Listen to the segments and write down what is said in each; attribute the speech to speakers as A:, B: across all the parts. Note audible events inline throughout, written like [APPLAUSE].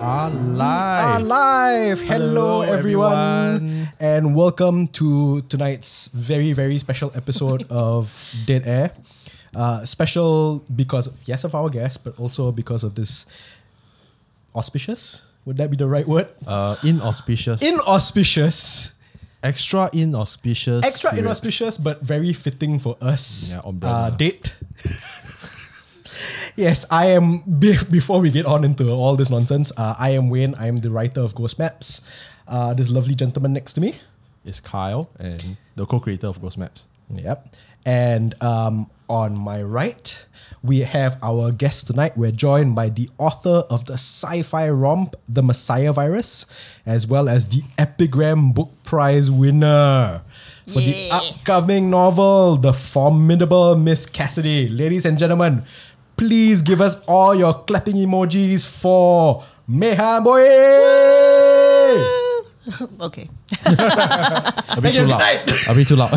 A: Are live.
B: Are live.
A: Hello,
B: Hello, everyone.
A: everyone.
B: and welcome to tonight's very very special episode
A: [LAUGHS]
B: of Dead Air. Uh, special because of, yes of our guest, but also because of this auspicious. Would that be the right word?
A: Uh, inauspicious.
B: Inauspicious,
A: extra inauspicious.
B: extra
A: period.
B: inauspicious, but very fitting for us.
A: Yeah, umbrella.
B: Uh, date. [LAUGHS] Yes, I am. Be- before we get on into all this nonsense, uh, I am Wayne. I am the writer of Ghost Maps. Uh, this lovely gentleman next to me.
A: It's Kyle and the co-creator of Ghost Maps.
B: Yep. And um, on my right, we have our guest tonight. We're joined by the author of the sci fi romp, The Messiah Virus, as well as the Epigram Book Prize winner for the
C: Yeah.
B: upcoming novel, The Formidable Miss Cassidy. Ladies and gentlemen, please give us all your clapping emojis for Meha Boy!
C: [LAUGHS] okay.
A: A bit
B: [LAUGHS]
A: too
B: you, good
A: loud.
B: night.
A: A bit too
B: [LAUGHS]
A: loud.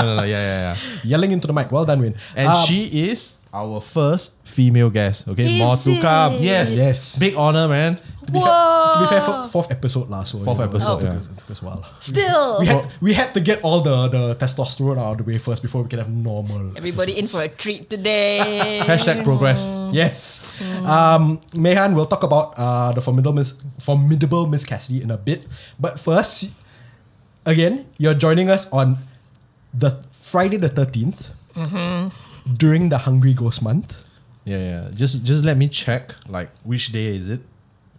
A: no, no, no. Yeah, yeah, yeah.
B: Yelling into the mic. Well done, Win.
A: And she is our first female guest. Okay, more to
C: it?
A: come. Yes,
B: Yes.
A: Big honor, man.
B: To be fair,
C: Whoa.
B: fo- fourth episode last. So,
A: Fourth
B: you
A: episode,
B: It took,
A: yeah.
B: us, it took us a while.
C: Still,
B: We had, we had to get all the, the testosterone out of the way first before we can have normal.
C: everybody in
B: episodes.
C: for a Mm.
B: [LAUGHS]
C: treat today.
A: Hashtag progress.
B: Yes. Um, Mehan, we'll talk about uh, the formidable Miss, formidable Miss Cassidy in a bit. But first, again, you're joining us on the Friday the 13th
C: Mm-hmm.
B: during the Hungry Ghost Month.
A: Yeah, yeah. Just, just let me check. Like, which day is it?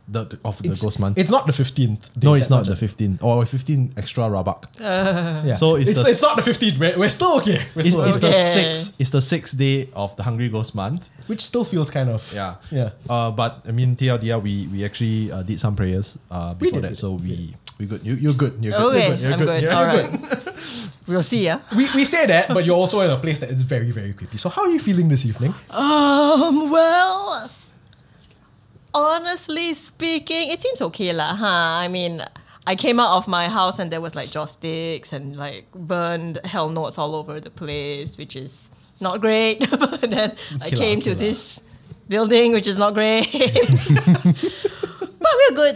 A: The, the- of the
B: It's-
A: Ghost Month.
B: It's not the 15th.
A: no, it's not the 15th or 15 extra Rabak.
B: Yeah.
A: So it's
B: it's,
A: the-
B: it's not the 15th. We're, we're still okay. We're
A: It's,
B: still
A: it's
B: okay.
A: the
C: Okay.
A: sixth. It's the sixth day of the Hungry Ghost Month.
B: Which still feels kind of.
A: Yeah,
B: Yeah.
A: Uh, but I mean, TLDR, we we actually uh, did some prayers uh, before
B: did,
A: that,
B: we
A: so we we good. You you're good. You're good.
C: [LAUGHS] Okay,
A: You're
C: I'm good.
A: You're
C: All right. we'll see, yeah.
B: we, we say that, but you're also in a place that is very, very creepy. So how are you feeling this evening?
C: Um. Well, honestly speaking, it seems okay, lah. Huh? I mean, I came out of my house and there was like joss sticks and like burned hell notes all over the place, which is not great. [LAUGHS] but then I
B: Okay lah,
C: came
B: okay
C: to
B: lah.
C: this building, which is not great. [LAUGHS] but we're good.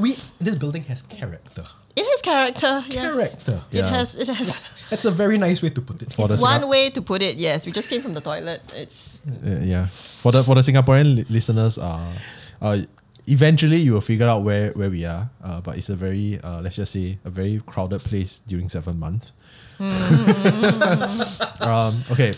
B: We this building has character.
C: It has character. Yes.
B: Character.
C: It
A: Yeah. Oh,
C: has. It has. [LAUGHS]
B: That's a very nice way to put it.
A: For the
C: One
A: Singap-
C: way to put it, yes. We just came from the toilet. It's
A: Uh, [LAUGHS] yeah. For the for the Singaporean li- listeners, uh, uh, eventually you will figure out where where we are. Uh, but it's a very uh, let's just say a very crowded place during seven month.
C: Hmm.
A: [LAUGHS] um. Okay.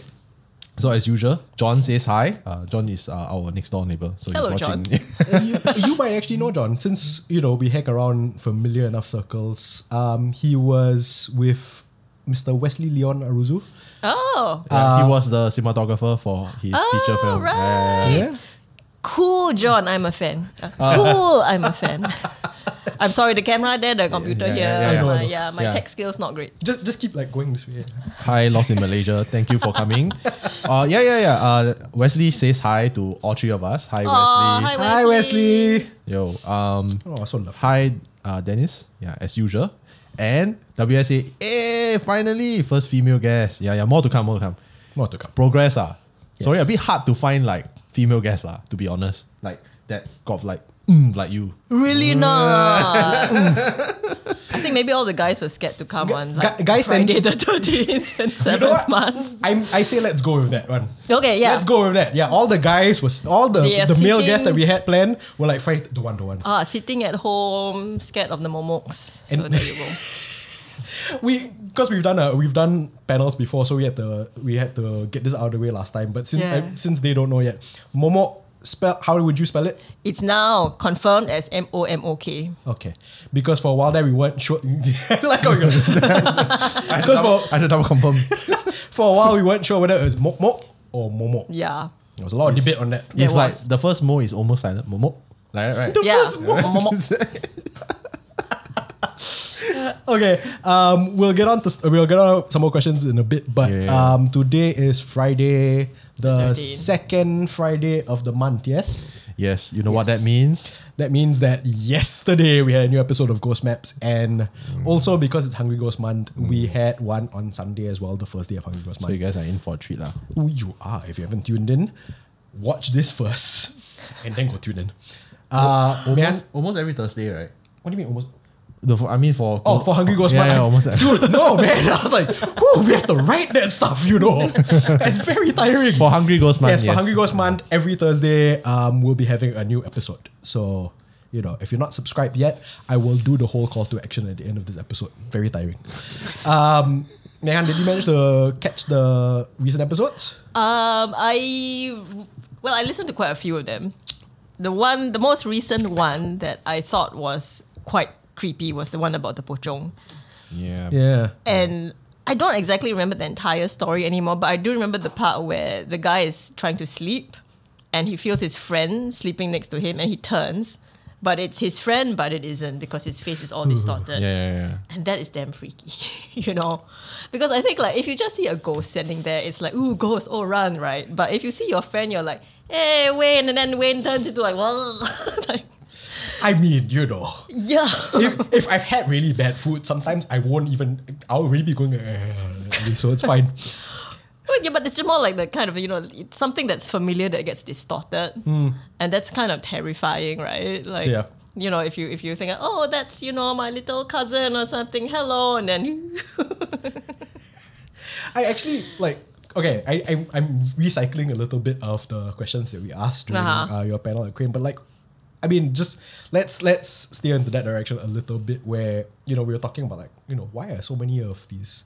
A: So as usual, John says hi. Uh, John is uh, our next door neighbor, so
C: Hello,
A: he's watching.
C: John.
A: [LAUGHS]
B: you, you might actually know John, since you know we hang around familiar enough circles. Um, he was with Mr. Wesley Leon Aruzu.
C: oh
A: Yeah, he was the cinematographer for his feature film.
C: right.
A: Yeah, Ah. yeah, yeah.
C: cool, John. I'm a fan. cool, I'm a fan. [LAUGHS] I'm sorry, the camera there, the computer
A: yeah,
C: here.
A: yeah, yeah,
B: yeah.
C: my,
B: No, no.
C: yeah, my
A: Yeah.
C: tech skills not great.
B: Just just keep like going this way.
A: Hi, Lost in Malaysia. Thank you for
C: [LAUGHS]
A: coming. Uh, yeah, yeah, yeah. Uh, Wesley says hi to all three of us. Hi,
C: Aw,
A: Wesley.
C: hi, Wesley.
B: Hi Wesley.
A: Yo. Um.
B: Oh, so lovely.
A: Hi, uh, Dennis. Yeah, as usual. And WSA. Hey, eh, finally, first female guest. Yeah, yeah. More to come. More to come.
B: More to come.
A: Progress. Ah. Sorry, a bit hard to find like female guests. Ah, to be honest, like that got like mm, like you. [LAUGHS]
C: Really not. I think maybe all the guys were scared to come on like
B: gu- guys
C: Friday
B: then-
C: the 13th [LAUGHS] and 7th
B: what?
C: month.
B: I'm, I say let's go with that one.
C: Okay, yeah.
B: Let's go with that. Yeah, all the guys was all the
C: They are
B: the male
C: sitting-
B: guests that we had planned were like Friday the one the one.
C: Ah, sitting at home, scared of the momoks. So
B: And- [LAUGHS]
C: there you go.
B: we because we've done a, we've done panels before, so we had to we had to get this out of the way last time. But since
C: Yeah.
B: I- since they don't know yet, Momo spell? How would you spell it?
C: It's now confirmed as M O M O K.
B: Okay, because for a while there we weren't sure. [LAUGHS] like oh, how you
A: I
B: Because
A: double, [LAUGHS]
B: for-
A: I had to double confirm.
B: [LAUGHS] for a while we weren't sure whether it was mok mok or momo.
C: Yeah.
B: There was a lot of debate on that.
C: There
A: it's like
C: was.
A: the first mo is almost silent. Mo, mo. Like, that, right?
B: The
C: Yeah.
B: first mo- mo- [LAUGHS] mo- okay, um, we'll get on to st- we'll get on some more questions in a bit, but
A: Yeah, yeah.
B: um, today is Friday, the
C: 13.
B: second Friday of the month. Yes,
A: [LAUGHS] Yes, you know what
B: Yes.
A: that means?
B: that means that yesterday we had a new episode of Ghost Maps, and
A: Mm.
B: also because it's Hungry Ghost Month, we had one on Sunday as well, the first day of Hungry Ghost
A: So you
B: Month.
A: guys are in for a treat. lah.
B: Who you are, if you haven't tuned in, watch this first, and then go tune in. Uh, may I-
A: Almost, almost every Thursday, right?
B: what do you mean almost?
A: The, for, I mean, for
B: Oh, for Hungry Ghost
A: yeah,
B: Month.
A: Yeah,
B: I-
A: almost. [LAUGHS]
B: Dude, no, man. I was like, whoo, we have to write that stuff, you know.
A: [LAUGHS]
B: It's very tiring.
A: for Hungry Ghost Month.
B: yes, for Hungry Ghost Month, every Thursday, um, we'll be having a new episode. So, you know, if you're not subscribed yet, I will do the whole call to action at the end of this episode. Very tiring. [LAUGHS] Um, Nehan, did you manage to catch the recent episodes?
C: Um, I well, I listened to quite a few of them. The one, the most recent one that I thought was quite creepy was the one about the pochong,
A: Yeah.
B: Yeah.
C: and I don't exactly remember the entire story anymore, but I do remember the part where the guy is trying to sleep, and he feels his friend sleeping next to him, and he turns, but it's his friend, but it isn't because his face is all distorted.
A: Yeah, yeah, yeah.
C: And that is damn freaky, [LAUGHS] you know? Because I think like if you just see a ghost standing there, it's like, ooh, ghost, oh run, right? But if you see your friend, you're like, hey, Wayne, and then Wayne turns into like, [LAUGHS] like
B: I mean, you know.
C: yeah.
B: If, if I've had really bad food, sometimes I won't even, I'll really be going, [LAUGHS] "Eh," so it's fine.
C: [LAUGHS] Well, yeah, but it's just more like the kind of, you know, it's something that's familiar that gets distorted. And that's kind of terrifying, right? Like
B: Hmm. Yeah.
C: you know, if you if you think, oh, that's, you know, my little cousin or something, hello, and then [LAUGHS]
B: I actually like okay. I, I I'm recycling a little bit of the questions that we asked during
C: Uh-huh.
B: uh, your panel at Crane, but like, I mean, just let's let's steer into that direction a little bit. Where you know we were talking about like you know why are so many of these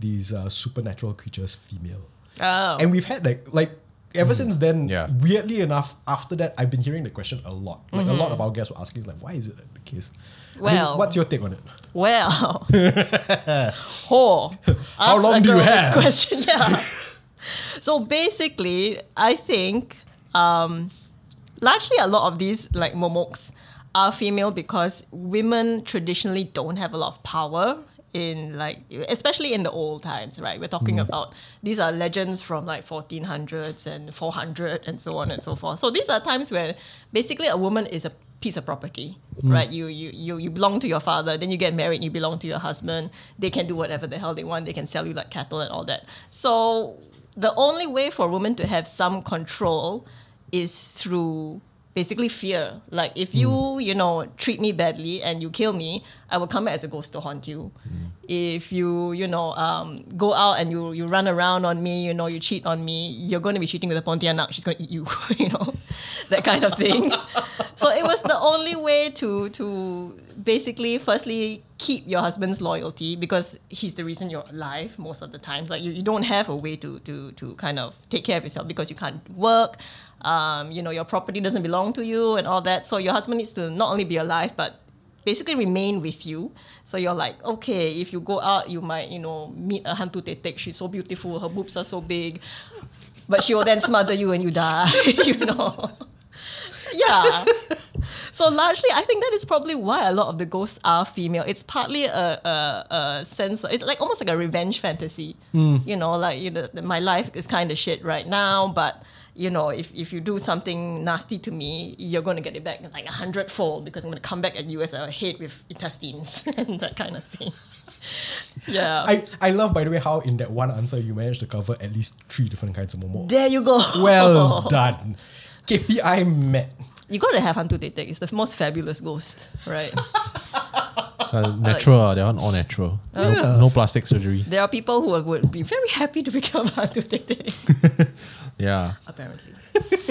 B: these uh, supernatural creatures female,
C: Oh.
B: and we've had like like. Ever since then,
A: Yeah.
B: weirdly enough, after that, I've been hearing the question a lot. Like a lot of our guests were asking, like, why is it the case? I mean,
C: Mm-hmm. Well-
B: what's your take on it? [LAUGHS]
C: Well, whore.
B: How
C: ask
B: long
C: a
B: do you
C: girl this
B: have?
C: Question. [LAUGHS] Yeah. so basically, I think um, largely a lot of these like momoks are female because women traditionally don't have a lot of power in like especially in the old times right we're talking about these are legends from like 1400s and 400 and so on and so forth so these are times where basically a woman is a piece of property right you, you you you belong to your father then you get married you belong to your husband they can do whatever the hell they want they can sell you like cattle and all that so the only way for women to have some control is through basically fear. Like if you, you know, treat me badly and you kill me, I will come back as a ghost to haunt you. If you, you know, um, go out and you you run around on me, you know, you cheat on me, you're going to be cheating with a Pontianak. She's going to eat you, [LAUGHS] you know, that kind of thing. so it was the only way to to basically firstly keep your husband's loyalty because he's the reason you're alive most of the times. Like you, you don't have a way to to to kind of take care of yourself because you can't work. Um, you know, your property doesn't belong to you and all that. So your husband needs to not only be alive but basically remain with you. So you're like, okay, if you go out, you might, you know, meet a hantu tetek. She's so beautiful, her boobs are so big. But she will then smother you and you die, [LAUGHS] you know. Yeah. So largely, I think that is probably why a lot of the ghosts are female. It's partly a, a, a sense. Of, it's like almost like a revenge fantasy. You know, like you know, my life is kind of shit right now, but you know, if, if you do something nasty to me, you're going to get it back like a hundredfold because I'm going to come back at you as a head with intestines [LAUGHS] and that kind of thing. Yeah.
B: I, I love, by the way, how in that one answer you managed to cover at least three different kinds of momo.
C: there you
B: [LAUGHS]
C: go. [LAUGHS]
B: Well done. KPI met.
C: you got to have Hantu Tetek. It's the most fabulous ghost, right?
A: So natural, ah, that one all natural. No, no plastic surgery.
C: there are people who would be very happy to [LAUGHS] become Hantu Tetek,
A: Yeah.
C: apparently.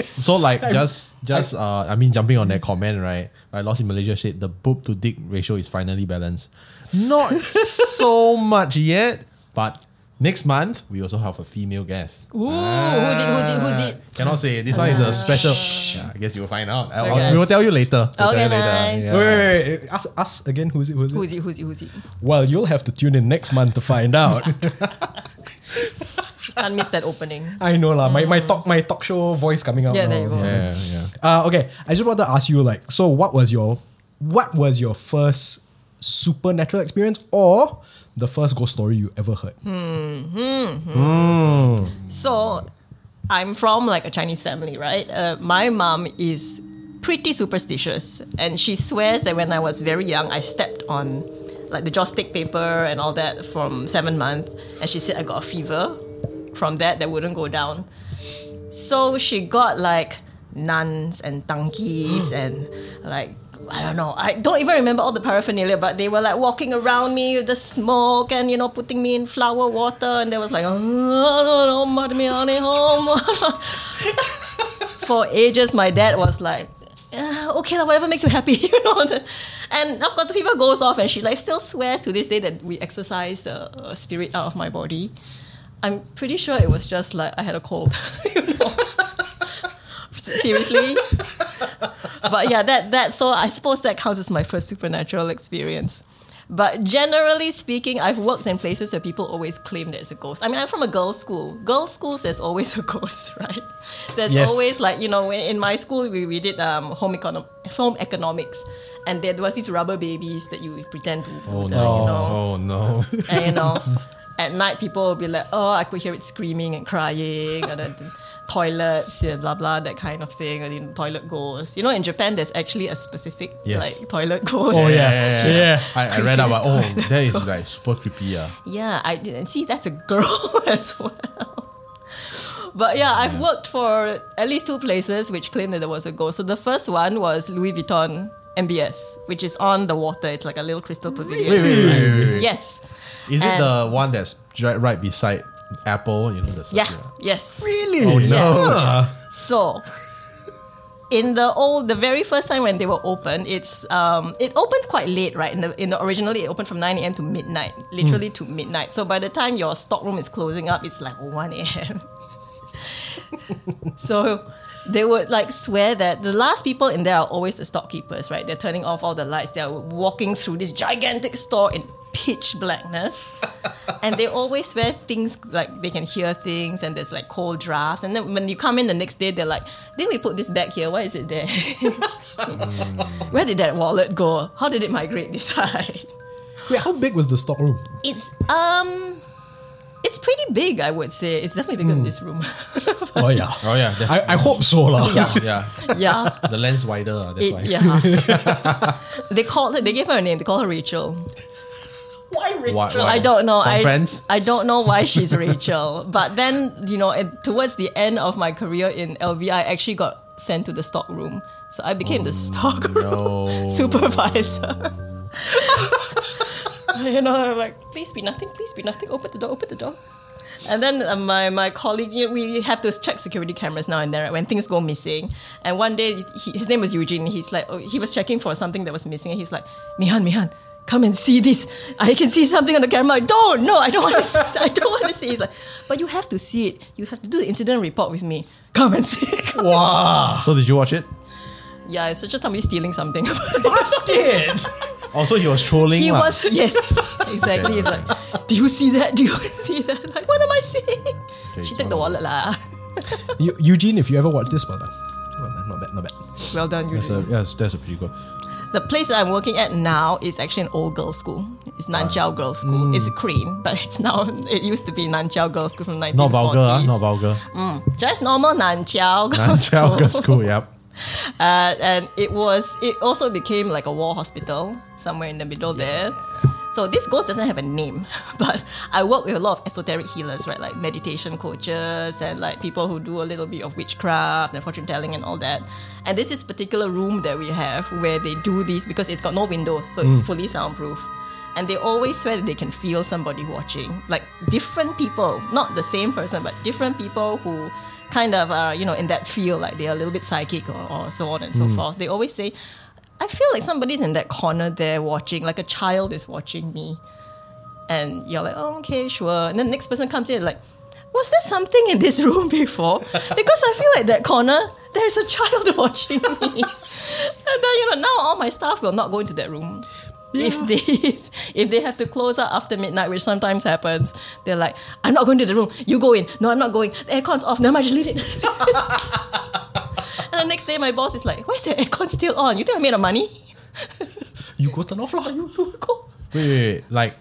A: So like just just uh I mean jumping on that comment, right? I lost in Malaysia shit, the boob to [LAUGHS] dick ratio is finally balanced. Not so much yet, but Next month, we also have a female guest.
C: Ooh, who's it? Who's it? Who's it?
A: Cannot say. This one is a special. Yeah, I guess you will find out. I- I'll-
C: Okay.
A: we will tell you later. We'll
C: Okay,
A: tell you
C: nice.
A: Yeah.
B: Wait, wait, wait, wait. Ask, ask again. Who's it? Who's it?
C: Who's it? Who's it? Who's it?
B: Well, you'll have to tune in next month to find
C: [LAUGHS]
B: out.
C: Can't miss that opening.
B: I know lah. My, my talk my talk show voice coming out.
C: Mm. Yeah,
B: now.
C: there you go.
A: Yeah, yeah.
B: Uh, okay, I just want to ask you like, so what was your what was your first supernatural experience or the first ghost story you ever heard?
C: Hmm. So, I'm from like a Chinese family, right? Uh, my mom is pretty superstitious, and she swears that when I was very young, I stepped on like the joss stick paper and all that from seven months, and she said I got a fever from that that wouldn't go down. So she got like nuns and donkeys and like I don't know. I don't even remember all the paraphernalia, but they were like walking around me with the smoke and you know putting me in flower water, and there was like, oh, no, no, mother me on it home. [LAUGHS] For ages, my dad was like, "Ah, okay, lah, whatever makes you happy, [LAUGHS] you know. the- And of course, the fever goes off, and she like still swears to this day that we exercise the uh, spirit out of my body. I'm pretty sure it was just like I had a cold. [LAUGHS] you know. Seriously. but yeah, that that so I suppose that counts as my first supernatural experience. But generally speaking, I've worked in places where people always claim there's a ghost. I mean, I'm from a girls' school. Girls' schools, there's always a [LAUGHS] ghost, right? There's
B: Yes.
C: always like you know, in in my school we, we did um, home econom- home economics, and there was these rubber babies that you pretend to do
A: Oh
C: the,
A: no!
C: you know,
A: Oh [LAUGHS] no!
C: and you know, at night people will be like, oh, I could hear it screaming and crying, and then the toilets, yeah, blah blah, that kind of thing, and you know, toilet ghosts. You know, in Japan, there's actually a specific
A: Yes.
C: like toilet ghost.
B: Oh, yeah.
A: I, I read
C: Creepy
A: about. Oh,
C: story.
A: that is like super creepy. [LAUGHS] Yeah.
C: Yeah, I didn't see that's a girl [LAUGHS] as well. But yeah, I've worked for at least two places which claimed that there was a ghost. So the first one was Louis Vuitton MBS, which is on the water. It's like a little crystal pavilion.
A: Wait, wait, wait, wait, wait.
C: Yes.
A: Is it
C: And-
A: the one that's right, right beside Apple? You know the
C: Yeah.
A: circular?
C: Yes.
B: Really?
A: Oh no! [LAUGHS]
C: So, in the old, the very first time when they were open, it's um, it opens quite late, right? In the in the originally it opened from nine a.m. to midnight, literally to midnight. So by the time your stockroom is closing up, it's like one a.m. [LAUGHS] so. They would like swear that the last people in there are always the stockkeepers, right? They're turning off all the lights. They're walking through this gigantic store in pitch blackness and they always wear things like they can hear things and there's like cold drafts and then when you come in the next day they're like didn't we put this back here why is it there where did that wallet go how did it migrate this high
B: Wait, how big was the stockroom?
C: it's um it's pretty big i would say it's definitely bigger than this [LAUGHS] room
B: Oh yeah.
A: Oh yeah, that's,
B: I, I hope so lah.
A: Oh, yeah.
C: yeah
A: The lens wider. ah, That's why.
C: it, yeah they called her they gave her a name they call her rachel
B: [LAUGHS] Why
A: [LAUGHS]
B: Rick?
A: Why- why?
C: I don't know.
A: From
C: I,
A: friends?
C: I don't know
A: [LAUGHS]
C: why she's Rachel. But then, you know, it, towards the end of my career in LV, I actually got sent to the stock room. So I became
A: Oh,
C: the stock room [LAUGHS] supervisor. [LAUGHS] you know, I'm like, please be nothing, please be nothing. Open the door, open the door. And then uh, my, my colleague, you know, we have to check security cameras now and then, right, when things go missing. And one day, he, his name was Eugene. He's like, oh, he was checking for something that was missing. And he's like, Mihan, Mihan, come and see this. I can see something on the camera. I don't, no, I don't want to. I don't want to [LAUGHS] see. He's like, but you have to see it. You have to do the incident report with me. Come and see. [LAUGHS] it."
B: Wow.
A: So did you watch it?
C: yeah, it's just somebody stealing something.
B: Basket.
A: Also, Oh, he was trolling.
C: [LAUGHS] He
A: lah.
C: was yes, exactly. He's like, do you see that? Do you [LAUGHS] see that? Like, what am I seeing? she
A: it's
C: took the
A: one
C: wallet lah.
B: Eu- Eugene, if you ever watch this, well done. Well done. Not bad. Not bad.
C: Well done, you.
A: That's a, yes, that's a pretty good.
C: The place that I'm working at now is actually an old girls' school. It's
A: Ah.
C: Nanjiao Girls' School. It's a Korean, but it's now [LAUGHS] it used to be Nanjiao Girls' School from 1940s.
A: Hmm. Not vulgar, ah, not vulgar.
C: Just normal Nanjiao Girls'
A: Nanjiao Girls'
C: School.
A: School, yep.
C: Uh, and it was it also became like a war hospital somewhere in the middle there. So this ghost doesn't have a name, [LAUGHS] but I work with a lot of esoteric healers, right? Like meditation coaches and like people who do a little bit of witchcraft and fortune telling and all that. And this is particular room that we have where they do these because it's got no windows, so it's fully soundproof. And they always swear that they can feel somebody watching, like different people, not the same person, but different people who kind of are, you know, in that field, like they're a little bit psychic or, or so on and so forth. They always say, I feel like somebody's in that corner there watching, like a child is watching me. and you're like, oh, okay, sure. And then the next person comes in like, was there something in this room [LAUGHS] before? Because I feel like that corner, there's a child [LAUGHS] watching me. and then, you know, now all my staff will not go into that room. If they [LAUGHS] if they have to close out after midnight, which sometimes happens, they're like, I'm not going to the room. You go in. No, I'm not going. The aircon's off. Never mind, just leave it. [LAUGHS] and the next day, my boss is like, Why is the aircon still on? You think I made of money? [LAUGHS]
B: You go turn off lah. You
C: You go.
A: Wait, wait, wait, like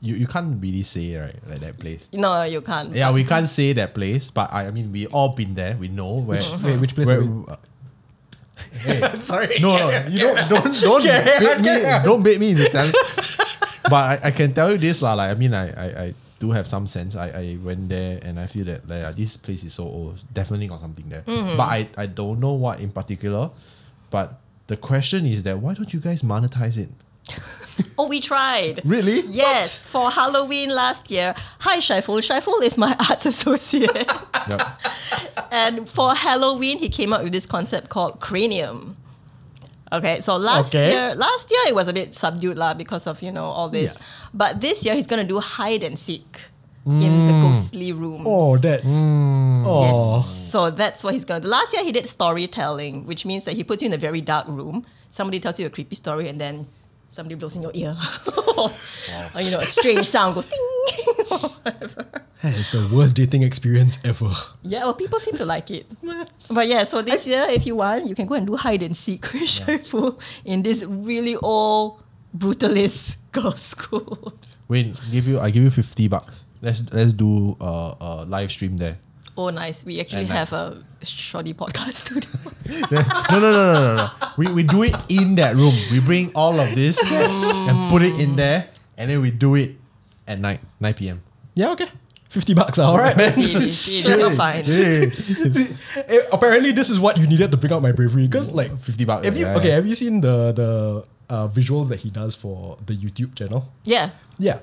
A: you, you can't really say right like that place.
C: No, you can't.
A: Yeah, we can't say that place, but I, I mean we all been there. We know where. [LAUGHS]
B: Wait, which place
A: where-
B: have we-
A: uh, hey,
B: sorry.
A: no, no, you don't don't don't
B: Carry
A: bait
B: on, carry
A: me.
B: on.
A: Don't bait me into tell- But I, I can tell you this lah. Like I mean, I, I, I do have some sense. I, I went there and I feel that like, ah, this place is so old. It's Definitely got something there. But I, I don't know what in particular. But the question is that why don't you guys monetize it?
C: Oh, we tried.
A: Really?
C: Yes, for Halloween last year. Hi, Shaiful. Shaiful is my [LAUGHS] arts associate.
A: Yep.
C: and for Halloween, he came up with this concept called cranium. Okay, so last
B: Okay.
C: year, last year it was a bit subdued lah because of you know all this.
A: Yeah.
C: But this year he's gonna do hide and seek in the ghostly rooms.
B: Oh, that's oh.
C: Yes. So that's what he's going to do. Last year he did storytelling, which means that he puts you in a very dark room. Somebody tells you a creepy story and then somebody blows in your ear. [LAUGHS] or, you know, a strange sound goes ding. [LAUGHS] or whatever.
B: It's the worst dating experience ever.
C: yeah, well, people seem to like it. [LAUGHS] But yeah, so this year, if you want, you can go and do hide and seek [LAUGHS] with Shaifu in this really old brutalist [LAUGHS] girls' school.
A: Wait, give you I give you fifty bucks. Let's let's do uh, a live stream there.
C: Oh, nice. We actually
A: And, uh,
C: have a shoddy podcast to do.
A: no, no, no, no, no, no. We, we do it in that room. We bring all of this and put it in there, and then we do it at night, 9 p.m.
B: Yeah, okay. 50 bucks, all
A: [LAUGHS]
B: right, [LAUGHS] man.
C: Easy, easy. You're fine.
B: See, eh, apparently, this is what you needed to bring out my bravery because, like,
A: 50 bucks,
B: Have you
A: yeah.
B: okay? Have you seen the the uh, visuals that he does for the YouTube channel?
C: Yeah.
B: Yeah,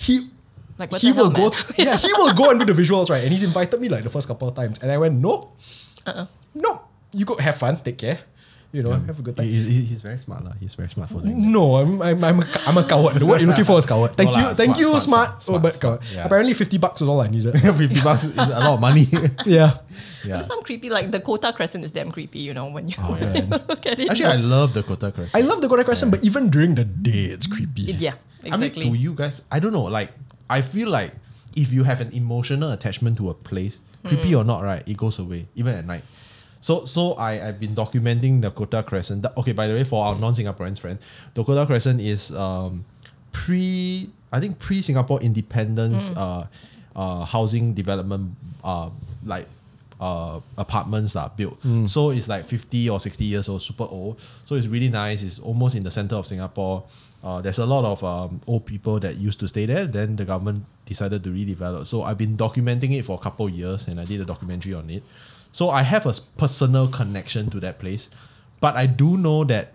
B: he
C: Like, what
B: he
C: the hell,
B: will go.
C: man?
B: [LAUGHS] yeah, he will go
C: [LAUGHS]
B: and do the visuals, right? And he's invited me like the first couple of times, and I went, no,
C: Uh-uh.
B: no, you go have fun, take care, you know, have a good
A: He,
B: time.
A: he- he's very smart, lah. He's very smart for doing that.
B: No, I'm I'm I'm a, cow- I'm a coward. The word you're looking for is coward. Thank
A: No
B: you,
A: lah,
B: thank
A: smart,
B: you,
A: smart,
B: smart,
A: smart,
B: oh, but
A: smart,
B: coward.
A: smart, yeah.
B: Apparently, fifty bucks was all I
A: [LAUGHS]
B: needed.
A: 50 bucks is a lot of money. [LAUGHS]
B: [LAUGHS]
A: yeah. Oh,
B: yeah,
C: There's some creepy, like the Kota Crescent is damn creepy, you know, when you [LAUGHS] look at it.
A: Actually, I love the Kota
B: I
A: Crescent.
B: love the Kodak question, but even during the day, it's creepy.
C: [LAUGHS] yeah, exactly.
A: I mean, to you guys, I don't know. Like, I feel like if you have an emotional attachment to a place, creepy or not, right, it goes away even at night. So, so I I've been documenting the Kota Crescent. The- Okay, by the way, for our non-Singaporeans friend, the Kota Crescent is um pre I think pre Singapore independence uh uh housing development uh like uh, apartments that built. So it's like 50 or 60 years old, super old. So it's really nice. It's almost in the center of Singapore. Uh, there's a lot of um, old people that used to stay there. Then the government decided to redevelop. So I've been documenting it for a couple of years and I did a documentary on it. So I have a s- personal connection to that place. But I do know that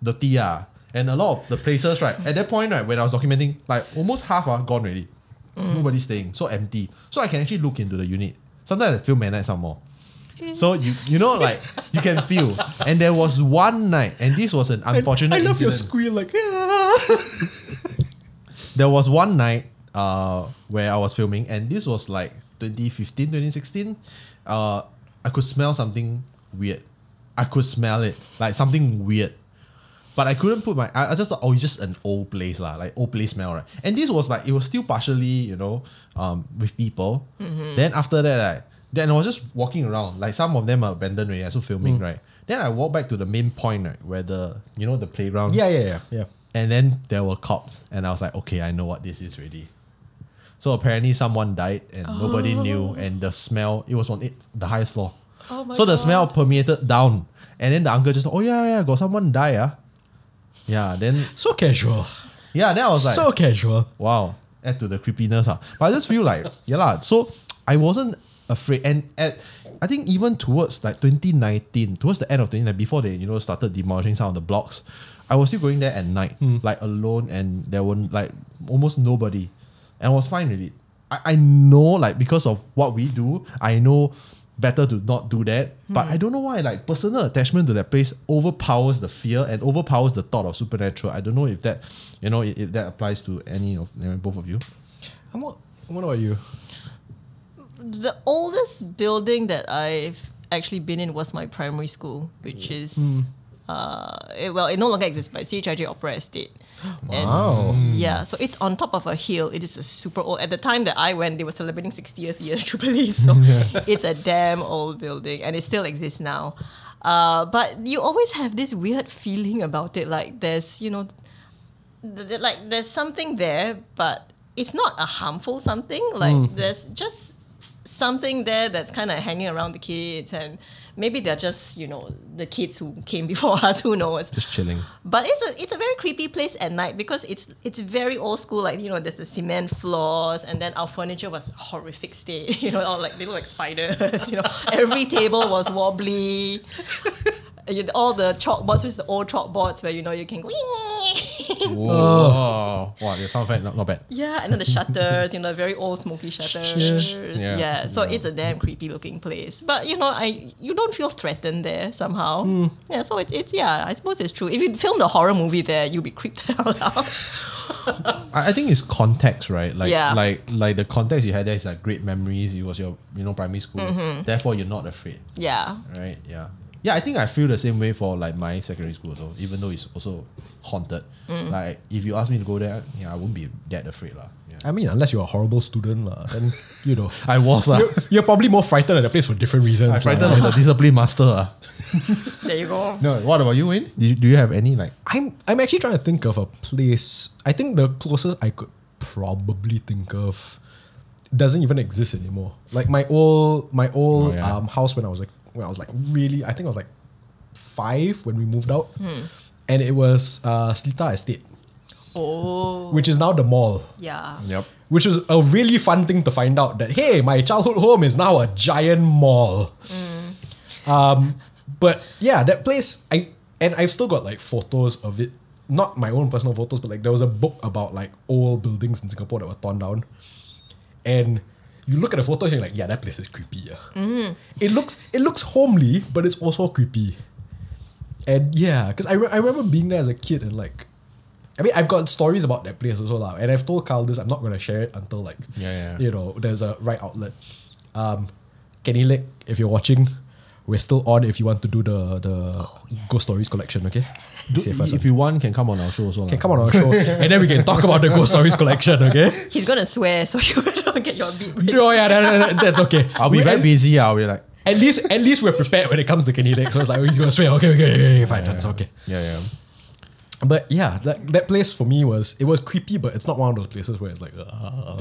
A: the TR ah. and a lot of the places, right? At that point, right, when I was documenting, like almost half are gone already.
B: Mm.
A: Nobody's staying, so empty. So I can actually look into the unit. Sometimes I feel midnight some more.
B: Eh.
A: So you you know like you can feel. And there was one night, and this was an unfortunate
B: [LAUGHS] I love your
A: incident
B: squeal, like "Ah."
A: there was one night uh, where I was filming, and this was like 2015, 2016. Uh, I could smell something weird. I could smell it, like something weird. But I couldn't put my. I, I just thought, oh, it's just an old place, lah, like old place smell, right? And this was like, it was still partially, you know, um, with people.
B: Mm-hmm.
A: Then after that, right, then I was just walking around, like some of them are abandoned already, I so filming,
B: Mm.
A: right? Then I walked back to the main point, right, where the, you know, the playground.
B: yeah, yeah, yeah, yeah.
A: And then there were cops, and I was like, okay, I know what this is already. So apparently, someone died, and nobody knew, and the smell it was on it, the highest floor.
C: Oh my
A: so the
C: God.
A: smell permeated down, and then the uncle just, oh yeah, yeah, got someone die, ah. Yeah, then
B: So casual,
A: yeah, then I was like,
B: so casual.
A: wow, add to the creepiness. ah. But I just feel like, yeah, lah. so I wasn't afraid. And at, I think even towards like 2019, towards the end of 2019, before they, you know, started demolishing some of the blocks, I was still going there at night, like alone, and there were like almost nobody. And I was fine with it. I, I know, like, because of what we do, I know better to not do that. But I don't know why, like personal attachment to that place overpowers the fear and overpowers the thought of supernatural. I don't know if that, you know, if, if that applies to any of you know, both of you.
B: I'm, what, what about you?
C: the oldest building that I've actually been in was my primary school, which is
A: Hmm.
C: uh, it, well, it no longer exists, but CHIJ Opera Estate. Wow. yeah, so it's on top of a hill. It is a super old. At the time that I went, they were celebrating 60th year Jubilee, [LAUGHS] so it's a damn old building, and it still exists now. Uh, but you always have this weird feeling about it, like there's you know th- th- like there's something there, but it's not a harmful something. Like there's just something there that's kind of hanging around the kids, and maybe they're just you know the kids who came [LAUGHS] before us. Who knows?
A: Just chilling.
C: But it's a it's a very creepy place at night because it's it's very old school. Like you know, there's the cement floors, and then our furniture was horrific state. [LAUGHS] You know, all like they look like spiders. [LAUGHS] You know, every table was wobbly. [LAUGHS] You- All the chalkboards, which is the old chalkboards where you know you can go. [LAUGHS]
A: Whoa. wow, the sound effect not, not bad.
C: Yeah, and then the shutters, you know, very old smoky shutters.
A: Yeah.
C: yeah. so it's a damn creepy looking place. But you know, I you don't feel threatened there somehow. Yeah, so it's it's yeah, I suppose it's true. If you filmed a horror movie there, you'd be creeped [LAUGHS] the hell out.
A: I, I think it's context, right? Like
C: Yeah.
A: like like the context you had there is like great memories. It was your you know primary school. Therefore, you're not afraid,
C: Yeah.
A: right? Yeah. Yeah, I think I feel the same way for like my secondary school though, even though it's also haunted. Like if you ask me to go there, yeah, I wouldn't be that afraid lah. Yeah.
B: I mean, unless you're a horrible student, lah, then, you know.
A: [LAUGHS] I was uh,
B: You're, you're probably more frightened at the place for different reasons.
A: I
B: lah.
A: frightened of the discipline master. Uh.
C: There you go.
A: No, what about you, Wayne? Do you, do you have any like
B: I'm I'm actually trying to think of a place. I think the closest I could probably think of doesn't even exist anymore. Like my old my old
A: Oh, yeah.
B: um, house when I was like when I was like really I think I was like five when we moved out, and it was uh, Slita Estate,
C: Oh
B: which is now the mall.
C: yeah.
A: Yep.
B: Which was a really fun thing to find out that hey, my childhood home is now a giant mall. Um, but yeah, that place I and I've still got like photos of it. Not my own personal photos, but like there was a book about like old buildings in Singapore that were torn down. And you look at the photos and you're like, yeah, that place is creepy. Yeah. It looks it looks homely, but it's also creepy. And yeah, because I, re- I remember being there as a kid and like I mean I've got stories about that place also lah. And I've told Carl this, I'm not gonna share it until like
A: Yeah, yeah, yeah.
B: you know, there's a right outlet. Um, Kenny Lake, if you're watching, we're still on if you want to do the the ghost stories collection, okay?
A: Do-
B: Say first,
A: if you want, can come on our show also.
B: okay, come on our show and then we can talk about the ghost stories collection, okay?
C: [LAUGHS] He's gonna swear so you don't get your beat. ready.
B: No, yeah, no, no, no, that's okay.
A: I'll be
B: We-
A: very
B: at-
A: busy. I'll be like,
B: At least, at least we're prepared when it comes to Kenny Lake. So it's like oh, he's gonna swear. Okay, okay, okay, okay fine, that's okay.
A: yeah, yeah.
B: But yeah, that, that place for me was it was creepy, but it's not one of those places where it's like. ah.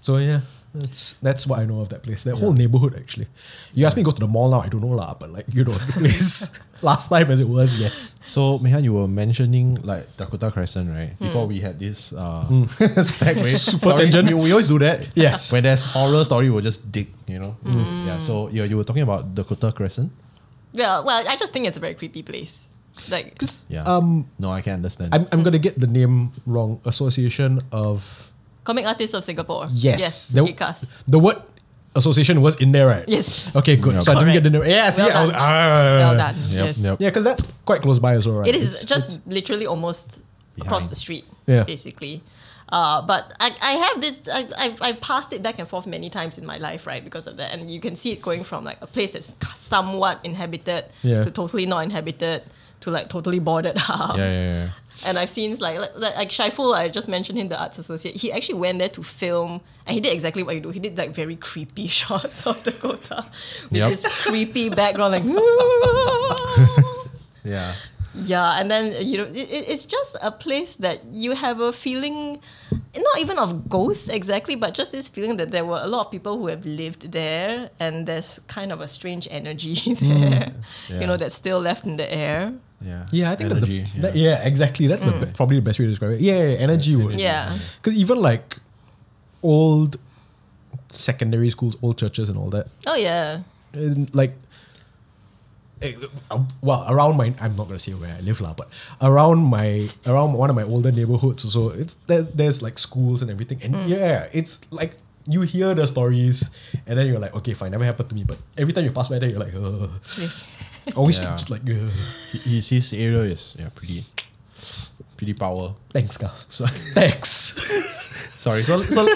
B: So yeah, that's that's what I know of that place. That whole neighborhood actually. You ask me to go to the mall now, I don't know lah. But like you know, the [LAUGHS] place last time as it was, yes.
A: So, Mehan, you were mentioning like Dakota Crescent, right? Before we had this uh, [LAUGHS] segue.
B: Super
A: Sorry,
B: tangent.
A: We, we always do that.
B: Yes.
A: When there's horror story, we'll just dig, you know? Yeah. So, you, you were talking about Dakota Crescent?
C: Well well, I just think it's a very creepy place. Like
A: Yeah.
B: Um,
A: no, I can understand.
B: I'm I'm gonna get the name wrong. Association of
C: comic artists of Singapore.
B: yes,
C: Yes.
B: the, Uh,
C: Ikas.
B: the word association was in there, right?
C: Yes.
B: Okay, good.
A: Yeah.
B: So I didn't get the name.
C: Correct.
B: Yes,
C: Well
B: yeah, I was-
C: done.
B: ah.
C: Well done.
A: Yep,
C: yes.
A: yep.
B: Yeah, because that's quite close by as well, right?
C: It
B: It's-
C: is just literally almost across
A: Behind.
C: the street,
B: Yeah.
C: basically. Uh, but I, I have this, I, I've, I've passed it back and forth many times in my life, right, because of that. And you can see it going from like a place that's somewhat inhabited
B: Yeah.
C: to totally not inhabited to like totally boarded up.
A: yeah, yeah, yeah.
C: And I've seen like like, like Shaiful, I just mentioned him, the arts associate. He actually went there to film, and he did exactly what you do. He did like very creepy [LAUGHS] shots of Dakota with
A: Yep.
C: this creepy background, like. [LAUGHS]
A: Yeah.
C: Yeah, and then you know, it, it- it's just a place that you have a feeling, not even of ghosts exactly, but just this feeling that there were a lot of people who have lived there, and there's kind of a strange energy [LAUGHS] there, you
A: Hmm.
C: know,
A: yeah.
C: that's still left in the air.
A: Yeah.
B: Yeah, I think
A: Energy,
B: that's the that- yeah. exactly. That's the be- probably the best way to describe it. Yeah, yeah, energy would.
C: Yeah.
B: because even like old secondary schools, old churches, and all that,
C: Oh yeah,
B: and like. eh, uh, Well, around my I'm not gonna say where I live lah, but around my around one of my older neighborhoods, so it's there, there's like schools and everything, and yeah, it's like you hear the stories, and then you're like, okay, fine, never happened to me. But every time you pass by there, you're like, Ugh.
A: [LAUGHS]
B: always
A: Yeah.
B: just like, Ugh.
A: His, his area is yeah pretty pretty power.
B: thanks, Gar. So [LAUGHS] thanks,
A: Sorry. So, so,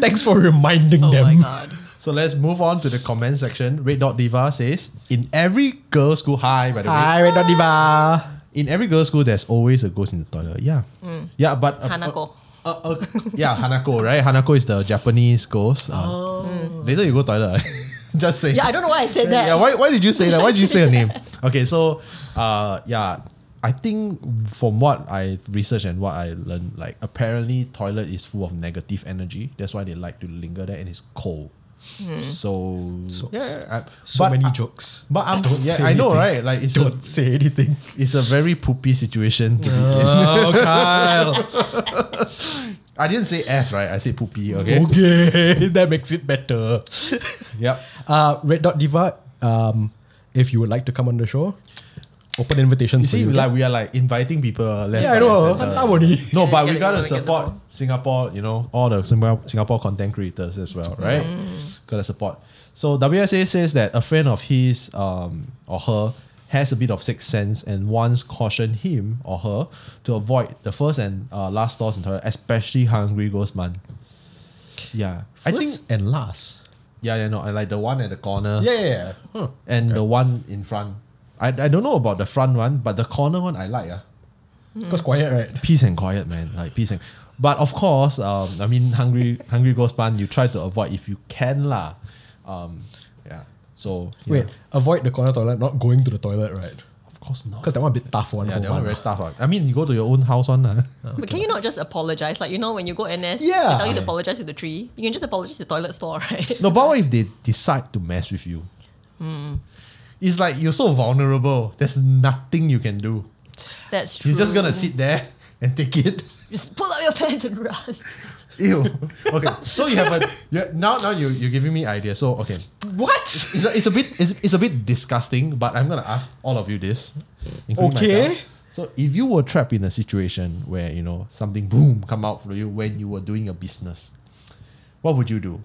B: thanks for reminding
C: Oh
B: them.
C: my god.
A: so let's move on to the comment section. Red Dot Diva says in every girl school hi by the way.
B: Hi, Red Dot Diva.
A: In every girl school there's always a ghost in the toilet. Yeah. Yeah, but uh,
C: Mm. Hanako.
A: uh, uh, yeah, Hanako, right? Hanako is the Japanese ghost. Uh, Later you go toilet. [LAUGHS] Just say.
C: [LAUGHS] Oh. Yeah, I don't know why I said that.
A: Yeah, why, why did you say that? Why did you say her name? Okay, so uh yeah, I think from what I researched and what I learned, like apparently toilet is full of negative energy. That's why they like to linger there and it's cold. So, yeah, I-
B: So
A: but
B: many
A: I-
B: jokes.
A: but I'm
B: Don't
A: yeah,
B: say
A: I know
B: anything.
A: right. Like it's a,
B: Don't say anything.
A: it's a very poopy situation. to be in. [LAUGHS]
B: Oh, Kyle.
A: I didn't say ass right. I said poopy. Okay.
B: okay, [LAUGHS] that makes it better.
A: Yep.
B: Uh, Red Dot Diva, um, if you would like to come on the show, open invitation
A: You
B: for
A: see,
B: you.
A: like we are like inviting people left.
B: yeah, I
A: right,
B: know.
A: and centre.
B: I'm only.
A: uh, No, but we gotta
C: Gotta go, we gotta
A: support
C: go.
A: Singapore, you know, all the Singapore, Singapore content creators as well, right?
B: Mm.
A: Gotta support. So WSA says that a friend of his um, or her has a bit of sixth sense and once cautioned him or her to avoid the first and uh, last stores in toilet, especially Hungry Ghost Man. Yeah. I think
B: and last.
A: yeah, yeah, no, I like the one at the corner.
B: Yeah, yeah, yeah.
A: And the one in front. I, I don't know about the front one, but the corner one I like, ah
C: Mm.
B: Because quiet, right?
A: peace and quiet, man. Like peace and. But of course, um, I mean, hungry, hungry ghost bun. You try to avoid if you can, lah. Um, yeah. So yeah.
B: Wait, avoid the corner toilet, not going to the toilet, right?
A: of course not.
B: Because that one a bit tough one.
A: yeah,
B: whole
A: that one very tough. ah. I mean, you go to your own house one, ah. lah.
C: [LAUGHS] But can you not just apologize? Like you know when you go NS,
B: Yeah.
C: they tell you to apologize to the tree. You can just apologize to the toilet stall, [LAUGHS] right?
A: No, but what if they decide to mess with you? It's like you're so vulnerable. There's nothing you can do.
C: That's true.
A: You're just gonna sit there and take it.
C: Just pull out your [LAUGHS] pants and run.
A: Ew. [LAUGHS] Okay. So you have a you, now now you you're giving me ideas. So okay. [LAUGHS]
B: What?
A: It's a, it's a bit it's, it's a bit disgusting, but I'm gonna ask all of you this. including
B: Okay.
A: myself. So if you were trapped in a situation where you know something boom come out for you when you were doing your business, what would you do?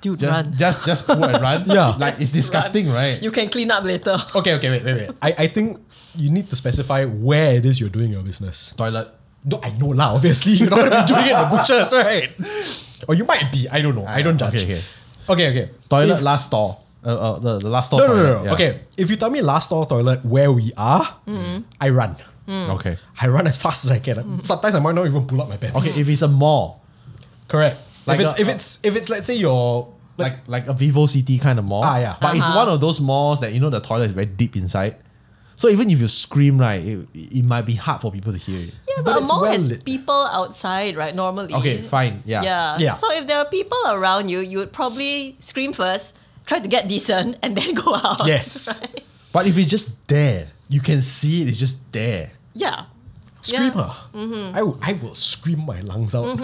C: Dude,
A: Just
C: run.
A: just just go and run.
B: [LAUGHS] Yeah.
A: like it's disgusting, right?
C: You can clean up later.
B: Okay, okay, wait, wait, wait. I, I think you need to specify where it is you're doing your business.
A: Toilet.
B: No, I know lah, obviously. You're not gonna be doing it in the bushes, right? Or you might be, I don't know. I don't judge.
A: okay, okay.
B: okay. okay.
A: Toilet
B: If-
A: last stall. Uh, uh, the, the last stall.
B: No, no,
A: toilet,
B: no, no.
A: yeah.
B: Okay, if you tell me last stall toilet where we are, I run.
C: Hmm.
A: Okay.
B: I run as fast as I can. Sometimes I might not even pull up my pants.
A: Okay. If it's a mall,
B: correct.
A: Like uh,
B: if it's
A: a-
B: if it's if it's let's say
A: [LAUGHS]
B: you're like
A: like like a Vivo City kind of mall.
B: Ah, yeah.
A: But
C: Uh-huh.
A: it's one of those malls that you know the toilet is very deep inside. So even if you scream, right, it, it might be hard for people to hear it.
C: Yeah,
B: But
C: but, a
B: it's
C: mall
B: well
C: has
B: lit.
C: people outside, right? Normally.
A: Okay, fine. Yeah.
C: Yeah.
B: Yeah.
C: So if there are people around you, you would probably scream first, try to get decent, and then [LAUGHS] go out.
B: yes,
A: But if it's just there, you can see it, it's just there.
C: Yeah.
B: screamer. I will- I will scream my lungs out.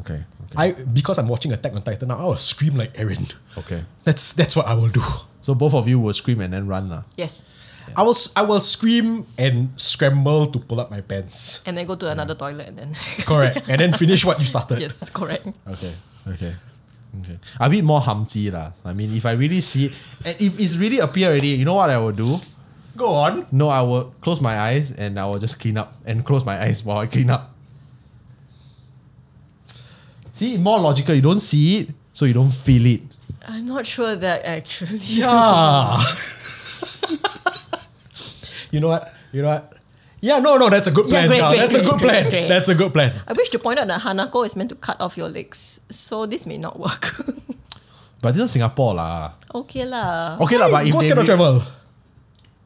A: Okay. Okay.
B: I because I'm watching Attack on Titan now. I will scream like Eren.
A: okay.
B: That's that's what I will do.
A: So both of you will scream and then run. lah.
C: Yes.
B: I will s- I will scream and scramble to pull up my pants.
C: And then go to another toilet and then.
B: Correct, and then finish what you started.
C: [LAUGHS] yes, correct.
A: Okay. Okay. Okay. A bit more hamji lah. I mean, if I really see it, and if it's really appear already, you know what I will do?
B: Go on.
A: No, I will close my eyes and I will just clean up and close my eyes while I clean up. See, more logical. You don't see it, so you don't feel it.
C: I'm not sure that actually.
B: Yeah. [LAUGHS] you know what? You know what? Yeah, no, no, that's a good
C: Yeah,
B: plan.
C: great,
B: Carl.
C: great,
B: that's a
C: great,
B: good
C: great,
B: plan.
C: great.
B: That's a good plan.
C: I wish to point out that Hanako is meant to cut off your legs, so this may not work. [LAUGHS]
A: But this is Singapore lah.
C: okay lah.
B: Oh.
A: Okay lah, but if
B: Ghost
A: they
B: cannot
A: re-
B: travel.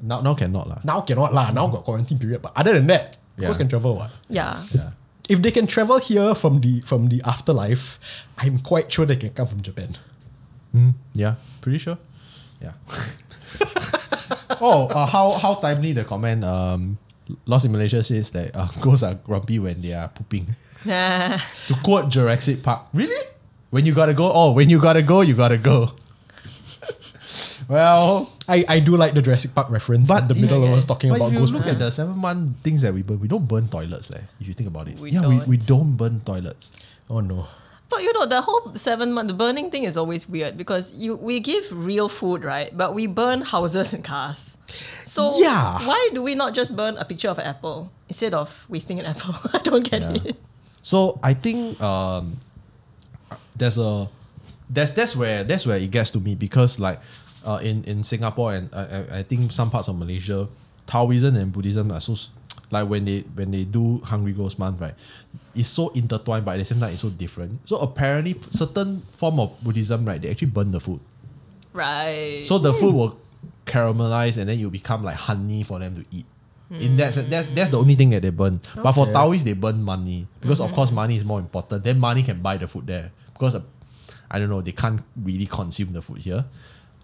A: now now cannot lah.
B: Now cannot lah. Now got quarantine period. But other than that,
A: Yeah.
B: ghosts can travel. What?
C: Yeah.
A: Yeah.
B: If they can travel here from the from the afterlife, I'm quite sure they can come from Japan.
A: Yeah, pretty sure. Yeah. [LAUGHS] oh, uh, how how timely the comment um Lost in Malaysia says that uh, [LAUGHS] ghosts are grumpy when they are [LAUGHS] pooping. to quote Jurassic Park, really? When you gotta go, oh, when you gotta go, you gotta go. [LAUGHS] well,
B: I, I do like the Jurassic Park reference
A: But
B: but the
A: if-
B: middle of us
C: Okay.
B: talking
A: but
B: about
A: if you
B: ghost
A: look at the seven month things that we burn, we don't burn toilets, leh, if you think about it.
C: We
A: yeah, We,
C: don't.
A: we don't burn toilets.
B: Oh no.
C: But you know, the whole seven month the burning thing is always weird because you we give real food, right? But we burn houses and cars. So
B: Yeah.
C: why do we not just burn a picture of an apple instead of wasting an apple? [LAUGHS] I don't get it.
A: So I think um, there's a that's that's where that's where it gets to me because like uh, in in Singapore and I, I- I think some parts of Malaysia, Taoism and Buddhism are so s- like when they when they do Hungry Ghost Month right, it's so intertwined but at the same time it's so different. So apparently certain form of Buddhism right they actually burn the food.
C: Right.
A: So the food will caramelize and then you become like honey for them to eat. In that sense, that's, that's the only thing that they burn. But for
B: Okay.
A: Taoists, they burn money because, of course, money is more important. Then money can buy the food there because, uh, I don't know, they can't really consume the food here.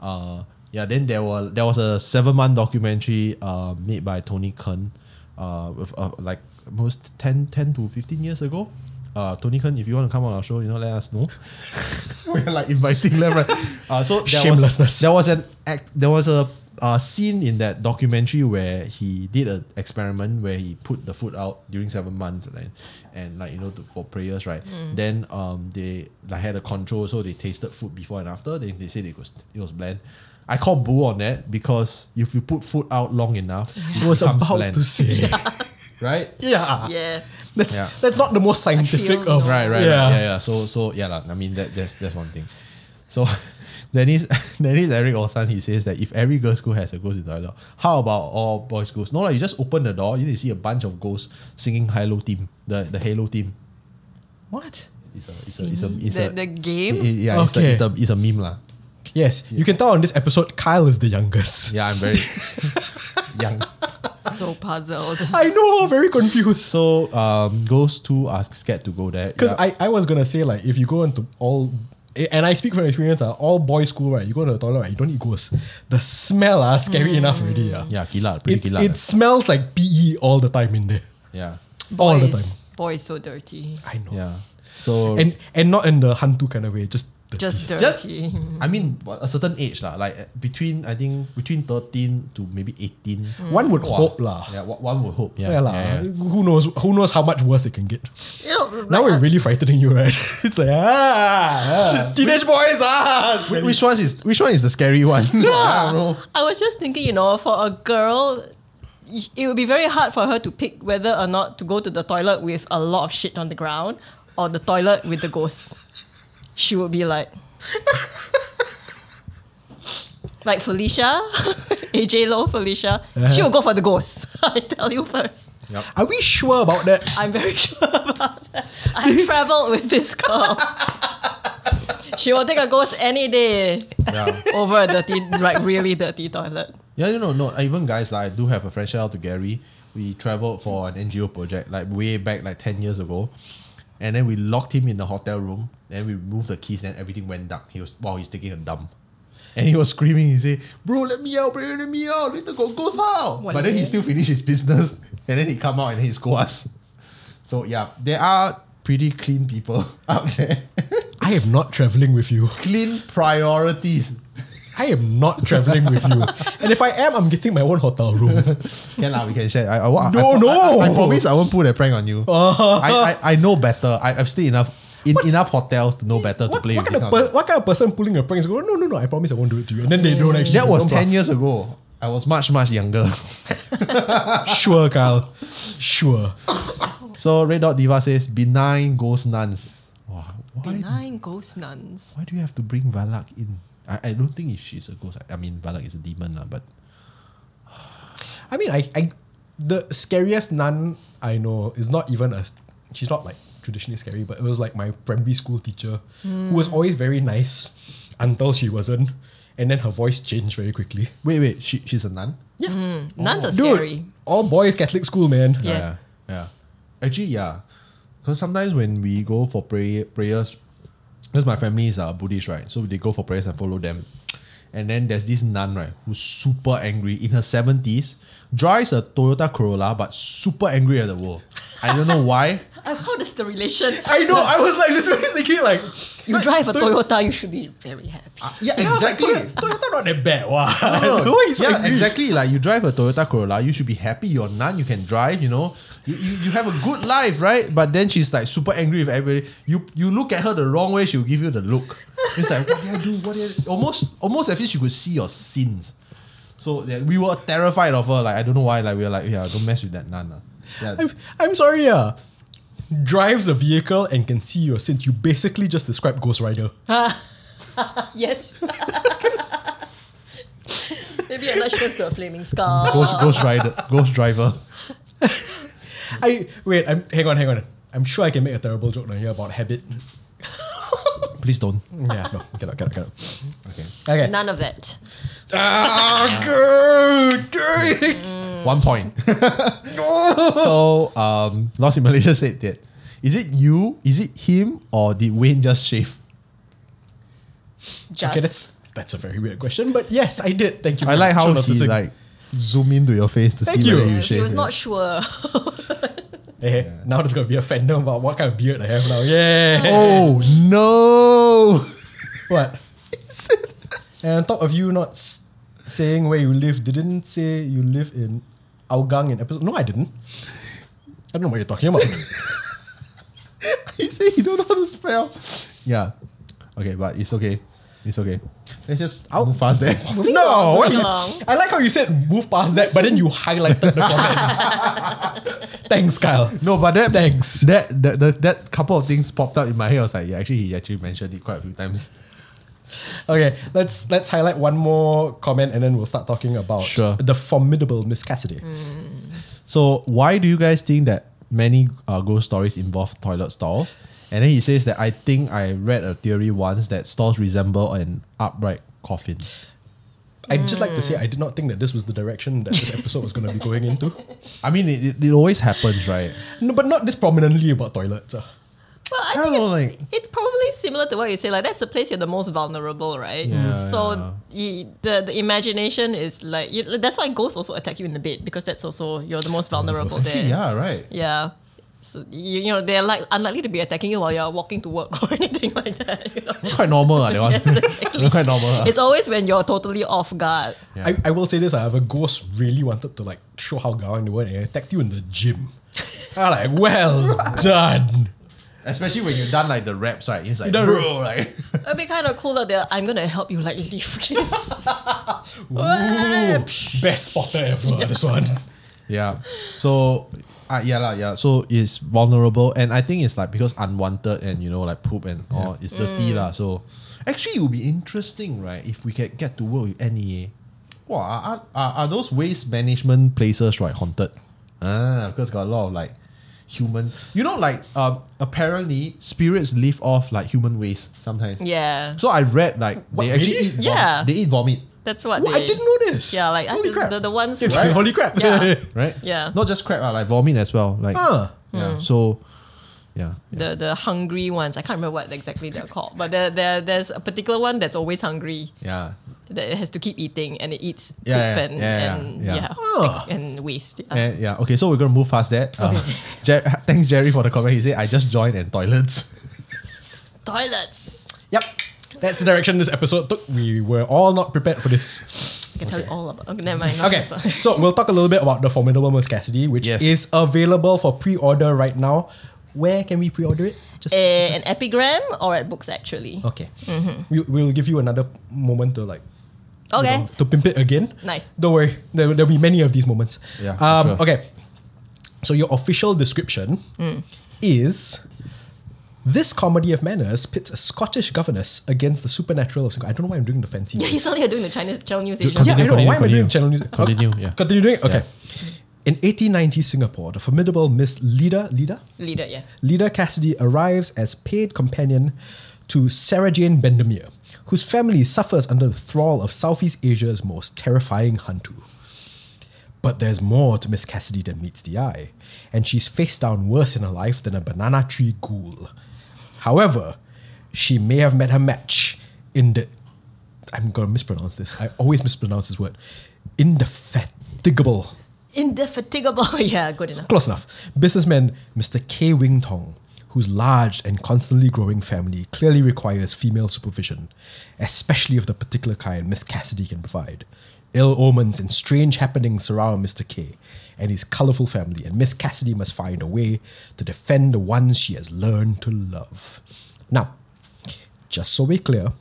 A: Uh, yeah. Then there were there was a seven month documentary uh, made by Tony Kern, uh, with, uh, like most 10, 10 to fifteen years ago. Uh, Tony Kern, if you want to come on our show, you know, let us know. [LAUGHS] We're like inviting them,
B: [LAUGHS]
A: right? Uh, so there
B: Shamelessness.
A: Was, there was an act. There was a, uh scene in that documentary where he did an experiment where he put the food out during seven months and, and like you know to, for prayers, right? Then um they like had a control, so they tasted food before and after. Then they said it was it was bland. I call boo on that because if you put food out long enough, it [LAUGHS]
B: I was
A: becomes
B: about
A: bland, [LAUGHS]
B: to say.
A: right?
B: Yeah.
C: yeah.
B: That's
A: Yeah.
B: that's not the most scientific
C: no.
B: of
A: Right, right,
B: Yeah.
A: right. Yeah, yeah. So, so yeah, lah. I mean, that, that's that's one thing. So, [LAUGHS] Dennis, Dennis Eric Olsan, he says that if every girl school has a ghost in the dialogue, how about all boys schools? No, like you just open the door, you see a bunch of ghosts singing Halo team, the the Halo team.
B: What?
A: It's a, it's a, it's a, it's
C: The,
A: a-
C: the
A: i-
C: game.
A: i- yeah, it's,
B: Okay.
A: a, it's, a, it's a meme lah.
B: Yes, you can tell on this episode, Kyle is the youngest.
A: Yeah, I'm very [LAUGHS] young.
C: So puzzled.
B: [LAUGHS] I know, very confused.
A: So, um, ghosts too are scared to go there
B: Because
A: Yeah.
B: I, I was gonna say like if you go into all and I speak from experience, uh, all boys school right, you go to the toilet right, you don't eat ghosts. The smell are scary
C: Mm.
B: enough already. Yeah.
A: yeah, kilat, pretty
B: It,
A: kilat.
B: it smells like PE all the time in there.
A: yeah,
B: All the
C: Boys-
B: time.
C: Boys so dirty.
B: I know.
A: yeah. So
B: And and not in the hantu kind of way, just the E.
C: Just
A: just
C: dirty.
A: I mean a certain age lah, like uh, between I think between thirteen to maybe eighteen.
B: one would
A: Wah.
B: hope lah.
A: Yeah, one one would hope. Yeah,
B: Yeah, lah.
A: yeah, yeah.
B: uh, Who knows? Who knows how much worse they can get?
C: you know,
B: Now
C: like,
B: we're really frightening you, right? [LAUGHS] it's like
A: [LAUGHS]
B: ah, ah. teenage boys ah.
A: Wh- Which one is which one is the scary one? [LAUGHS] I don't know.
C: I was just thinking, you know, for a girl, y- it would be very hard for her to pick whether or not to go to the toilet with a lot of shit on the ground or the toilet with the ghost. She would be like, like Felicia, [LAUGHS] AJ Lo Felicia, she will go for the ghost. [LAUGHS] I tell you first.
B: Are we sure about that?
C: I'm very [LAUGHS] sure about that. I traveled with this girl. [LAUGHS] she will take a ghost any day
A: Yeah.
C: over a dirty, like really dirty toilet.
A: Yeah, you know, no, uh, even guys, like, I do have a friend, shout out to Gary. We traveled for an NGO project, like, way back, like, 10 years ago. And then we locked him in the hotel room. Then we removed the keys, then everything went dark. He was, wow, he's taking a dump. And he was screaming, he said, Bro, let me out, bro, let me out. Later got ghost out.
C: What
A: but then
C: the-
A: he still finished his business. [LAUGHS] And then he come out and he scold us. So, yeah, there are pretty clean people [LAUGHS] out there.
B: I am not traveling with you.
A: clean priorities.
B: I am not traveling with you. And if I am, I'm getting my own hotel room.
A: Can lah, we can share. I, I, wa- I,
B: No,
A: I-
B: no.
A: I, I promise I won't pull that prank
B: [LAUGHS]
A: on you. I, I, I know better. I, I've stayed enough in enough hotels to know better to
B: What,
A: play
B: what
A: with this
B: kind of
A: kind of
B: per-
A: thing.
B: what kind of person pulling a prank is going, no, no, no, I promise I won't do it to you. And then they don't actually.
A: That was
B: don't
A: ten years ago. I was much much younger. [LAUGHS]
B: bluff. Sure, Kyle. Sure.
A: so Red Dot Diva says benign ghost nuns. Wow, why,
C: Benign ghost nuns.
A: why do you have to bring Valak in? I, I don't think if she's a ghost. I, I mean Valak is a demon lah, but
B: I mean, I, I, the scariest nun I know is not even a. She's not like traditionally scary, but it was like my primary school teacher who was always very nice until she wasn't. And then her voice changed very quickly.
A: wait wait she, she's a nun.
B: Yeah.
A: Oh.
C: Nuns are
B: Hmm. Dude,
C: scary.
B: all boys Catholic school, man.
C: Yeah.
A: yeah, yeah. Actually, yeah, because sometimes when we go for pray- prayers, because my family is uh, Buddhist, right? So they go for prayers and follow them, And then there's this nun, right, who's super angry in her 70s, drives a Toyota Corolla, but super angry at the world. I don't know why.
C: Uh, How does the relation?
B: [LAUGHS] I know. I was like literally thinking like,
C: [LAUGHS] You drive a Toyota, you should be very happy.
A: Uh, Yeah,
B: I was like,
A: exactly.
B: Toyota, Toyota not that bad. Wow. [LAUGHS]
A: No, no,
B: Why you so
A: Oh, yeah,
B: angry?
A: exactly. Like you drive a Toyota Corolla, you should be happy. You're none, you can drive. You know, you, you, you have a good life, right? But then she's like super angry with everybody. You you look at her the wrong way, she'll give you the look. It's like what did I do? What did I do? almost almost as if she could see your sins. So yeah, we were terrified of her. Like I don't know why. Like we were like yeah, don't mess with that nun. ah. Yeah.
B: I'm, I'm sorry, yeah. Drives a vehicle and can see your sins. You basically just described Ghost
C: [LAUGHS]
B: Rider.
C: Yes. [LAUGHS] Maybe I'm not supposed to a flaming scar.
A: Ghost, ghost rider, ghost driver.
B: I wait. I'm hang on, hang on. I'm sure I can make a terrible joke down here about habit.
A: Please don't.
B: Yeah, no, cannot, cannot, cannot.
A: Okay.
B: Okay.
C: None of that.
A: Ah, good, good.
C: Mm-hmm.
A: One
C: [LAUGHS]
A: point. so, um, Lost in Malaysia said that. Is it you? Is it him? Or did Wayne just shave?
C: Just.
B: Okay, that's that's a very weird question, but yes, I did. Thank you.
A: I
B: very
A: like
B: much.
A: how he
B: Sure, noticing.
A: like zoom into your face to
B: Thank
A: see
B: you.
A: whether
C: Yeah,
A: you
C: he
A: shave.
C: was
A: it.
C: not sure. [LAUGHS]
B: Eh, Now there's gonna be a fandom about what kind of beard I have now. Yeah.
A: oh no! [LAUGHS]
B: What? and on top of you not s- saying where you live, didn't say you live in Aogang in episode. No, I didn't. I don't know what you're talking about.
A: he said he don't know how to spell. Yeah. Okay, but it's okay. It's okay. Let's just out fast
C: [LAUGHS]
A: there.
B: no, what
C: moving
B: you-
C: along.
B: I like how you said move past that, but then you highlighted the comment. Thanks, Kyle.
A: No, but that
B: Thanks.
A: That that, that that couple of things popped up in my head. I was like, yeah, actually, he actually mentioned it quite a few times.
B: Okay, let's let's highlight one more comment and then we'll start talking about
A: Sure.
B: the formidable Miss Cassidy.
A: So why do you guys think that many uh, ghost stories involve toilet stalls? And then he says that I think I read a theory once that stalls resemble an upright coffin.
B: I'd just like to say I did not think that this was the direction that this episode was going to be going into.
A: I mean, it, it, it always happens, right?
B: No, but not this prominently about toilets. ah.
C: Well, I
A: I
C: think
A: don't
C: it's,
A: know, like-
C: it's probably similar to what you say. Like that's the place you're the most vulnerable, right?
A: Yeah,
C: so you- the the imagination is like you, that's why ghosts also attack you in the bed because that's also you're the most vulnerable there.
A: Actually, yeah, right.
C: Yeah. So you, you know they're like unlikely to be attacking you while you're walking to work [LAUGHS] or anything like that. you know?
A: Quite normal, ah, that one. [LAUGHS]
C: Yes, exactly.
A: Quite normal. ah.
C: It's always when you're totally off guard.
A: Yeah.
B: I, I will say this, I have a ghost really wanted to like show how gawang they were and attacked you in the
C: [LAUGHS]
B: gym. I'm like, well done.
A: Especially when you've done like the reps, right? It's like,
B: done-
A: bro, like,
C: It'd be kind of cool that they're I'm gonna help you like leave [LAUGHS] this.
B: Ooh, best spotter ever, this one.
A: Yeah. So, uh, yeah, lah, yeah. So it's vulnerable, and I think it's like because unwanted and you know like poop and all it's dirty
C: Mm.
A: lah. So actually, it would be interesting, right? If we could get to work with NEA. Wow, are, are- are, are those waste management places right haunted? Ah, because got a lot of like human. You know, like um, apparently spirits live off like human waste sometimes.
C: yeah.
A: So I read like
B: What,
A: they actually
B: really?
A: eat vom-
C: Yeah.
A: they eat vomit.
C: That's what
B: Ooh, I
C: they-
B: didn't know this.
C: Yeah, like
B: holy
C: I,
B: crap.
C: The, the ones
B: It's
C: who-
B: like, holy crap.
C: Yeah.
A: right?
C: Yeah.
A: Not just crap, ah, like vomit as well. Like
B: [LAUGHS] Huh.
A: yeah. So yeah.
C: the the hungry ones. I can't remember what exactly they're called, but there, there there's a particular one that's always hungry
A: Yeah.
C: that it has to keep eating and it eats poop
A: Yeah, yeah,
C: and
A: yeah, yeah,
C: and
A: yeah.
C: yeah,
B: Ah.
C: ex- and waste. Yeah.
A: And yeah, okay, so we're gonna move past that. Uh, [LAUGHS] Jer- thanks Jerry for the comment. He said I just joined and toilets.
C: Toilets.
B: Yep. That's the direction this episode took. We were all not prepared for
C: [LAUGHS]
B: this.
C: I can tell you all about. Okay, never mind.
B: Okay, so we'll talk a little bit about the Formidable Miss Cassidy, which
A: Yes.
B: is available for pre-order right now. Where can we pre-order it? Just
C: [LAUGHS] Eh, Mm-hmm. an epigram or at books actually.
B: Okay. We, we'll give you another moment to like. you
C: Okay.
B: know, to pimp it again.
C: Nice.
B: Don't worry. There, there'll be many of these moments.
A: Yeah, for
B: Um,
A: sure.
B: Okay. So your official description
C: Hmm.
B: is. This comedy of manners pits a Scottish governess against the supernatural of Singapore. I don't know why I'm doing the fancy.
C: Yeah, you
B: words.
C: suddenly are doing the China Channel News
B: [LAUGHS]
C: Asia.
B: Yeah, I know.
A: Continue,
B: Why am I doing
A: continue.
B: channel music?
A: Continue,
B: Okay.
A: yeah.
B: Continue doing. Okay. In 1890 Singapore, the formidable Miss Lida Lida
C: leader. Yeah.
B: Lida Cassidy arrives as paid companion to Sarah Jane Bendemeer, whose family suffers under the thrall of Southeast Asia's most terrifying Hantu. But there's more to Miss Cassidy than meets the eye, and she's faced down worse in her life than a banana tree ghoul. However, she may have met her match in the I'm gonna mispronounce this. I always mispronounce this word. Indefatigable.
C: Indefatigable. [LAUGHS] yeah, good enough.
B: Close enough. Businessman Mr. K. Wing Tong, whose large and constantly growing family clearly requires female supervision, especially of the particular kind Miss Cassidy can provide. Ill omens and strange happenings surround Mr. K and his colorful family, and Miss Cassidy must find a way to defend the ones she has learned to love. Now, just so we're clear,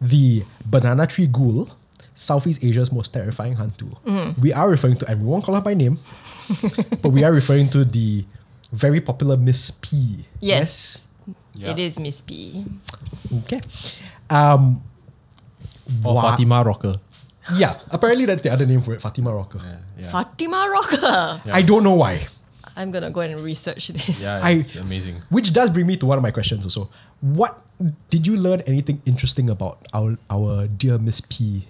B: the banana tree ghoul, Southeast Asia's most terrifying hantu.
C: Mm-hmm.
B: We are referring to, and we won't call her by
C: [LAUGHS]
B: name, but we are referring to the very popular Miss P.
C: Yes.
A: Yeah.
C: It is Miss P.
B: Yes? Okay. Um,
A: Or
B: Wha-
A: Fatima Rocker.
B: yeah, apparently that's the other name for it, Fatima Rocker.
A: Yeah.
C: Fatima Rocker.
B: I don't know why.
C: I'm gonna go and research this.
A: Yeah,
B: I-
A: it's amazing.
B: Which does bring me to one of my questions also. What did you learn anything interesting about our our dear Miss P?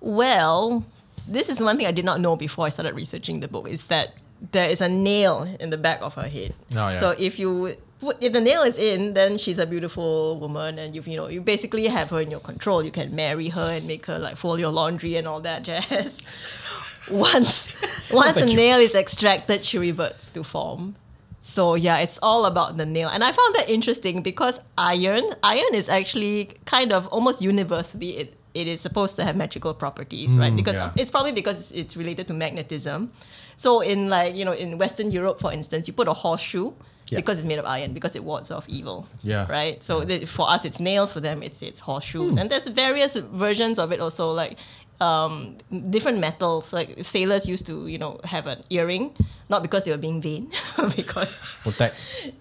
C: Well, this is one thing I did not know before I started researching the book is that there is a nail in the back of her head.
A: Oh, yeah.
C: So if you put- if the nail is in, then she's a beautiful woman, and you you know you basically have her in your control. You can marry her and make her like fold your laundry and all that [LAUGHS] jazz. once once a nail is extracted, she reverts to form. So yeah, it's all about the nail, and I found that interesting because iron iron is actually kind of almost universally it, it is supposed to have magical properties, right? Because
A: Mm, yeah.
C: it's probably because it's related to magnetism. So in like you know in Western Europe, for instance, you put a horseshoe
B: Yeah.
C: because it's made of iron because it wards off evil.
A: Yeah. Hmm.
C: Right. So the- for us, it's nails. For them, it's it's horseshoes, and there's various versions of it also like. Um, different metals like sailors used to you know have an earring not because they were being vain [LAUGHS] because
A: Protect.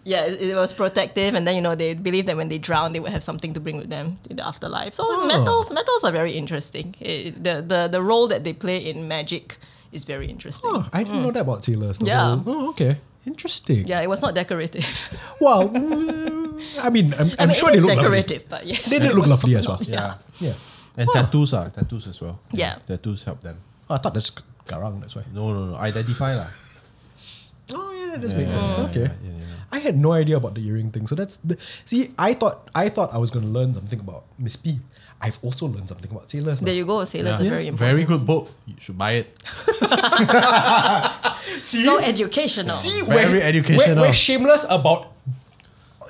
C: yeah, it, it was protective, and then you know they believed that when they drowned, they would have something to bring with them in the afterlife. So
B: Oh.
C: metals, metals are very interesting. It- the the the role that they play in magic is very interesting.
B: Oh, I didn't know that about Taylor's. the
C: Yeah.
B: whole- oh, okay. Interesting.
C: Yeah, it was not decorative.
B: Well, mm, I mean, I'm,
C: [LAUGHS] I
B: I'm
C: mean,
B: sure they
C: it is
B: look lovely.
C: decorative, but yes,
B: They
C: [LAUGHS]
B: did look lovely as well.
A: Yeah.
B: Yeah.
A: And tattoos are tattoos as well.
C: Yeah.
A: Tattoos help them.
B: Oh, I thought that's garang. That's why.
A: No, no, no. Identify lah.
B: Oh yeah, that
A: Yeah,
B: does make
A: yeah,
B: sense.
A: yeah,
B: okay.
A: yeah, yeah, yeah.
B: I had no idea about the earring thing. So that's the, see, I thought I thought I was going to learn something about Miss P. I've also learned something about Taylor's. now.
C: There you go. Sailors are very important.
A: Very good book. You should buy [LAUGHS] it.
B: see,
C: So educational.
B: see,
A: Very
B: we're,
A: educational.
B: We're, we're shameless about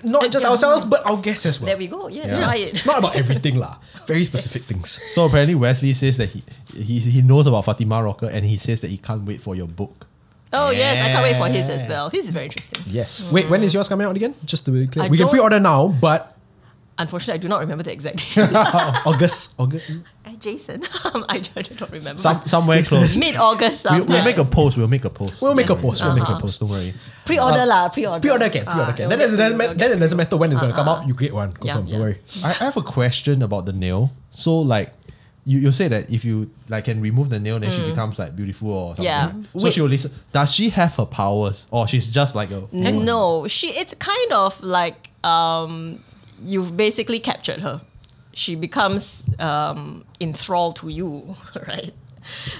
B: not just ourselves, but our guests as well.
C: There we go. Yes,
A: Yeah.
C: buy it.
B: Not about everything lah. Very specific things.
A: So apparently Wesley says that he, he he knows about Fatima Rocker and he says that he can't wait for your book.
C: Oh yes, I can't wait for his as well. His is very interesting.
B: Yes. Wait, when is yours coming out again? Just to be clear,
C: Mm. I
B: we can
C: don't-
B: pre-order now,
C: [LAUGHS]
B: but
C: Unfortunately, I do not remember the
B: [LAUGHS]
C: exact date. [LAUGHS]
B: August, August.
C: Uh, Jason, [LAUGHS] I don't, don't remember.
A: Some, somewhere
B: Jason.
A: close.
C: Mid August.
A: We'll, we'll make a post. We'll make a post.
B: We'll make a
A: Don't worry.
B: post, we'll
A: We'll make
B: make a
A: a
C: Uh-huh.
A: post. Don't worry.
C: pre-order lah. Pre-order.
B: Uh, Pre-order can,
C: Ah,
B: pre-order can. eh? Then,
C: it'll
B: it
C: get-
B: doesn't,
C: it'll
B: ma-
C: get-
B: then it doesn't matter when it's gonna come out. You get one. Confirm,
C: Ah, yeah.
B: Don't worry.
A: I, I have a question about the nail. So like you, you say that if you like can remove the nail then she becomes like beautiful or something.
C: Mm. Yeah.
A: So she'll listen. Does she have her powers? Or she's just like a
C: And no, she it's kind of like um, you've basically captured her. She becomes um, enthralled to you, [LAUGHS] right?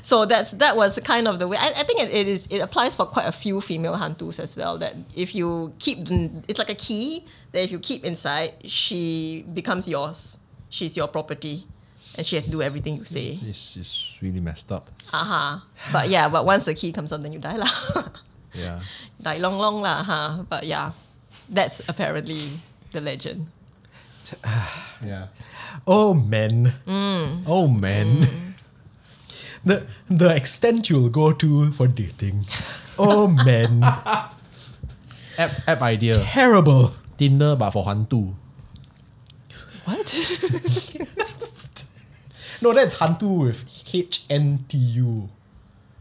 C: So that's that was kind of the way. I, I think it, it is. It applies for quite a few female hantus as well. That if you keep, it's like a key that if you keep inside, she becomes yours. She's your property, and she has to do everything you say.
A: it's, it's really messed up.
C: Uh huh. But yeah, but once the key comes out, then you die lah. [LAUGHS]
A: Yeah.
C: like long long lah, huh? But yeah, that's apparently the legend.
A: Yeah.
B: Oh man,
C: Mm.
A: Oh man.
B: [LAUGHS] the the extent you'll go to for dating. Oh
C: [LAUGHS]
B: man,
A: app app idea.
B: terrible.
A: Tinder but for Hantu.
C: What?
B: [LAUGHS] No, that's hantu with H N T U.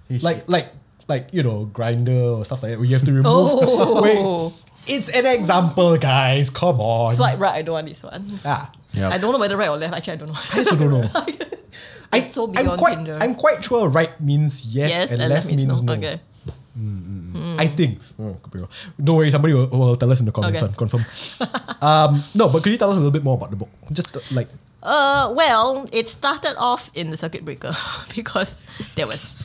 B: Like like like you know grinder or stuff like that. Where you have to remove.
C: Oh.
B: Wait, it's an example, guys. Come on.
C: Swipe right. I don't want this one.
B: Ah.
A: yeah.
C: I don't know whether right or left. Actually, [LAUGHS] I don't know.
B: I also don't know. I,
C: It's so
B: I'm
C: beyond
B: quite,
C: Tinder.
B: I'm quite sure right means yes,
C: yes,
B: and, left, means no.
C: Okay. Mm.
B: I think. Oh, could be wrong. Don't worry, somebody will, will tell us in the comments on
C: Okay. [LAUGHS]
B: confirm. um, no, but could you tell us a little bit more about the book? Just uh, like
C: [LAUGHS] Uh, well, it started off in the circuit breaker because there was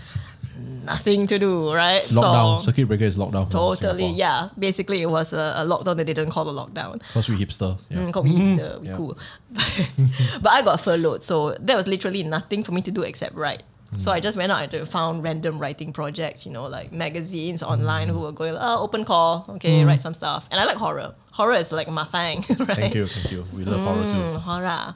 C: nothing to do, right?
A: Lockdown.
C: So,
A: Circuit breaker is lockdown. for
C: totally,
A: Singapore.
C: yeah. Basically, it was a, a lockdown they didn't call a lockdown.
A: Because we hipster. Yeah.
C: Mm, 'cause we hipster, we cool. [LAUGHS] but I got furloughed, so there was literally nothing for me to do except write.
A: Mm.
C: So I just went out and found random writing projects, you know, like magazines
A: Mm.
C: online who were going, oh, open call, okay, write some stuff. And I like horror. Horror is like my thing, [LAUGHS] right?
A: Thank you, thank you. We love horror too.
C: Mm, horror.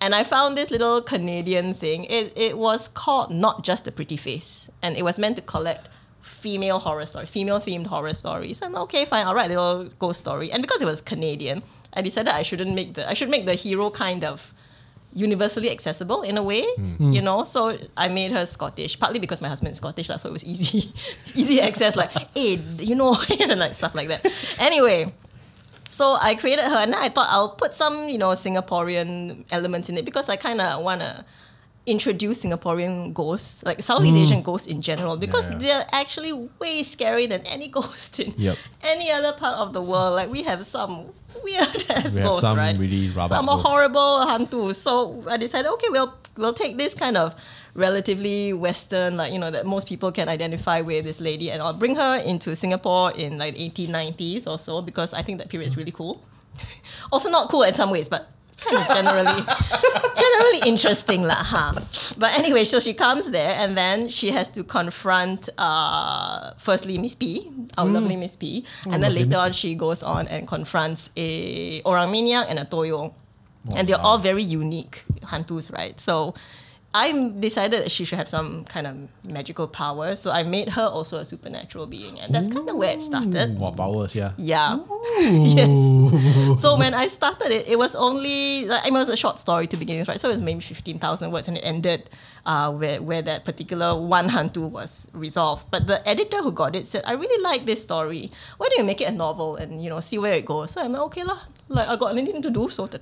C: And I found this little Canadian thing. It, it was called Not Just a Pretty Face. And it was meant to collect female horror stories, female themed horror stories. And okay, fine, I'll write a little ghost story. And because it was Canadian, I decided I shouldn't make the I should make the hero kind of universally accessible in a way. You know? So I made her Scottish, partly because my husband is Scottish, lah, so it was easy, [LAUGHS] easy access, like, hey, you know, [LAUGHS] and like stuff like that. Anyway. So I created her, and then I thought I'll put some, you know, Singaporean elements in it because I kind of want to introduce Singaporean ghosts, like Southeast Asian ghosts in general, because
A: Yeah.
C: they're actually way scarier than any [LAUGHS] ghost in
A: Yep.
C: any other part of the world. Like we have some weird [LAUGHS] ass
A: We have
C: ghosts,
A: some
C: right?
A: really rabak
C: some are
A: ghosts.
C: horrible hantu. So I decided, okay, we'll we'll take this kind of relatively Western, like you know, that most people can identify with this lady, and I'll bring her into Singapore in like 1890s or so because I think that period is really cool. also not cool in some ways, but kind of [LAUGHS] generally generally interesting lah, huh? But anyway, so she comes there and then she has to confront uh firstly Miss P, our lovely Mm. Oh, Miss P, and then later on she goes on and confronts a Orang Minyak and a Toyo. and they're all very unique hantus, right? So I decided that she should have some kind of magical power, so I made her also a supernatural being, and that's kind of where it started.
A: Wow, powers, yeah.
C: Yeah. [LAUGHS] yes. So when I started it, it was only like, it was a short story to begin with, right? So it was maybe fifteen thousand words, and it ended uh, where where that particular one hantu was resolved. But the editor who got it said, "I really like this story. Why don't you make it a novel and you know see where it goes?" So I'm like, "Okay lah, like I got anything to do." So [LAUGHS]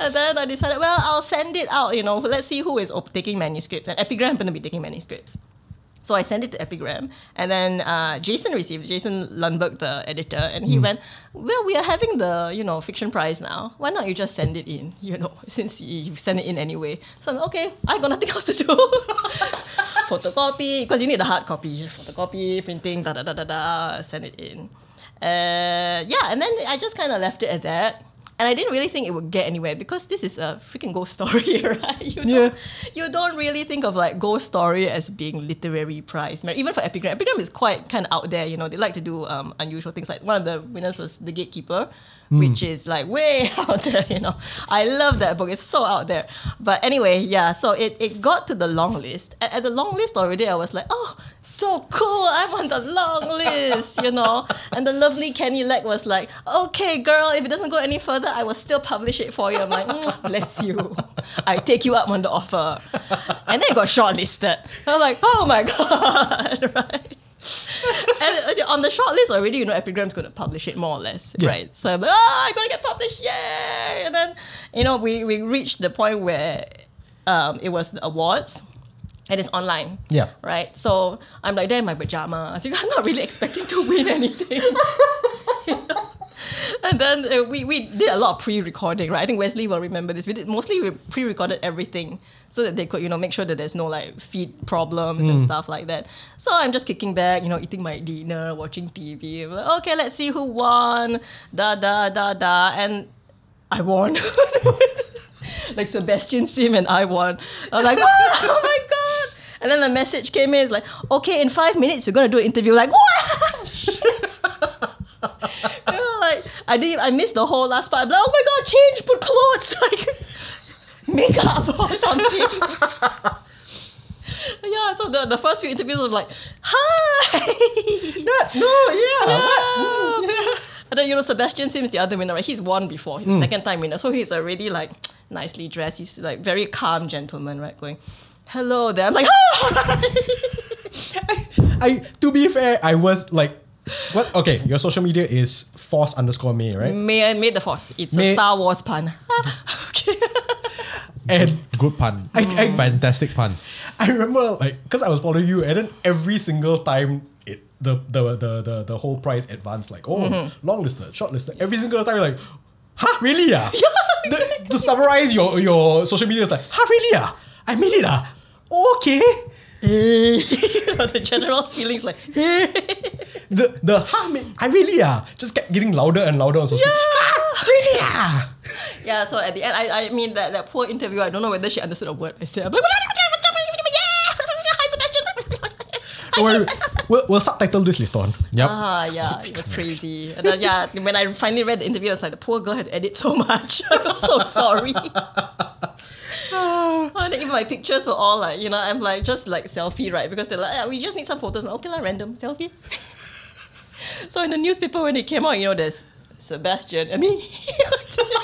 C: And then I decided, well, I'll send it out, you know, let's see who is op- taking manuscripts. And Epigram happened to be taking manuscripts. So I sent it to Epigram, and then uh, Jason received Jason Lundberg, the editor, and he went, "Well, we are having the you know fiction prize now. Why not you just send it in? You know, [LAUGHS] since you send it in anyway." So I'm okay. I got nothing [LAUGHS] else to do. Photocopy because you need the hard copy. Photocopy, printing, da da da da da. Send it in. Uh, yeah, and then I just kind of left it at that. And I didn't really think it would get anywhere because this is a freaking ghost story, [LAUGHS] right? You don't,
B: Yeah.
C: you don't really think of like ghost story as being literary prize. merit. Even for Epigram, Epigram is quite kind of out there. You know, they like to do um, unusual things. Like one of the winners was The Gatekeeper, which is like way [LAUGHS] out there. You know, I love that book. It's so out there. But anyway, yeah. So it, it got to the long list. At, at the long list already, I was like, oh, so cool. I'm on the long list. You know, and the lovely Kenny Leck was like, okay, girl, if it doesn't go any further, I will still publish it for you. I'm like, "Mm, bless you. I take you up on the offer. And then it got shortlisted. I'm like, oh my [LAUGHS] God, right? and uh, on the shortlist already, you know, Epigram's going to publish it more or less, right? So I'm like, oh, I'm going to get published, yay! And then, you know, we, we reached the point where um, it was the awards and it's online.
B: Yeah.
C: Right? So I'm like there in my pajamas. You know, [LAUGHS] I'm not really expecting to win anything. [LAUGHS] You know? And then uh, we, we did a lot of pre-recording, right? I think Wesley will remember this. We did mostly we pre-recorded everything so that they could, you know, make sure that there's no like feed problems and stuff like that. So I'm just kicking back, you know, eating my dinner, watching TV. I'm like, okay, let's see who won. Da da da da. And I won. [LAUGHS] like Sebastian Sim and I won. I was like, [LAUGHS] "Wow, oh my god! And then the message came in, it's like, okay, in five minutes we're gonna do an interview. Like, [LAUGHS] what? We were [LAUGHS] like, I did I missed the whole last part. I'm like, oh my god, change, put clothes, [LAUGHS] like makeup or something.
B: [LAUGHS]
C: yeah, so the, the first few interviews were like, hi.
B: yeah. Mm,
C: And then you know Sebastian Sims, the other winner, right? He's won before.
B: Mm.
C: He's a second time winner, so he's already like nicely dressed. He's like very calm gentleman, right? Going, hello there. I'm like,
B: [LAUGHS]
C: [LAUGHS]
B: I to be fair, I was like, what? Okay, your social media is force underscore me, right?
C: may I made the force. It's
B: May-
C: a Star Wars pun. [LAUGHS] okay. [LAUGHS]
B: And
A: Good pun.
C: Mm.
B: I- I-
A: Fantastic pun.
B: I remember like because I was following you, and then every single time it the the the the, the whole prize advanced like oh
C: Mm-hmm.
B: long listed, short listed. Every single time you're like, huh, really
C: [LAUGHS]
B: yeah. the, to summarize your your social media is like, huh, really yeah. ah? I made it ah.
C: [LAUGHS]
B: okay.
C: you know, the general's feelings like,
B: The the ha me- I really ah just kept getting louder and louder on social. media. Ah, really
C: [LAUGHS]
B: ah.
C: yeah. So at the end, I, I mean that, that poor interview. I don't know whether she understood a word I said. I'm like, hi Sebastian. [LAUGHS]
B: Don't worry. We'll, we'll subtitle this later on.
A: Yep.
C: Ah, yeah, it was crazy. And then, yeah, when I finally read the interview, I was like, the poor girl had to edit so much. [LAUGHS] I'm so sorry. and even my pictures were all like, you know, I'm like, just like selfie, right? Because they're like, "Ah, we just need some photos. I'm like, okay, lah, random selfie. [LAUGHS] so in the newspaper, when it came out, you know, there's Sebastian and me. [LAUGHS]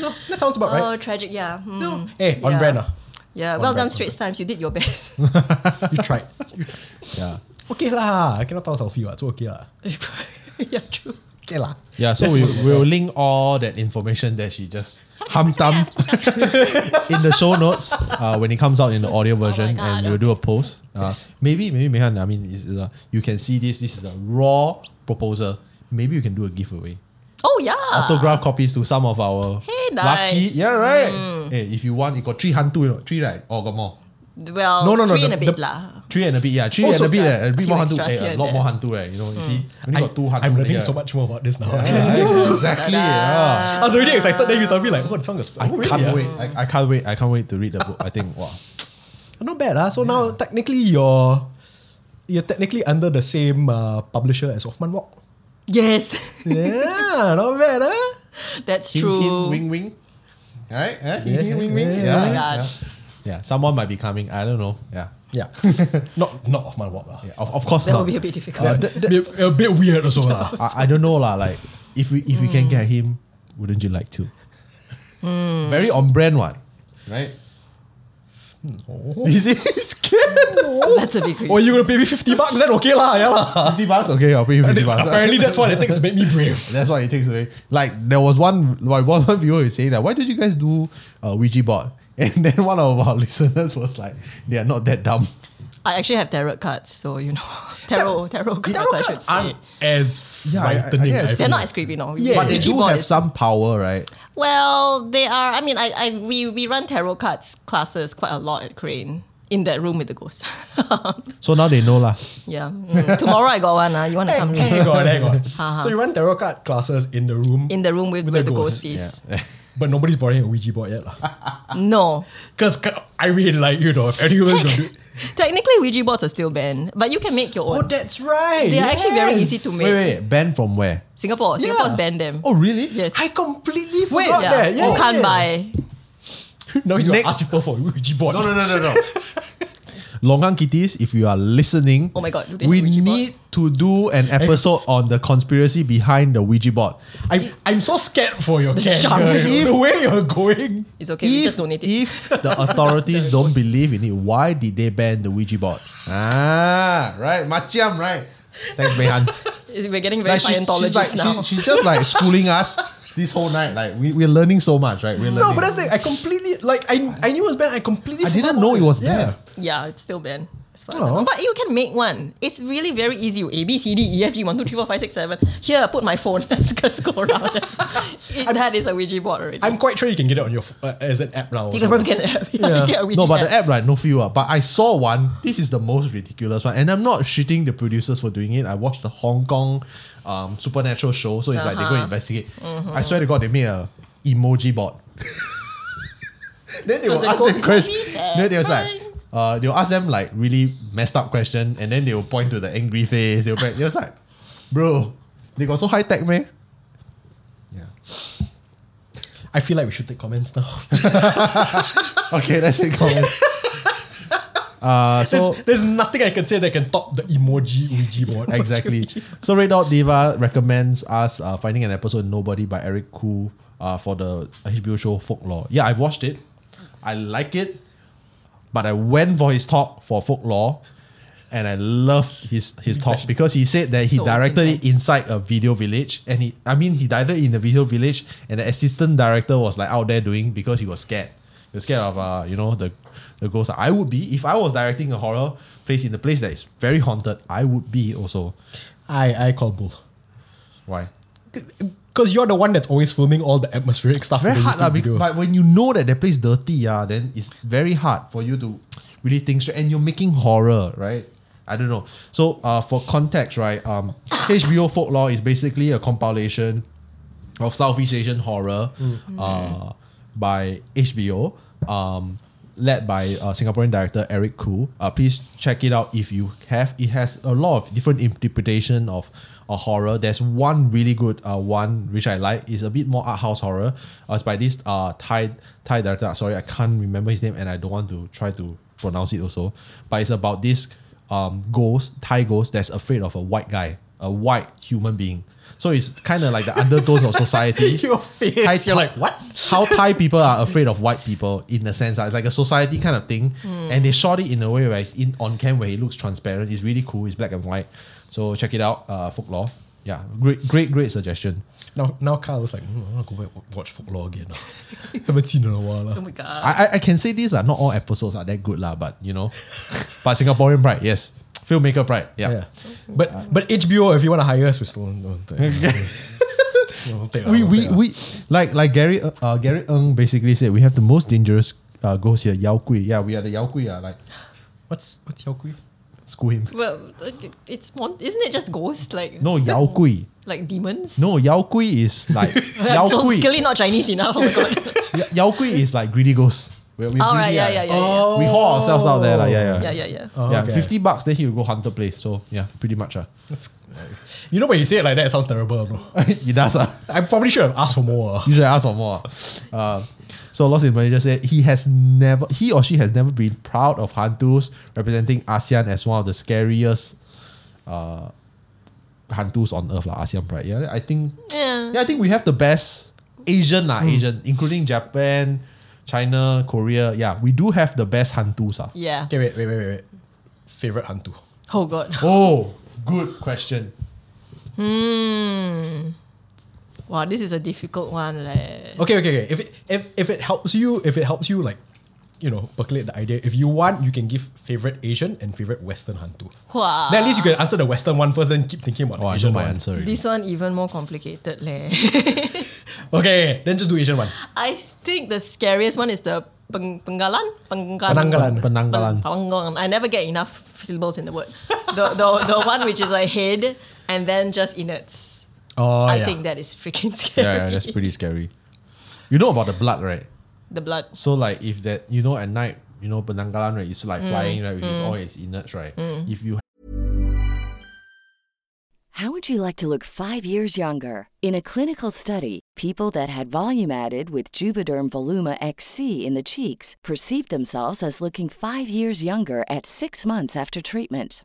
B: No, that sounds about
C: Oh,
B: right.
C: tragic, yeah. hmm.
B: No. Hey, on
C: Yeah.
B: brand ah.
C: Yeah, well
B: right,
C: done,
B: on
C: Straits Times. You did your best. [LAUGHS]
B: You tried. You tried.
A: Yeah.
B: Okay lah. I cannot tell selfie what. So ah. okay lah.
C: yeah, true.
B: Okay lah.
A: Yeah, so
B: That's
A: we,
B: what-
A: we'll link all that information that she just hum
C: [LAUGHS]
A: thumb in the show notes uh, when it comes out in the audio version,
C: Oh God,
A: and we'll do a post. Uh,
B: Yes.
A: Maybe, maybe Mehan, I mean, is, uh, you can see this. This is a raw proposal. Maybe you can do a giveaway.
C: Oh, yeah.
A: Autograph copies to some of our
C: Hey, nice. Mm.
A: lucky. Yeah, right. Hey, if you want, you got three hantu, you know, three right, or got more.
C: Well,
B: No, no, no,
C: Oh, three
B: the-
C: and a bit,
B: the-
C: lah.
A: Three and a bit, yeah. Three
B: Oh,
A: and
B: so
A: a bit,
C: that's
A: eh, a
C: a
A: bit
C: few
A: more hantu,
C: extras
A: eh,
C: here
A: a
C: and
A: lot
C: there. Mm.
A: more hantu, right? You know, you see, only got two hantu.
B: I'm learning
A: [LAUGHS] there.
B: so much more about this now.
A: Yeah, exactly.
C: [LAUGHS]
A: yeah.
B: [LAUGHS]
C: Ah.
B: I was already excited. Then you tell me like, oh, the song is.
A: I
B: oh, really,
A: can't
B: ah?
A: wait. I, I can't wait. I can't wait to read the book. I think wow.
B: Not bad ah. So now technically you're you're technically under the same uh, publisher as Hoffman Walk.
C: Yes.
B: [LAUGHS] Yeah, not bad ah.
C: [LAUGHS] That's
A: Hin
C: true.
A: hin wing wing. Alright? Eh? Hin
B: Yeah.
A: hin wing wing.
B: Yeah.
A: Yeah.
C: Oh my
A: yeah.
C: God.
A: Yeah, Someone might be coming. I don't know. Yeah.
B: Yeah, [LAUGHS] not not Hoffman Walk lah.
A: yeah. Of, of course
C: That
A: not.
C: would be a bit difficult.
B: Uh, that- that- a bit weird also lah.
A: [LAUGHS]
B: [LAUGHS]
A: I, I don't know lah. Like if we if we can
C: Hmm.
A: get him, wouldn't you like to? Very on brand one. Right? [LAUGHS] Is it scared?
C: [LAUGHS]
B: Oh.
C: That's a big
B: Or
C: reason.
B: you gonna pay me fifty bucks? Then okay lah, yeah lah. [LAUGHS]
A: Fifty bucks? Okay, I'll pay you fifty bucks.
B: Apparently that's what it takes to make me [LAUGHS] brave.
A: That's why it takes away. Like there was one like one one viewer is saying that why did you guys do uh, Ouija board? [LAUGHS] And then one of our [LAUGHS] listeners was like, they are not that
C: [LAUGHS]
A: dumb.
C: I actually have tarot cards, so you know, [LAUGHS] tarot, tarot cards.
B: Tarot
C: I
B: cards
C: should say.
B: aren't as
A: Yeah, I- I
B: frightening.
A: guess.
B: I
C: They're
B: feel.
C: not as creepy, no.
B: Yeah.
A: But they
C: Ouija
A: do
C: board
A: have
C: is-
A: some power, right?
C: Well, they are. I mean, I, I, we, we run tarot cards classes quite a lot at Crane in that room with the ghost.
A: So now they know lah.
C: [LAUGHS] yeah. Mm. Tomorrow I got one. Uh. You want to come?
B: Hang on, hang
C: [LAUGHS]
B: on. so you run tarot card classes in the room,
C: In the room with,
B: With
C: with,
B: the
C: the
B: ghost,
C: ghosties.
B: but nobody's borrowing a Ouija board yet lah.
C: No.
B: Because I really like you know if anyone's gonna do.
C: Technically, Ouija boards are still banned, but you can make your
B: Oh,
C: own.
B: that's right.
C: They are actually very [LAUGHS] easy to
A: Wait, wait, Ben from where?
C: Singapore.
B: Yeah.
C: Singapore's banned them.
A: Oh, really?
C: yes.
B: I completely
A: Wait,
B: forgot
C: yeah.
B: that. Yeah,
C: you
B: yeah,
C: can't
B: yeah.
C: buy.
B: Now he's gonna
A: Next-
B: ask people for Ouija board.
A: No, no, no, no, no. [LAUGHS] Longan Kitties, if you are listening,
C: Oh my God, do they have
A: we
C: Ouija board?
A: need to do an episode on the conspiracy behind the Ouija board.
B: I'm, I'm so scared for your
C: The
B: character.
C: genre.
B: you know, The way you're going.
C: It's okay. we just donate it.
A: if
C: [LAUGHS]
A: the authorities don't believe in it, why did they ban the Ouija board? Ah, right, Machiam, right. Thanks, Mehan.
C: We're getting [LAUGHS] very
A: she's, she's,
C: Scientologists
A: like,
C: now.
A: she- she's just like schooling us this whole night. Like we, we're learning so much, right? We're learning.
B: No, but that's the thing. I completely like I I knew it was bad. I completely.
A: I
B: forgot
A: didn't
B: about
A: know it was
B: Yeah.
A: bad.
C: Yeah, it's still banned. As far as I
B: Oh.
C: know. But you can make one. It's really very easy. You A B C D E F G one two three four five six seven. Here, put my phone. [LAUGHS] Let's just go around.
A: [LAUGHS]
C: it, that is a Ouija board already.
B: I'm quite sure you can get it on your ph- uh, as an app now.
C: you can probably get an app. [LAUGHS] Yeah,
B: Yeah.
C: Get a Ouija
A: No, but
C: app.
A: the app, right? No feel. ah. But I saw one. This is the most ridiculous one, and I'm not shitting the producers for doing it. I watched the Hong Kong um, supernatural show, so it's like they go and
C: Uh-huh.
A: investigate.
C: Mm-hmm.
A: I swear to God, they made a emoji
C: [LAUGHS]
A: board. then they
C: So
A: will
C: the
A: ask
C: ghost
A: them
C: is
A: question.
C: happy,
A: [LAUGHS]
C: sad,
A: Then they was like.
C: crying.
A: Uh, they'll ask them like really messed up question and then they will point to the angry face. They'll point, they was like, bro, they got so high tech, man. Yeah.
B: I feel like we should take comments now.
A: [LAUGHS] Okay, that's it,
C: [LAUGHS]
A: guys. uh, so
B: there's, there's nothing I can say that can top the emoji Ouija
C: [LAUGHS]
B: board.
A: [LAUGHS]
B: [LAUGHS]
A: Exactly. So Red Dot Diva recommends us uh, finding an episode of Nobody by Eric Koo uh, for the HBO show Folklore. Yeah, I've watched it. I like it, but I went for his talk for Folklore, and I loved his his talk because he said that he
C: So
A: directed it
C: intense.
A: inside a video village, and he I mean he directed it in the video village, and the assistant director was like out there doing because he was scared. He was scared of uh, you know the the ghost. I would be if I was directing a horror place in a place that is very haunted. I would be also.
B: I I call bull.
A: Why?
B: Because you're the one that's always filming all the atmospheric stuff.
A: Very
B: for the
A: hard, lah.
B: YouTube
A: bec-
B: video.
A: but when you know that the place dirty, ah, then it's very hard for you to really think straight. And you're making horror, right? I don't know. So, uh, for context, right? Um, [COUGHS] HBO Folklore is basically a compilation of Southeast Asian horror
B: Mm.
A: uh, by HBO, um, led by uh, Singaporean director Eric Koo. Uh, please check it out if you have. It has a lot of different interpretation of a horror. There's one really good uh, one which I like. It's a bit more art house horror. Uh, it's by this uh, Thai Thai director. Uh, Sorry, I can't remember his name, and I don't want to try to pronounce it also. But it's about this um, ghost, Thai ghost, that's afraid of a white guy, a white human being. So it's kind of like the undertones of
B: [LAUGHS]
A: society.
B: Your face, you're like, "What?"
A: [LAUGHS] How Thai people are afraid of white people in a sense, ah. it's like a society kind of thing.
B: Hmm.
A: And they shot it in a way where it's in on cam where it looks transparent. It's really cool. It's black and white. So check it out, uh, folklore. Yeah, great, great, great suggestion.
B: now, now Kyle is like, "Hmm, I'm gonna go back and watch folklore again. lah." [LAUGHS] Haven't seen in a while. lah."
C: Oh my god.
A: I, I, I can say this lah. Not all episodes are that good lah, but you
B: [LAUGHS]
A: know, but Singaporean pride, yes, filmmaker pride, yeah.
B: Yeah. But but HBO, if you want to hire us, we still don't take. [LAUGHS] We'll take lah,
A: we
B: we'll
A: we,
B: take lah.
A: we like like Gary uh, uh, Gary Ng basically said we have the most dangerous uh, ghost here Yao Kui yeah we are the Yao Kui uh, like [GASPS]
B: what's what's Yao Kui?
A: screw him
C: well, like, it's mon- isn't it just ghosts like
A: no Yao Kui
C: like demons? [LAUGHS]
A: no Yao Kui is like Yao
C: I'm so
A: Kui
C: clearly not Chinese enough. Oh my
A: [LAUGHS]
C: god.
A: Ya- Yao Kui is like greedy ghost we we
C: All right,
A: greedy,
C: yeah,
A: ah.
C: yeah, yeah, yeah.
A: we haul ourselves out there like yeah
C: yeah,
A: yeah
C: yeah, yeah.
B: Oh,
A: yeah
B: okay.
A: fifty bucks then he will go hunter place so yeah pretty much ah [LAUGHS]
B: That's, you know when you say it like that, it sounds terrible, bro.
A: he does ah.
B: I probably should have asked for more. ah.
A: You should ask for more. Uh, so Lost in Malaysia said he has never, he or she has never been proud of Hantus representing ASEAN as one of the scariest uh, Hantus on earth, lah. ASEAN pride. Yeah, I think.
C: Yeah.
A: Yeah, I think we have the best Asian, lah, Asian, including Japan, China, Korea. Yeah, we do have the best Hantus, ah.
C: Yeah.
B: Okay, wait, wait, wait, wait, wait. Favorite hantu.
C: Oh god.
A: Oh, good question.
C: Hmm. Wow, this is a difficult one, leh.
B: Okay, okay, okay. If it, if if it helps you, if it helps you, like, you know, percolate the idea. If you want, you can give favorite Asian and favorite Western hantu.
C: Wow.
B: Then at least you can answer the Western one first, then keep thinking about the
A: Oh, I know
B: Asian
A: my
B: one.
A: answer. already.
C: This one even more complicated, leh. [LAUGHS]
B: Okay, then just do Asian one.
C: I think the scariest one is the peng- penggalan, penggalan,
B: Penanggalan.
A: Penanggalan.
C: Peng- Penanggalan. I never get enough syllables in the word. The the, the one which is like head and then just innards.
B: Oh,
C: I
B: yeah.
C: think that is freaking
A: Yeah,
C: scary.
A: yeah, that's pretty scary. You know about the blood, right?
C: the blood.
A: So like if that you know at night, you know penanggalan right, it's like
C: Mm,
A: flying right, which is all its innards right. If you
D: How would you like to look five years younger? In a clinical study, people that had volume added with Juvederm Voluma XC in the cheeks perceived themselves as looking five years younger at six months after treatment.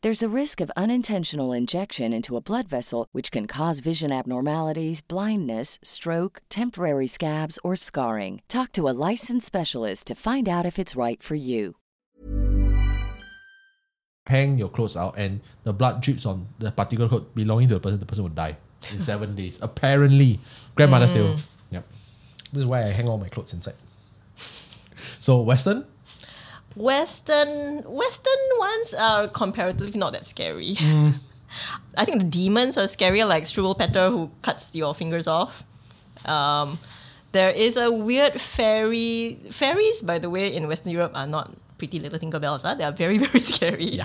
D: There's a risk of unintentional injection into a blood vessel, which can cause vision abnormalities, blindness, stroke, temporary scabs, or scarring. Talk to a licensed specialist to find out if it's right for you.
A: hang your clothes out and the blood drips on the particular cloth belonging to the person, the person will die in
C: [LAUGHS]
A: seven days. Apparently, grandmother's tale.
C: Mm.
A: Yep.
B: This is why I hang all my clothes inside.
A: So Western,
C: Western Western ones are comparatively not that scary. [LAUGHS] I think the demons are scarier, like Struble Petter who cuts your fingers off. Um, there is a weird fairy. Fairies, by the way, in Western Europe are not pretty little Tinkerbells. Huh? They are very, [LAUGHS] very scary.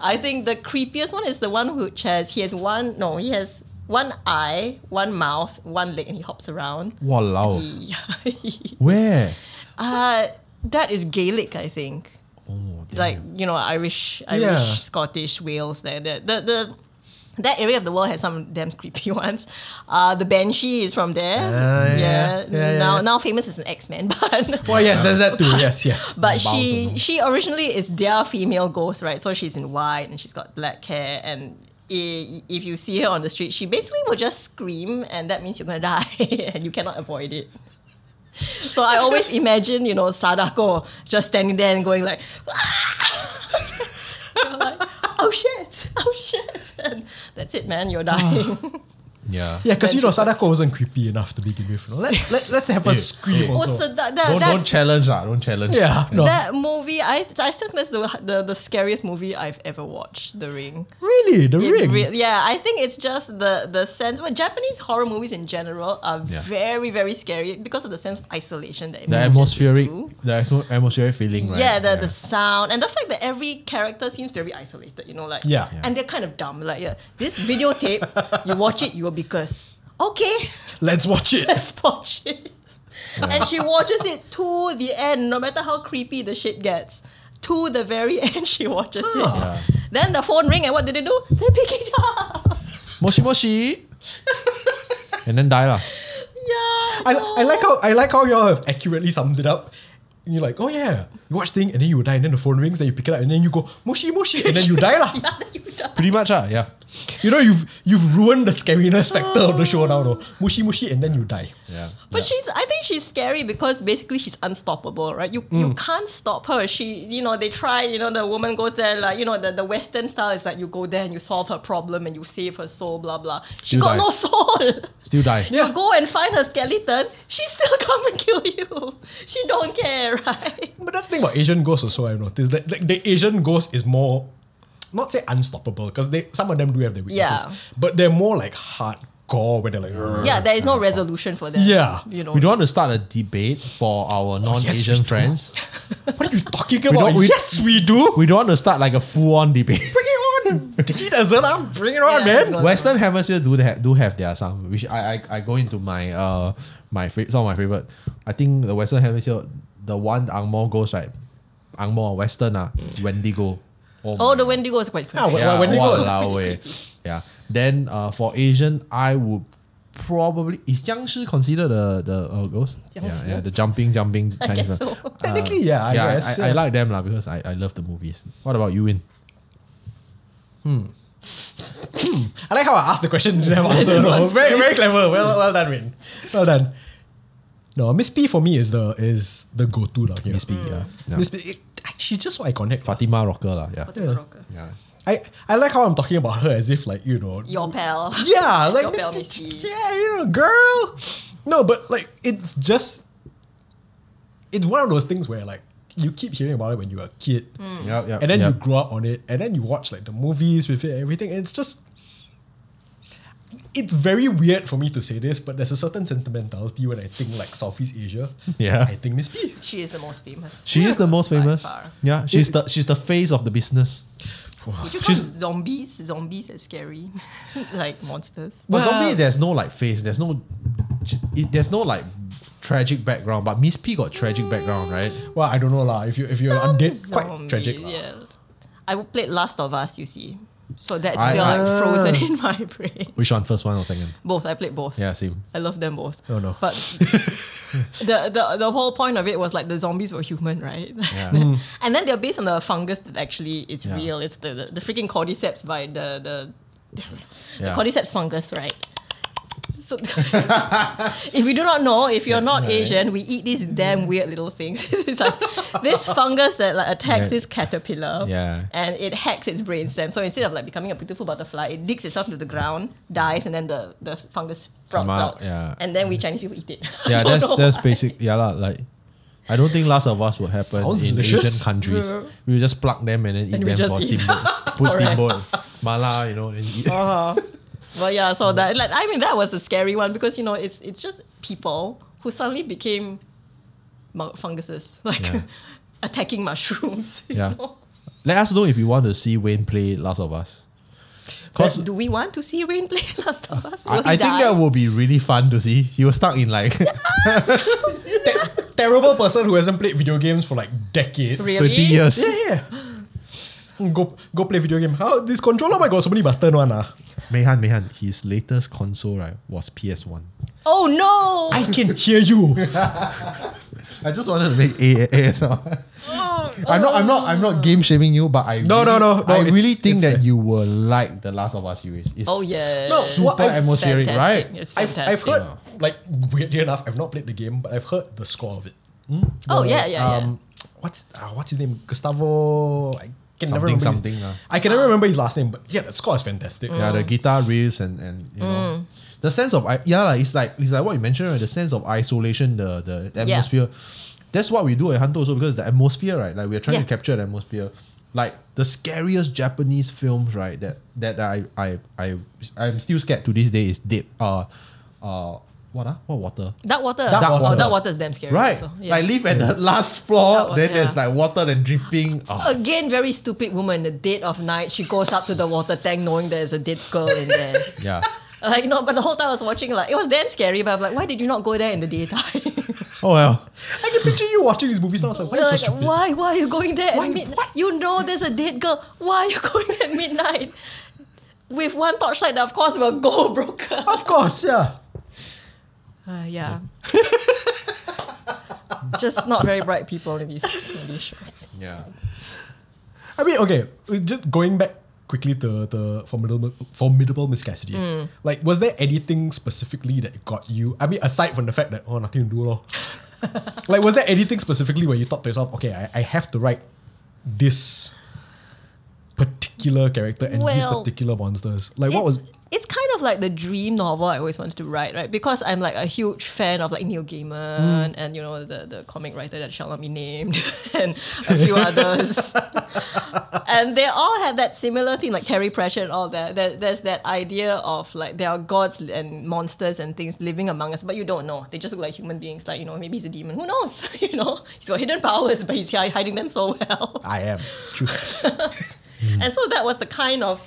C: I think the creepiest one is the one who has he has one no he has one eye, one mouth, one leg, and he hops around.
A: wow,
C: Yeah.
A: where?
C: [LAUGHS] Uh, that is Gaelic, I think.
A: Oh, damn.
C: Like you know, Irish, Irish,
B: Yeah.
C: Scottish, Wales. There, the the, the That area of the world has some damn creepy [LAUGHS] ones. Uh, the Banshee is from there.
B: Ah, yeah,
C: yeah.
B: yeah, yeah,
C: Now,
B: yeah.
C: now famous as an X Men, [LAUGHS] but
B: Well, yes, there's that too. Yes, yes.
C: but she she originally is their female ghost, right? So she's in white and she's got black hair and. i- If you see her on the street, she basically will just scream, and that means you're gonna [LAUGHS] die, and you cannot avoid it. So I always imagine, you know, Sadako just standing there and going like, [LAUGHS] You're like, "Oh shit! Oh shit!" And that's it, man. You're
A: Ah,
C: dying.
A: Yeah.
B: Yeah, because you know Sadako wasn't creepy enough to begin with. you know. [LAUGHS] Let, let, let's have her
A: Eh,
B: scream
A: eh.
C: Also,
B: also.
C: that,
A: Don't,
C: that, that,
A: don't challenge, ah. Don't challenge.
B: Yeah, no.
C: that movie, I I still think that's the, the the scariest movie I've ever watched. The Ring.
B: Really, the
C: It
B: ring.
C: rea- yeah, I think it's just the the sense. Well, Japanese horror movies in general are
A: Yeah.
C: very very scary because of the sense of isolation that it
A: The
C: manages to
A: atmospheric,
C: do.
A: the atmo- atmospheric feeling, right?
C: Yeah, the, the sound and the fact that every character seems very isolated, you know, like
B: Yeah. Yeah.
C: and they're kind of dumb. Like yeah, this
A: [LAUGHS]
C: videotape, you watch it, you will be cursed. Okay, [LAUGHS]
B: Let's watch it.
C: let's watch it. And she watches it to the end, no matter how creepy the shit gets. To the very [LAUGHS] end, she watches it. Then the phone ring, and what did they do? They pick it up.
A: Moshi
C: [LAUGHS]
A: moshi. and then die lah.
C: Yeah.
B: I,
C: no.
B: I
C: [LAUGHS]
B: like how I like how y'all have accurately summed it up. And you're like, oh yeah, you watch thing and then you die, and then the phone rings, then you pick it up, and then you go moshi moshi, and then you die lah.
C: You die.
A: Pretty much ah, yeah.
B: You know you've you've ruined the scariness factor of the show now though. Mushi mushi and then you die.
A: Yeah.
C: But she's I think she's scary because basically she's unstoppable, right? You
B: Mm.
C: you can't stop her. She you know, they try, you know, the woman goes there like you know the, the Western style is like you go there and you solve her problem and you save her soul, blah blah. She
A: You
C: got
A: die.
C: no
B: [LAUGHS]
C: soul.
A: Still die.
C: You go and find her skeleton, she still [LAUGHS] come and kill you. She don't care, right?
B: But that's the thing about Asian ghosts also I noticed that like, the Asian ghost is more not say unstoppable, because they some of them do have their weaknesses.
C: Yeah.
B: But they're more like hardcore where they're like "Rrr."
C: Yeah, there is no resolution for that.
B: Yeah.
C: You know.
A: We don't want to start a debate for our
B: Oh, yes,
A: non-Asian
B: we do.
A: friends.
B: What are you talking about?
A: don't- we-
B: yes, we do. [LAUGHS]
A: We don't want to start like a full-on debate.
B: Bring it on. he doesn't. I'm bring it on,
C: Yeah,
B: man.
C: he's not-
A: Western Hemisphere do have do have their some, which I I, I go into my uh my fa- some of my favorite. I think the Western Hemisphere, the one Ang Mo goes right, Ang Mo Western ah Wendigo.
C: Oh,
A: my
C: the Wendigo is quite creepy.
B: Ah,
A: yeah,
B: Wendigo is
A: walao eh. Yeah. Then uh, for Asian, I would probably is Jiang Shi considered the the oh, ghost? Yeah, yeah, the jumping jumping
C: [LAUGHS] I
A: Chinese.
C: guess
A: one.
C: so.
B: Technically, yeah, I
A: yeah, I,
B: guess.
A: I, I
B: yeah.
A: like them lah because I, I love the movies. What about you, Win?
B: I like how I asked the question
A: [LAUGHS]
B: didn't have an answer. though. Very very clever. Well well done, Win. Well done. No, Miss P for me is the is the go to lah. Miss P,
C: Hmm.
B: yeah.
A: Yeah.
B: Miss P, it, she's just so iconic. lah.
A: Fatima Rocker lah. Yeah.
C: Potato rocker.
A: Yeah.
B: I I like how I'm talking about her as if like you know.
C: Your pal.
B: Yeah, like
C: Your
B: Miss
C: pal,
B: P,
C: Miss P.
B: yeah, you know, girl. No, but like it's just it's one of those things where like you keep hearing about it when you're a kid.
C: Hmm.
A: Yup, yup,
B: and then
A: yup.
B: you grow up on it, and then you watch like the movies with it and everything, and it's just it's very weird for me to say this, but there's a certain sentimentality when I think like Southeast Asia.
A: Yeah.
B: I think Miss P.
C: She is the most famous.
A: She is the most
C: By
A: famous.
C: far.
A: Yeah, she's the she's the face of the business.
C: If you count
A: She's-
C: zombies, zombies are scary, [LAUGHS] like monsters.
A: But
B: Well-
A: zombie, there's no like face. There's no, it, there's no like tragic background. But Miss P got tragic background, right?
B: Well, I don't know lah. If you if you're
C: Some
B: undead, quite
C: zombies,
B: tragic. lah.
C: Yeah, I played Last of Us. You see, so that's
A: I-
C: still
A: I-
C: like frozen in my brain.
A: Which one? First one or second?
C: Both I played both.
A: Yeah, same.
C: I love them both.
B: Oh, no.
A: [LAUGHS]
C: But the, the the whole point of it was like the zombies were human, right? and [LAUGHS] then they're based on the fungus that actually is
A: Yeah.
C: real. It's the, the, the freaking cordyceps by the the,
A: [LAUGHS] Yeah.
C: the cordyceps fungus, right? So [LAUGHS] if you do not know, if you're not Asian, we eat these damn weird little things. [LAUGHS] it's like this fungus that like attacks
A: Right.
C: this caterpillar
A: Yeah.
C: and it hacks its brainstem. So instead of like becoming a beautiful butterfly, it digs itself into the ground, dies, and then the, the fungus sprouts
A: Come out,
C: out.
A: yeah.
C: And then we Chinese people eat it. [LAUGHS] I
A: Yeah,
C: don't
A: that's
C: know
A: that's
C: why.
A: basic. Yeah, lah. Like, I don't think Last of Us would happen
B: Sounds
A: in
B: delicious.
A: Asian countries.
C: Yeah.
A: We will just pluck them and then eat
C: And we
A: them
C: just
A: for
C: eat. [LAUGHS]
A: steamboat. Put
C: Correct.
A: steamboat, mala, you know, and eat.
C: Well, yeah. So that like I mean that was a scary one because you know it's it's just people who suddenly became mu- funguses [LAUGHS] like
A: Yeah.
C: attacking mushrooms. [LAUGHS] you
A: Yeah.
C: know?
A: [LAUGHS] Let us know if you want to see Wayne play Last of Us. Cause
C: Do we want to see Rain play [LAUGHS] Last of Us?
A: I,
C: Will he
A: I think
C: die?
A: that would be really fun to see. He was stuck in
C: [LAUGHS]
A: like [LAUGHS]
B: Terrible person who hasn't played video games for like decades.
C: Really?
A: thirty years.
B: Yeah, yeah. go go play video game. How this controller? My god, so many button one ah.
A: Mehan, Mehan, his latest console right was PS1.
C: Oh no!
B: I can hear you.
A: I just wanted to make A- A- ASL.
C: [LAUGHS] Oh,
A: [LAUGHS] I'm not, I'm not, I'm not game shaming you, but I
B: No, no,
A: really-
B: no, no,
A: I
B: it's-
A: really think
B: it's
A: that
B: fair.
A: you will like the Last of Us series. It's
C: Oh, yes. [LAUGHS] No,
A: super
B: what I've-
A: atmospheric,
C: Fantastic.
A: right?
C: It's
B: I've,
C: fantastic.
B: I've heard like weirdly enough, I've not played the game, but I've heard the score of it.
C: Oh
B: The,
C: yeah, yeah, yeah.
B: What's uh, what's his name? Gustavo. I can never
A: Something,
B: remember
A: something,
B: His,
A: ah.
B: I can never remember his last name, but yeah, the score is fantastic.
C: Mm.
A: Yeah,
C: Oh.
A: the guitar riffs and and you know the sense of i- yeah, like, it's like it's like what you mentioned, right? The sense of isolation, the the
C: Yeah.
A: atmosphere. That's what we do at Hanto also because the atmosphere, right? Like we're trying to
C: Yeah.
A: capture the atmosphere. Like the scariest Japanese films, right? That that I I I I'm still scared to this day is deep. Uh, uh, what ah? What water?
C: That water.
A: Dark
C: Oh,
A: water.
C: that water's damn scary.
A: Right,
C: So,
A: like live at the last floor.
C: That one,
A: then there's
C: yeah.
A: like water and dripping.
C: [LAUGHS]
A: Oh,
C: Again, very stupid woman. The dead of night, she goes up to the water tank knowing there's a dead girl in there.
A: yeah.
C: Like no, but the whole time I was watching, like it was damn scary. But I'm like, why did you not go there in the daytime? [LAUGHS]
A: Oh well.
B: I can picture you watching these movies now. I was like, why
C: You're
B: are you so
C: like,
B: stupid?
C: why? Why are you going there
B: Why-
C: at midnight?
B: what?
C: You know there's a dead girl. Why are you [LAUGHS] going at midnight? With one torchlight, of course, will go [LAUGHS] broke.
B: Of course, yeah.
C: Uh, yeah. [LAUGHS] Just not very bright people in these, in these shows.
A: Yeah.
B: I mean, okay, uh, just going back quickly to the formidable, formidable Miss Cassidy.
C: Hmm.
B: Like, was there anything specifically that got you? I mean, aside from the fact that oh, nothing to do,
C: [LAUGHS]
B: lor. like, was there anything specifically where you thought to yourself, okay, I, I have to write this particular character and these
C: Well,
B: particular monsters? Like, what was?
C: It's- It's kind of like the dream novel I always wanted to write, right? Because I'm like a huge fan of like Neil Gaiman and you know the, the comic writer that shall not be named [LAUGHS] and a few others. [LAUGHS] and they all have that similar thing, like Terry Pratchett and all that. There, there's that idea of like there are gods and monsters and things living among us, but you don't know. They just look like human beings. Like you know, maybe he's a demon. Who knows? [LAUGHS] you know, he's got hidden powers, but he's hi- hiding them so well.
B: I am. It's true. [LAUGHS]
C: And so that was the kind of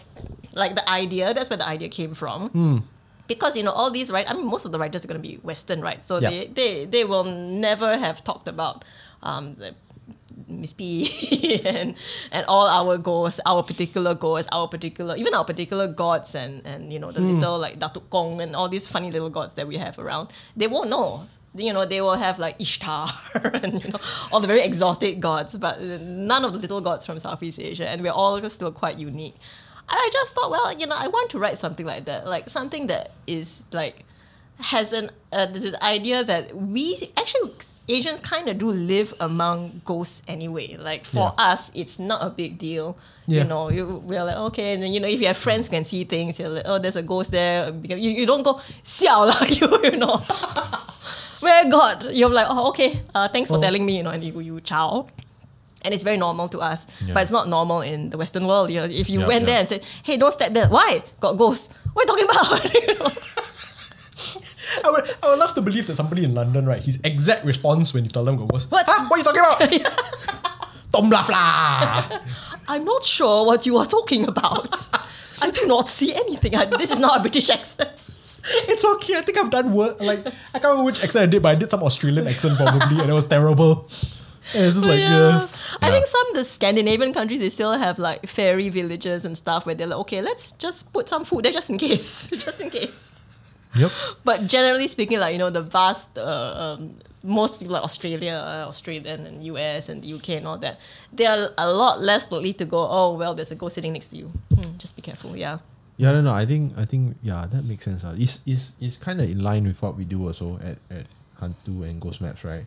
C: like the idea. That's where the idea came from. Because you know all these right. I mean, most of the writers are going to be Western, right? So
B: Yeah.
C: they, they they will never have talked about um, the Miss P [LAUGHS] and and all our goals, our particular goals, our particular even our particular gods and and you know the little like Datuk Kong and all these funny little gods that we have around. They won't know. You know, they will have like Ishtar [LAUGHS] and you know all the very exotic gods, but uh, none of the little gods from Southeast Asia, and we're all still quite unique. And I just thought, well, you know, I want to write something like that, like something that is like has an uh, the, the idea that we actually Asians kind of do live among ghosts anyway. Like for us, it's not a big deal.
B: Yeah.
C: You know, you, we're like okay, and then you know, if you have friends who can see things, you're like, oh, there's a ghost there. You, you don't go siao lah, [LAUGHS] you you know. Where God, you're like, oh, okay, uh, thanks for telling me, you know, and you, you chow. And it's very normal to us, but it's not normal in the Western world. You know, if you
A: Yeah,
C: went there
A: yeah.
C: and said, hey, don't step there, why? Got ghosts. What are you talking about? [LAUGHS] you know?
B: I would, I would love to believe that somebody in London, right? His exact response when you tell them go was,
C: What?
B: Huh? What are you talking about?
C: [LAUGHS]
B: Tom bluff lah.
C: I'm not sure what you are talking about. I do not see anything. I, this is not a British accent.
B: [LAUGHS] It's okay. I think I've done work. Like I can't remember which accent I did, but I did some Australian accent probably, and it was terrible. And it's just like yeah.
C: I think some of the Scandinavian countries they still have like fairy villages and stuff where they're like, okay, let's just put some food there just in case, [LAUGHS] just in case.
A: Yep.
C: But generally speaking, like you know, the vast. Uh, um, most people like Australia, uh, Australian and US and the UK and all that, they are a lot less likely to go, oh, well, there's a ghost sitting next to you. Hmm, just be careful, yeah.
A: Yeah, no, no. I think, I think, yeah, that makes sense. Uh. It's, it's, it's kind of in line with what we do also at, at Hantu and Ghost Maps, right?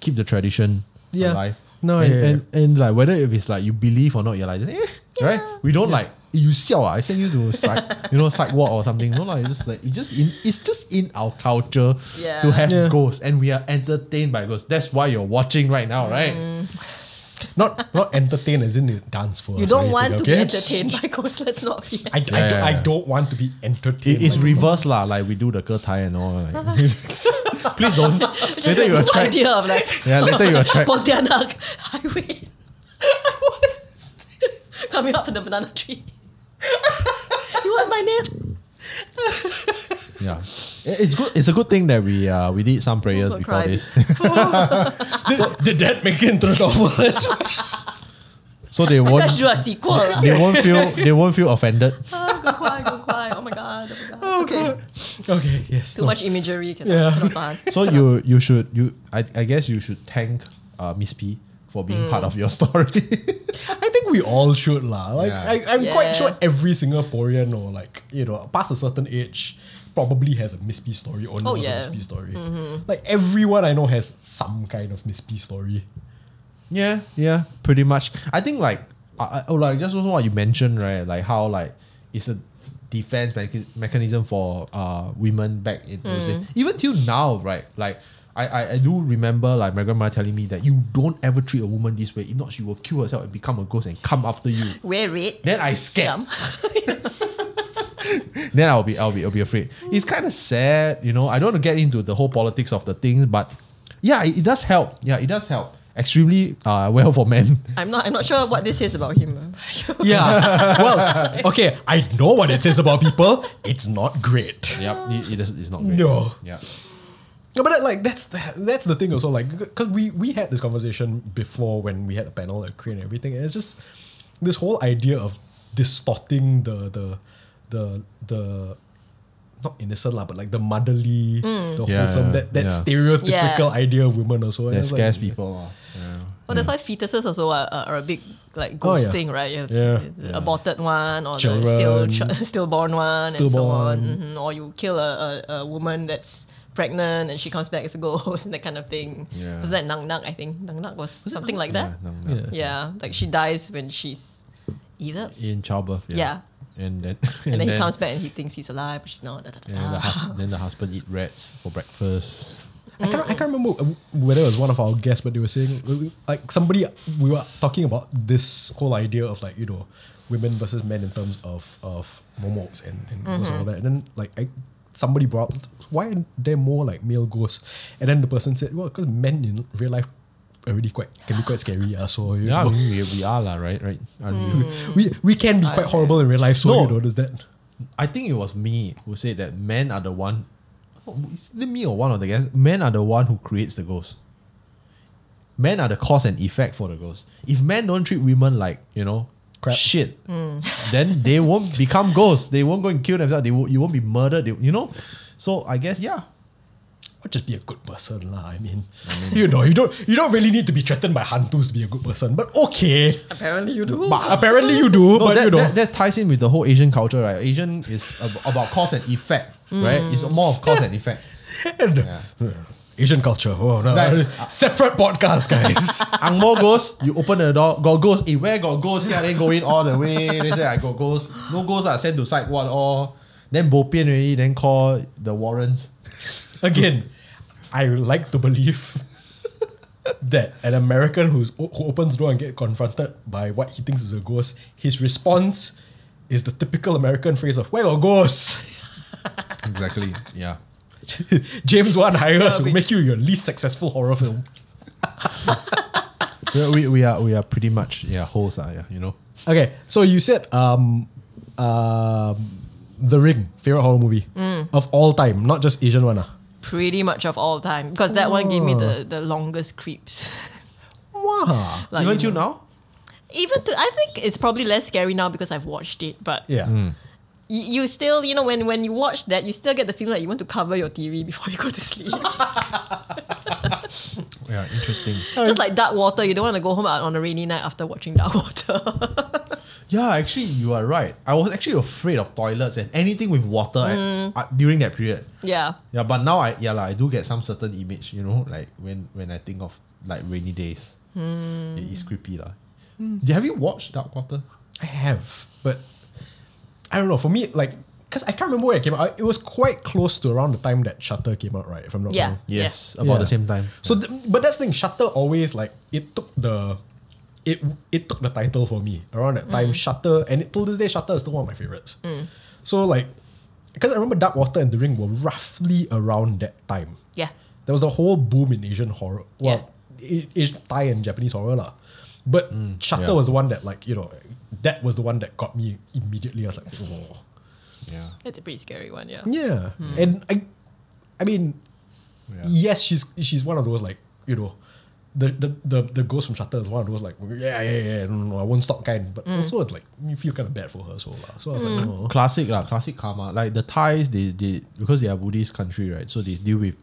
A: Keep the tradition
B: Yeah.
A: alive.
B: No,
A: and,
B: yeah, yeah,
A: and, and like whether if it's like you believe or not, you're like, eh, right? We don't like "Eh, you siao, ah, I send you to psych, [LAUGHS] you know, psych ward or something. No, like it's just like it just in, it's just in our culture
C: Yeah.
A: to have
B: Yeah.
A: ghosts, and we are entertained by ghosts. That's why you're watching right now, right?
C: Mm-hmm.
B: Not not entertain as in you dance for. us
C: You
B: or
C: don't
B: anything,
C: want to be
B: okay?
C: entertained by ghosts, [LAUGHS] let's not be.
B: I, I, don't,
A: Yeah.
B: I don't want to be entertained.
A: It is
B: by
A: reverse lah, like we do the girl tie and all. Like. [LAUGHS] Please
C: [LAUGHS]
A: don't.
C: Just
A: Later you
C: this
A: attract.
C: idea of like
A: Yeah, later you attract.
C: Pontianak [LAUGHS] Highway. Coming up from the banana tree. [LAUGHS] you want my name?
A: Yeah, It- it's good. It's a good thing that we uh we did some prayers
C: Oh,
A: before
C: cry.
A: this.
C: [LAUGHS]
B: this. did, did that make it into the novel?
A: [LAUGHS] so they
C: [LAUGHS]
A: won't
C: Let's do a sequel. lah.
A: they won't feel they won't feel offended.
C: Ah, go quiet, go quiet. Oh my god. Oh my god. Okay.
B: [LAUGHS] Okay, yes.
C: Too
B: no.
C: much e- imagery. Cannot,
B: Yeah.
C: cannot tahan.
A: So you you should you I, I guess you should thank uh, Miss P for being part of your story. [LAUGHS]
B: I think we all should lah. Like
A: Yeah.
B: I, I'm quite
C: Yeah.
B: sure every Singaporean or like you know past a certain age probably has a Miss P story or knows a
C: Oh, yeah. Mm-hmm.
B: Miss P story. Like everyone I know has some kind of Miss P story.
A: yeah, yeah, pretty much. I think like I, I- oh like just also what you mentioned right, like how like it's a defense mecha- mechanism for uh women back in those days. Even till now, right? Like. I, I, I do remember like my grandma telling me that you don't ever treat a woman this way. If not, she will kill herself and become a ghost and come after you.
C: Wear it.
A: Then I scared.
C: Jump.
A: then I'll be I'll be I'll be afraid. It's kind of sad, you know. I don't want to get into the whole politics of the thing, but yeah, it, it does help. Yeah, it does help. Extremely uh, well for men.
C: I'm not. I'm not sure what this is about him.
A: [LAUGHS]
B: Yeah. well, okay. I know what it is about people. It's not great.
A: Yep, it, it is, it's not great.
B: No.
A: Yeah.
B: No, but that, like that's the, that's the thing also like because we we had this conversation before when we had a panel at Crane and everything and it's just this whole idea of distorting the the the the not innocent lah but like the motherly the
A: Mm. Yeah,
B: wholesome
A: yeah,
B: that that
A: yeah.
B: stereotypical idea of women also and
A: That
B: it's like-
A: scares people. uh, yeah.
C: Well, that's why fetuses also are, are are a big like
B: Oh,
C: ghost
B: yeah.
C: thing, right? You have
B: Yeah.
C: the aborted one or the
B: Children.
C: still ch- [LAUGHS] stillborn one and so on,
B: Stillborn.
C: Mhm. or you kill a, a, a woman that's pregnant and she comes back as a [LAUGHS] ghost and that kind of thing.
A: Yeah.
C: Was that Nang Nang? I think Nang Nang was, something like that.
A: Yeah, no, no.
B: Yeah.
C: Yeah, like she dies when she's either.
A: In childbirth.
C: Yeah.
A: And then
C: And, then, he comes Ah. back and he thinks he's alive, but she's not. Da, da, da,
A: And the
C: da.
A: hus- then the husband eat rats for
B: [LAUGHS]
A: breakfast.
B: I can't, I can't remember whether it was one of our guests, but they were saying like somebody we were talking about this whole idea of like you know women versus men in terms of of momos and and ghosts and all that, and then like I, somebody brought up why are there more like male ghosts, and then the person said well because men in real life already quite can be quite scary yeah so you
A: Yeah, I
B: know,
A: mean, we, we are lah, right? Right? Aren't we?
C: Hmm.
B: we we can be quite horrible in real life so
A: No.
B: you know there's that
A: I think it was me who said that men are the one. oh, Is it me or one of the guys? Men are the one who creates the ghost. Men are the cause and effect for the ghost. If men don't treat women like you know
B: Crap.
A: shit,
C: Hmm. [LAUGHS]
A: then they won't become ghosts. They won't go and kill themselves. They won't, you won't be murdered. They, you know. So I guess yeah.
B: or just be a good person lah. I mean, you know you don't you don't really need to be threatened by hantus to be a good person, but okay.
C: [LAUGHS] Apparently you do.
B: But apparently you
A: No,
B: do, but
A: that,
B: you know.
A: that, that ties in with the whole Asian culture, right? Asian is ab- about cause and effect,
B: Mm.
A: right? It's more of cause and effect.
B: And- Asian culture. Oh no.
A: Right.
B: Separate podcast, guys. [LAUGHS]
A: Ang Mo goes, you open the door, got ghost. Eh, where got ghost? Yeah, then go in all the way. They say, I got ghost. No ghost, are sent to side one all. Then bo pian already, then call the warrants.
B: Again, I would like to believe that an American who's who opens door and get confronted by what he thinks is a ghost, his response is the typical American phrase of "Where are ghosts?"
A: Exactly, yeah.
B: [LAUGHS] James Wan hire us
C: Yeah,
B: will
C: we-
B: make you your least successful horror film.
A: We, we are we are pretty much yeah holes are yeah you know
B: Okay, so you said um, um, The Ring, favorite horror movie of all time, not just Asian one. ah.
C: Pretty much of all time, because that one gave me the, the longest creeps. [LAUGHS]
B: Wow.
C: Like,
A: even
C: you
A: till now
C: know. even to I think it's probably less scary now because I've watched it, but
B: Yeah.
C: y- you still, you know, when when you watch that, you still get the feeling like you want to cover your TV [LAUGHS] before you go to
B: [LAUGHS]
C: sleep.
A: yeah interesting
C: Just like Dark Water, you don't want to go home out on a rainy night after watching Dark Water. [LAUGHS]
A: yeah actually you are right I was actually afraid of toilets and anything with water at-
B: Mm.
A: uh, during that period
C: yeah.
A: yeah but now I yeah lah I do get some certain image you know like when when I think of like rainy days it is creepy lah. Have you watched Dark Water?
B: I have, but I don't know. For me, like, because I can't remember where it came out. It was quite close to around the time that Shutter came out, right? If I'm not
C: Yeah.
B: wrong.
A: Yes,
B: Yeah.
A: about the same time.
B: So, th- but that's the thing. Shutter always like it took the. It, it took the title for me around that time. Shutter and it, till this day, Shutter is still one of my favorites. So like, because I remember Dark Water and The Ring were roughly around that time.
C: Yeah.
B: There was the whole boom in Asian horror. Well, A- Asian, Thai and Japanese horror lah. But Shutter
A: Mm, yeah.
B: was the one that like you know that was the one that got me immediately. I was like, oh.
A: yeah.
C: It's a pretty scary one, yeah.
B: yeah, Hmm. and I, I mean,
A: yeah.
B: yes, she's she's one of those like you know the, the, the, the ghost from Shutter is one of those like yeah yeah yeah no, no, no, I won't stop kind but also it's like you feel kind of bad for her so lah. so I was like "Oh, no
A: classic lah, classic karma. Like the Thais, they, they because they are Buddhist country, right? So they deal with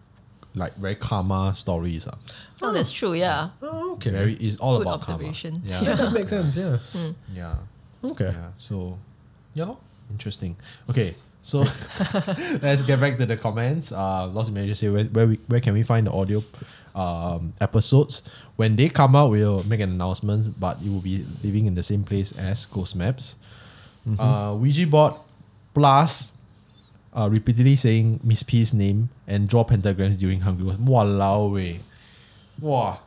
A: like very karma stories. Ah,
C: Oh, that's true. Yeah.
B: oh, okay
A: very it's all
C: Good
A: about
C: observation.
A: karma.
B: yeah
A: [LAUGHS] Yeah,
B: that makes sense yeah
A: yeah,
B: okay
A: yeah. So, yeah, lor. interesting. Okay, so let's get back to the comments. Uh, Lost Manager say where where, we, where can we find the audio um, episodes when they come out? We'll make an announcement, but it will be living in the same place as Ghost Maps. Uh, Ouija board plus uh, repeatedly saying Miss P's name and draw pentagrams during Hungry Ghost. Walao wei. Wah.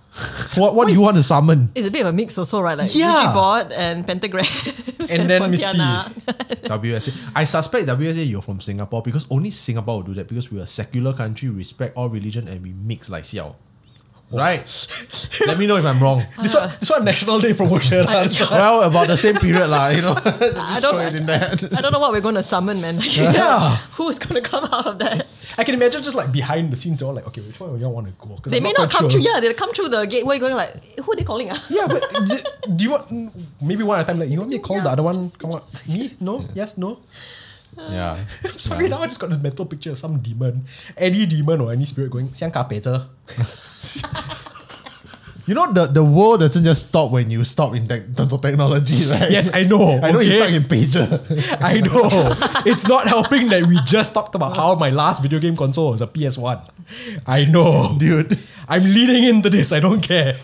A: what what do you want to summon?
C: It's a bit of a mix also, right? Like
A: Yeah.
C: Ouija board
A: [LAUGHS]
C: and pentagrams. [LAUGHS]
B: And then Miss P.
C: Pontianak.
A: WSA. I suspect WSA you're from Singapore because only Singapore will do that because we're a secular country, respect all religion, and we mix like xiao. Right? Let me know if I'm
B: [LAUGHS]
A: wrong.
B: this one this one National Day promotion lah. This one-
A: well, about the same period, lah. You
B: [LAUGHS]
A: know, just
C: don't-
A: throw it in there.
C: [LAUGHS] I don't know what we're going to summon, man. [LAUGHS]
B: yeah
C: Who's going to come out of that?
B: I can imagine just like behind the scenes they're all like okay which one y'all want to go 'Cause
C: They
B: I'm
C: may not
B: quite
C: come
B: sure.
C: through. Yeah, they'll come through the gateway going like, who are they
B: [LAUGHS]
C: calling? ah?"
B: Yeah, but d- do you want mm, maybe one at a time? Like you want me to call the other one? Come on,
A: [LAUGHS]
B: me? No? Yes? No?
A: Yeah.
B: I'm sorry. Now I just got this mental picture of some demon, any demon or any spirit going. Siang ka Peter. [LAUGHS]
A: You know the, the world doesn't just stop when you stop in tech- terms of technology, [LAUGHS] right?
B: Yes, I know,
A: I know you're stuck
B: okay?
A: in pager. [LAUGHS]
B: I know it's not helping that we just talked about how my last video game console was a PS One. I know,
A: Dude.
B: I'm leading into this. I don't
A: [LAUGHS]
B: care.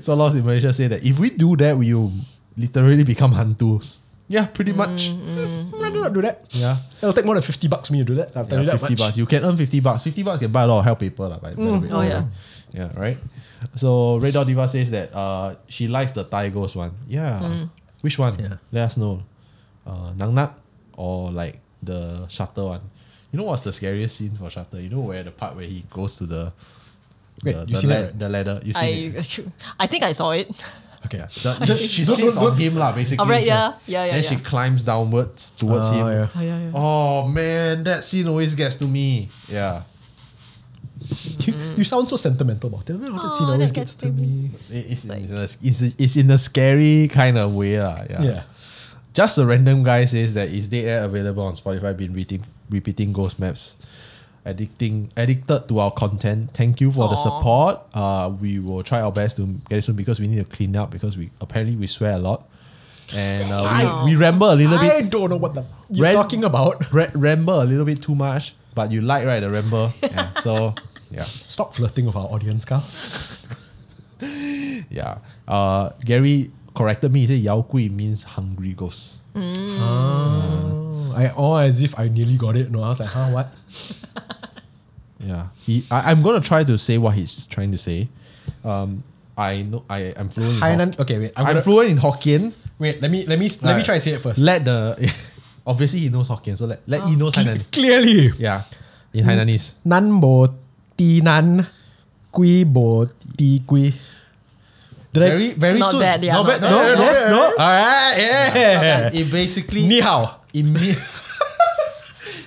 A: so Lost in Malaysia say that if we do that, we will literally become hantus. Yeah, pretty much.
B: Mm, Rather not do that.
A: Yeah.
B: It'll take more than fifty bucks for me to do that. I'll tell you
A: Yeah,
B: that
A: 50
B: much.
A: bucks. You can earn 50 bucks. 50 bucks can buy a lot of help paper. lah. by, by the way.
C: Oh, yeah.
A: Yeah, right? So Red Dot Diva says that uh, she likes the Thai ghost one. Yeah.
C: Mm.
A: Which one?
B: Yeah.
A: Let us know. Uh, Nang Nak or like the Shutter one. You know what's the scariest scene for Shutter? You know where the part where he goes to the
B: Wait,
A: the,
B: you
A: the
B: seen it,
A: lad-
B: right?
A: the ladder. You seen it?
C: [LAUGHS] I, I think I saw it.
A: Okay. yeah.
B: [LAUGHS]
A: The- she she sits on him lah, basically.
C: Alright, Oh, yeah. Yeah, yeah,
A: Then she
C: yeah.
A: climbs downwards towards
B: Oh,
A: him.
B: yeah.
C: Oh, yeah, yeah.
A: Oh man, that scene always gets to me. Yeah.
B: You, you sound so sentimental about it. I don't know, Mm-hmm. Oh, that scene
C: Aw, that
B: always
C: gets
B: gets to me.
A: It- It's, in- it's, in a, it's, a- it's in a scary kind of way. lah. Yeah.
B: Yeah.
A: Just a random guy says that is Dead Air available on Spotify? Been repeating, repeating ghost maps. Addicting, addicted to our content. Thank you for the
C: Aw.
A: support. Uh, we will try our best to get it soon because we need to clean up because we apparently we swear a lot, and uh,
C: Damn.
A: we, we ramble a little
B: I
A: bit.
B: don't know what the you're
A: Red-
B: talking about.
A: ra- ramble a little bit too much, but you like right the
C: [LAUGHS]
A: ramble. yeah, so yeah.
B: Stop flirting with our audience, Carl.
A: Yeah. Uh, Gary corrected me. He said Yao Gui means hungry ghost.
B: I oh as if I nearly got it. No, I was like, huh, what?
A: Yeah. He, I, I'm gonna try to say what he's trying to say. Um, I know I am fluent. In
B: Hainan. Okay, wait.
A: Ho-
B: I'm,
A: I'm
B: gonna,
A: fluent in Hokkien.
B: wait. Let me let me let me
A: Alright.
B: try say it first.
A: Let the [LAUGHS] obviously he knows Hokkien, so let, let he knows Hainan.
B: clearly.
A: Yeah. In Hainanese.
B: Nan bo ti nan, kui bo ti kui. Did
A: Very very
C: Not
A: zun.
C: bad, yeah,
A: Not bad.
C: not
B: No.
C: bad.
A: not
B: yes.
A: bad.
B: No. All right. Yeah.
A: It basically
B: Ni hao.
A: It, me-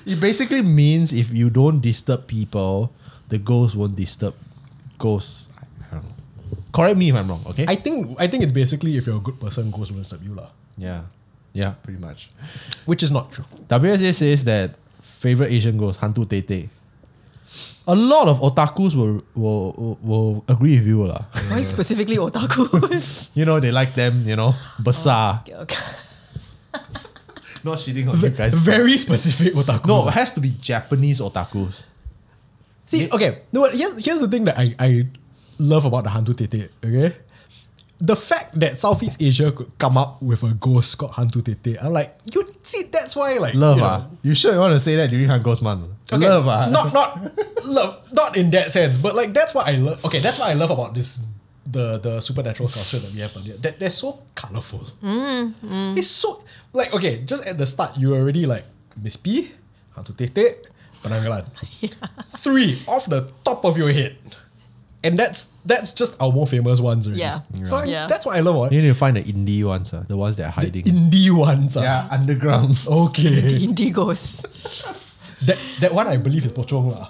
A: [LAUGHS] it basically means if you don't disturb people, the ghosts won't disturb ghosts. I don't know. Correct me if I'm wrong, okay?
B: I think I think it's basically if you're a good person, goes will sub you lah,
A: yeah. Yeah, pretty much.
B: which is not true.
A: WSA says that favorite Asian ghost, Hantu Tete. A lot of otakus will will, will agree with you. lah. [LAUGHS]
C: Why specifically otakus?
A: You know, they like them, you know, basa.
C: Okay, okay.
A: Oh. Not shitting on you guys.
B: Very specific otaku.
A: no, it has to be Japanese otakus.
B: See, okay. No, but here's here's the thing that I, I love about the Hantu Tete, okay? The fact that Southeast Asia could come up with a ghost called Hantu Tete, I'm like, you see, that's why like
A: Love,
B: you know,
A: ah. You sure you want to say that during Han Ghost Month?
B: Okay,
A: Love, ah.
B: Not not love, not in that sense, but like that's what I love. Okay, that's what I love about this the the supernatural culture that we have down here. That they're so colorful.
C: Mm,
B: It's so like okay, just at the start you already like Miss P, Hantu Tete,
C: [LAUGHS]
B: Penanggalan. Three off the top of your head. And that's that's just our more famous ones already.
C: Yeah.
B: So I-
C: Yeah.
B: that's what I love about
A: You need to find the indie ones, uh, the ones that are hiding.
B: indie ones. ah.
A: yeah, underground.
B: [LAUGHS] Okay.
C: Indigos.
B: That that one I believe is Pochong lah.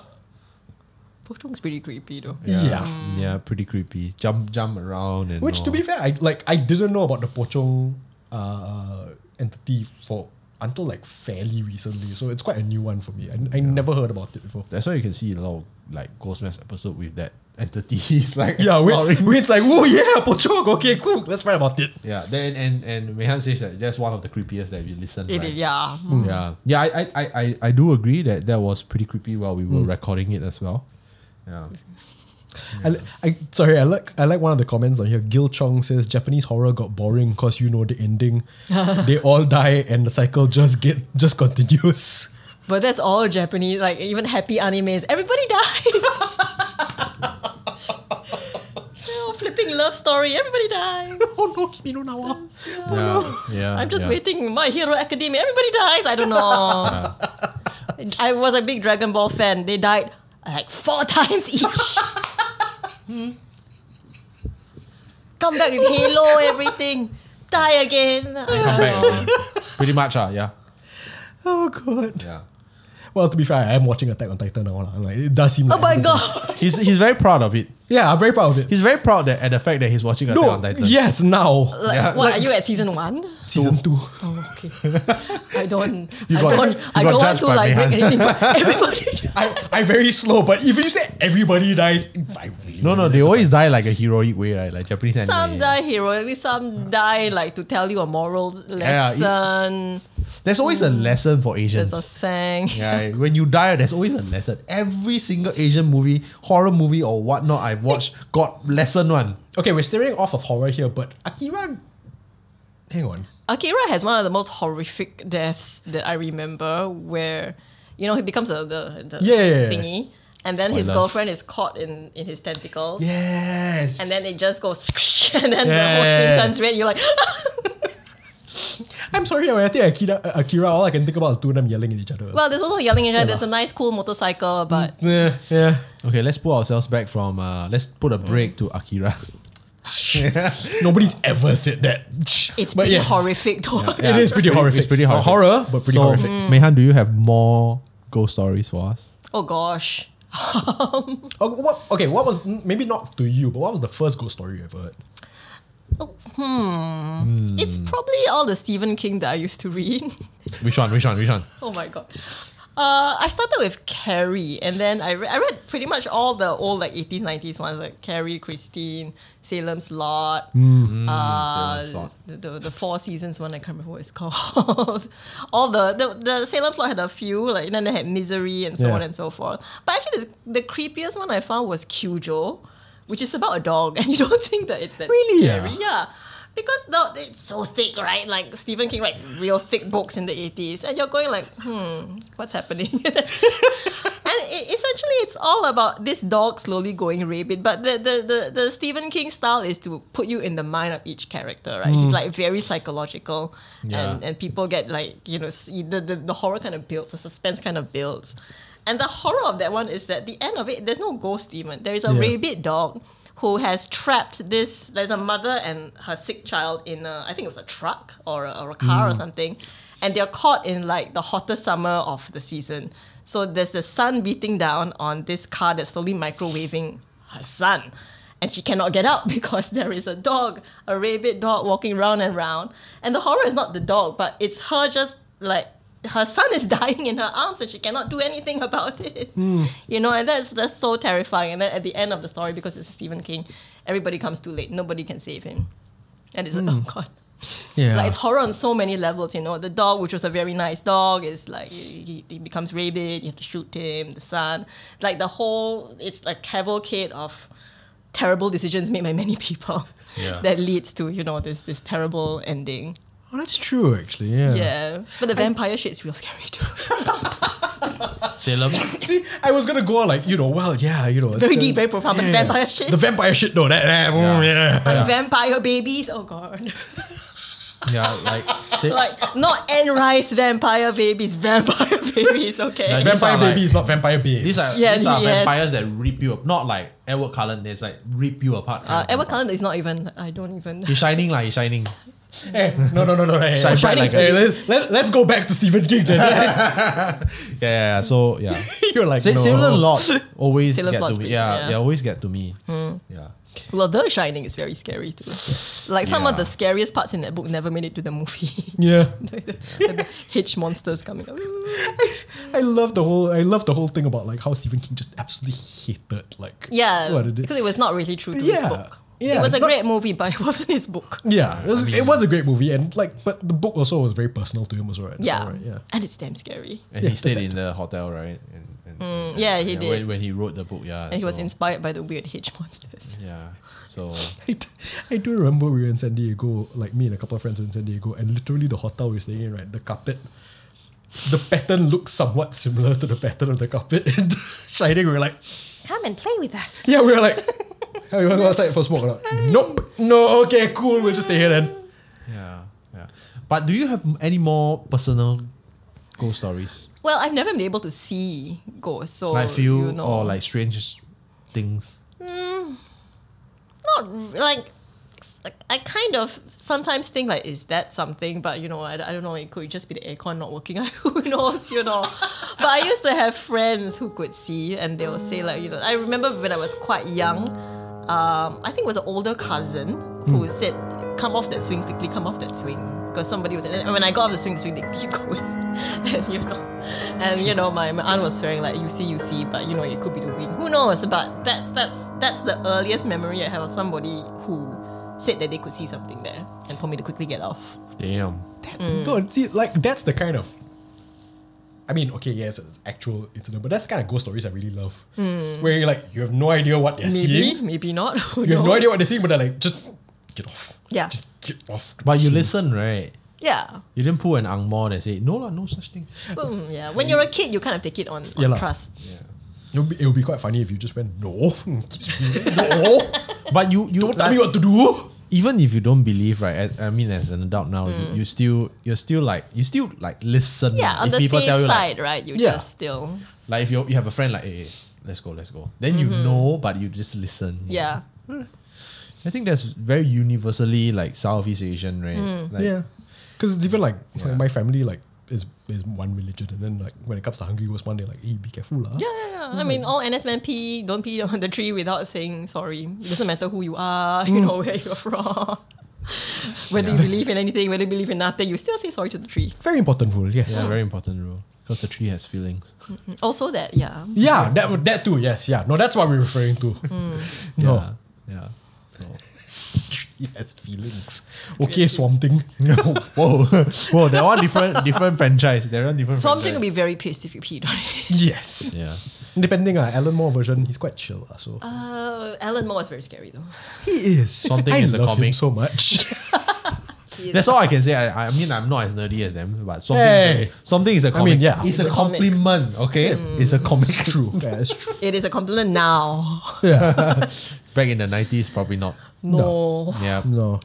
C: Pocong's pretty creepy though.
A: Yeah.
B: ah. Yeah.
A: Yeah, pretty creepy. Jump, jump around and
B: Which, to
A: all.
B: be fair, I like I didn't know about the Pochong uh, entity for until like fairly recently, so it's quite a new one for me. I, I never heard about it before.
A: that's why you can see a lot of like Ghost Mass episode with that entity. [LAUGHS] It's like
B: Yeah,
A: exploring.
B: Wayne, Wayne's like, oh yeah, Pochong. Okay, cool. Let's write about it.
A: [LAUGHS] yeah. Then and and Mehan says that that's one of the creepiest that we listened.
C: It
A: right? Hmm.
C: is,
A: Yeah,
C: yeah.
A: yeah, I, I- I, I, I do agree that that was pretty creepy while we were recording it as well. Yeah,
B: I, li- I sorry, I like I like one of the comments on here. Gil Chong says Japanese horror got boring because you know the
A: [LAUGHS]
B: ending. they all die and the cycle just get just continues.
C: But that's all Japanese, like even happy animes. Everybody dies.
A: [LAUGHS]
C: [LAUGHS] Oh, flipping love story. Everybody dies.
B: oh no, Kimino Nawa.
A: yeah, yeah.
C: Oh, I'm just
A: yeah.
C: waiting. My Hero Academia. Everybody dies. I don't know. I was a big Dragon Ball fan. They died like four [LAUGHS] times each. Come back with Halo, everything. Die again. Oh
A: Come back
C: [LAUGHS]
A: again. pretty much, ah, yeah,
B: Oh god.
A: yeah.
B: Well, to be fair, I am watching Attack on Titan now. lah. Like it does seem.
C: Oh
B: like
C: my
B: everything is-
C: god.
A: He's he's very proud of it.
B: Yeah, I'm very proud of it.
A: He's very proud that at the fact that he's watching Attack
B: no,
A: on Titan.
B: yes, now
C: Like,
A: Yeah.
C: what are you at season one?
B: season two.
C: Oh, okay. I don't.
A: You
C: I
A: got-
C: don't.
A: you
C: I
A: got
C: don't want
A: judged
C: to
A: by
C: like break
A: Rehan.
C: anything. [LAUGHS] But everybody.
A: [LAUGHS]
B: I I very slow, but if you say everybody dies, I really
A: No, no, they always die like a heroic way, right? Like Japanese anime.
C: Some die heroically. Some die like to tell you a moral
A: Yeah, it-
C: lesson.
A: There's always a lesson for Asians.
C: There's a thing.
A: Yeah, when you die, there's always a lesson. Every single Asian movie, horror movie or whatnot I've watched got lesson one.
B: Okay, we're steering off of horror here, but Akira. Hang on.
C: Akira has one of the most horrific deaths that I remember, where you know he becomes a, the, the
B: Yeah, yeah, yeah.
C: thingy, and then his
A: Spoiler.
C: girlfriend is caught in in his tentacles,
B: Yes.
C: and then it just goes, [LAUGHS] squish, and then the
B: Yeah,
C: whole
B: yeah,
C: screen
B: yeah.
C: turns red. You're like, [LAUGHS]
B: I'm sorry, when I think Akira, uh, Akira, all I can think about is two of them yelling at each other.
C: well, there's also yelling at each other. There's a nice, cool
B: Mm.
C: motorcycle, but
B: yeah, yeah.
A: [LAUGHS] Okay, let's pull ourselves back from uh let's put a break to Akira.
B: Nobody's ever said that.
C: it's
B: But
C: pretty
B: yes.
C: horrific. Though.
B: It is pretty horrific.
A: [LAUGHS] It's pretty
B: Uh,
A: horrific.
B: horror, but pretty
A: so, Mm.
B: horrific.
A: Mehan, do you have more ghost stories for us?
C: Oh gosh.
B: Oh, what, okay, what was maybe not to you, but what was the first ghost story you ever heard?
C: It's
B: Mm.
C: probably all the Stephen King that I used to read. [LAUGHS]
A: Which one? Which one? Which one?
C: oh my god. Uh, I started with Carrie, and then I, re- I read pretty much all the old like 80s, 90s ones like Carrie, Christine, Salem's Lot, uh,
A: Mm, Salem's Lot.
C: the, the, the Four Seasons one, I can't remember what it's [LAUGHS] called. all the, the, the Salem's Lot had a few, like, and then they had Misery and so
B: Yeah.
C: on and so forth. But actually, the, the creepiest one I found was Cujo, which is about a dog, [LAUGHS] and you don't think that it's that
B: Really, yeah?
C: scary. Yeah. Because now it's so thick, right? Like Stephen King writes real thick books in the 80s, and you're going like, hmm, what's happening? [LAUGHS] and it, essentially, it's all about this dog slowly going rabid. But the, the, the, the Stephen King style is to put you in the mind of each character, right?
B: Hmm.
C: He's like very psychological, and,
A: Yeah.
C: and people get like, you know, s- the, the, the horror kind of builds, the suspense kind of builds. And the horror of that one is that the end of it, there's no ghost demon. There is a
B: Yeah.
C: rabid bit dog who has trapped this there's a mother and her sick child in a, I think it was a truck or a, or a car or something and they're caught in like the hottest summer of the season so there's the sun beating down on this car that's slowly microwaving her son and she cannot get out [LAUGHS] because there is a dog a rabid dog walking round and round and the horror is not the dog but it's her just like her son is [LAUGHS] dying in her arms and she cannot do anything about it.
B: Hmm.
C: You know, and that's just so terrifying. And then at the end of the story, because it's Stephen King, everybody comes too late. Nobody can save him. And it's like, oh God.
B: Hmm. Yeah.
C: Like it's horror on so many levels, you know. The dog, which was a very nice dog, is like he, he becomes rabid. You have to shoot him. The son, like the whole, it's a cavalcade of terrible decisions made by [LAUGHS] many people
A: Yeah.
C: that leads to you know this this terrible ending.
B: oh, that's true, actually. Yeah.
C: Yeah, but the vampire shit's real scary too.
A: Salem.
B: [LAUGHS] See, I was gonna go like you know, well, yeah, you know,
C: Very
B: it's,
C: deep,
B: uh,
C: very profound, but the
B: yeah.
C: vampire shit.
B: The vampire shit, though. That, that yeah. yeah.
C: like vampire babies. Oh god. [LAUGHS]
A: yeah, like six.
C: like not Anne Rice vampire babies, [LAUGHS] vampire babies, okay.
A: Like- These
B: Vampire
A: are
B: baby
A: like-
B: is not vampire babes.
A: these are
C: Yeah,
A: these are
C: yes.
A: vampires that rip you up. Not like Edward Cullen. There's like rip you apart. kind
C: Uh,
A: of
C: Edward
A: vampire.
C: Cullen is not even I don't even
A: He's shining, like he's shining.
B: Hey, Eh, no, no, no, no. Hey,
A: Shine bright like
B: hey,
A: a-
B: let, let, let's go back to Stephen
A: [LAUGHS]
B: King then. [LAUGHS]
A: yeah, yeah, yeah. So yeah,
B: You're like,
A: Sa-
B: no.
A: Sailor
B: [LAUGHS]
A: Lot always
C: Sailor
A: get
C: Lot's
A: to me.
C: pretty,
A: Yeah,
C: yeah. Hmm.
A: they always get to me. Yeah,
C: Well, The Shining is very scary too. Like some of
A: Yeah.
C: the scariest parts in that book never made it to the movie. [LAUGHS]
B: Yeah.
C: the H monsters coming up.
B: I love the whole I love the whole thing about like how Stephen King just absolutely hated like
C: Yeah,
B: what it is.
C: because it was not really true to
B: Yeah,
C: his book.
B: yeah,
C: it was a
B: but-
C: great movie, but it [LAUGHS] wasn't his book.
B: Yeah, it was, it was a great movie, and like, but the book also was very personal to him as well. Right?
C: Yeah.
B: Right, yeah.
C: and it's damn scary.
A: and
C: Mm,
B: Yeah,
A: he
B: that's
A: stayed
B: that.
A: in the hotel, right? And, and, and-
C: yeah, Hmm, he did.
A: When, when he wrote the book, yeah,
C: And he was
A: so-
C: inspired by the weird H monsters.
A: Yeah, so
B: I, d- I do remember we were in San Diego, like me and a couple of friends were in San Diego, and literally the hotel we were staying in, right, the carpet, the pattern looks somewhat similar to the pattern of the carpet. [LAUGHS] And Shining, we were like,
C: Come and play with us.
B: yeah, we were like, [LAUGHS] hey, you want to go outside for a smoke or not? Nope. No, okay, cool, we'll just stay here then.
A: yeah, yeah. But do you have any more personal ghost stories,
C: Well, I've never been able to see ghosts, so
A: like few
C: you know,
A: or like strange things?
C: not r- like s- like, I kind of sometimes think like, is that something? But you know, I, I don't know. It could just be the aircon not working. [LAUGHS] who knows? You know. but I used to have friends who could see, and they would say like, you know, I remember when I was quite young. Um, I think it was an older cousin
B: Hmm.
C: who said, "Come off that swing quickly. Come off that swing." Because somebody was, and when I got off the swing, the swing they keep [LAUGHS] going, and you know, and you know, my, my aunt was swearing like, "You see, you see," but you know, it could be the wind. Who knows? But that's that's that's the earliest memory I have of somebody who said that they could see something there and told me to quickly get off.
A: Damn.
B: No, see, like that's the kind of. I mean, okay, yes, it's actual incident, but that's the kind of ghost stories I really love. Where you're like, you have no idea what they're
C: Maybe,
B: seeing.
C: maybe not. [LAUGHS] Who
B: You have no
C: knows?
B: idea what they're seeing, but they're like, just get off.
C: Yeah.
B: Just get off.
A: But you listen, right?
C: Yeah.
A: You didn't pull an ang mo and say no lah, no such thing.
C: Mm, yeah. When you're a kid, you kind of take it on, on
B: Yeah lah.
C: trust.
B: It would, be, it would be quite funny if you just went, no, [LAUGHS] keeps me- no,
A: But you you
B: don't tell me what to do.
A: even if you don't believe, right? I, I mean, as an adult now, you, you still you're still like you still like listen.
C: Mm. Yeah,
A: lah.
C: on
A: if
C: the safe
A: people tell you
C: side,
A: like,
C: right? You
B: Yeah.
C: just still.
A: like if you you have a friend like, hey, hey, let's go, let's go. Then you know, but you just listen.
C: Mm-hmm. Yeah.
A: I think that's very universally like Southeast Asian, right?
C: Mm.
A: Like,
B: yeah. Because it's even like,
A: Yeah.
B: like my family, like, is, is one religion, and then like when it comes to hungry ghost one, they're like, hey, be careful, ah." lah.
C: Yeah, yeah, yeah. I mean,
B: Hmm.
C: all NS men pee, don't pee on the tree without saying sorry. It doesn't matter who you are, [LAUGHS] you
B: Hmm.
C: know, where you're
B: [LAUGHS]
C: from. whether you believe in anything, whether you believe in nothing, you still say sorry to the tree.
B: Very important rule, yes.
A: Yeah, very important rule because the tree has feelings.
C: Also, that, yeah.
B: Yeah, that would that too. Yes, yeah. No, that's what we're referring to.
C: Hmm.
B: [LAUGHS] No,
A: Yeah, yeah. So [LAUGHS]
B: he has feelings. Okay, Swamp Thing.
A: whoa, [LAUGHS] whoa, they're all different different franchise. They're all different.
C: Swamp Thing
A: franchise.
C: will be very pissed if you peed on
B: [LAUGHS]
C: it. [LAUGHS]
B: yes.
A: yeah.
B: Depending on Alan Moore version, he's quite chill. ah, So
C: Uh, Alan Moore is very scary, though.
B: he is.
A: Swamp Thing
B: I
A: is a
B: love
A: comic.
B: him so [LAUGHS] much.
C: He is-
A: That's all I can say. I, I mean, I'm not as nerdy as them, but something,
B: Hey.
A: is, a, something is a comic. Mm.
B: mean, yeah.
A: It's,
C: It's
A: a,
C: a comic.
A: compliment, okay? It's a comic.
B: it's true. Yeah, it's true.
C: It is a compliment now.
A: Back in the 90s, probably not.
C: No.
A: Yeah.
B: No.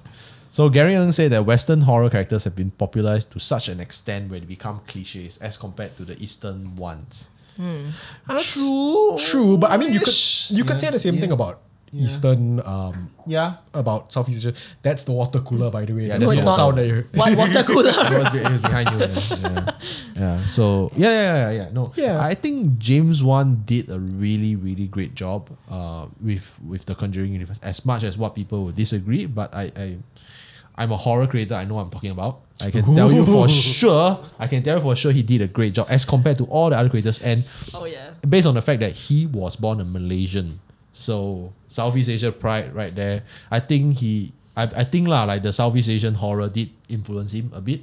A: So Gary Young said that Western horror characters have been popularized to such an extent where they become cliches as compared to the Eastern ones.
B: True. True, but I mean, you could
A: Ish.
B: you could
A: Yeah,
B: say the same thing about Eastern. Um,
A: Yeah.
B: about Southeast Asia. That's the water cooler, by the way.
A: Yeah,
B: That's
A: that's
B: the
A: the
B: sound that
C: water-
B: you.
C: What water
A: It
C: cooler?
A: was, be- it was behind you. Yeah. Yeah. Yeah, So yeah, yeah, yeah, yeah. No.
B: Yeah.
A: I think James Wan did a really, really great job uh, with with the Conjuring universe. As much as what people would disagree, but I, I I'm a horror creator. I know what I'm talking about. I can tell you for sure. I can tell you for sure he did a great job as compared to all the other creators. And
C: oh, yeah.
A: based on the fact that he was born a Malaysian. So Southeast Asia pride right there. I think he I, I think lah like the Southeast Asian horror did influence him a bit.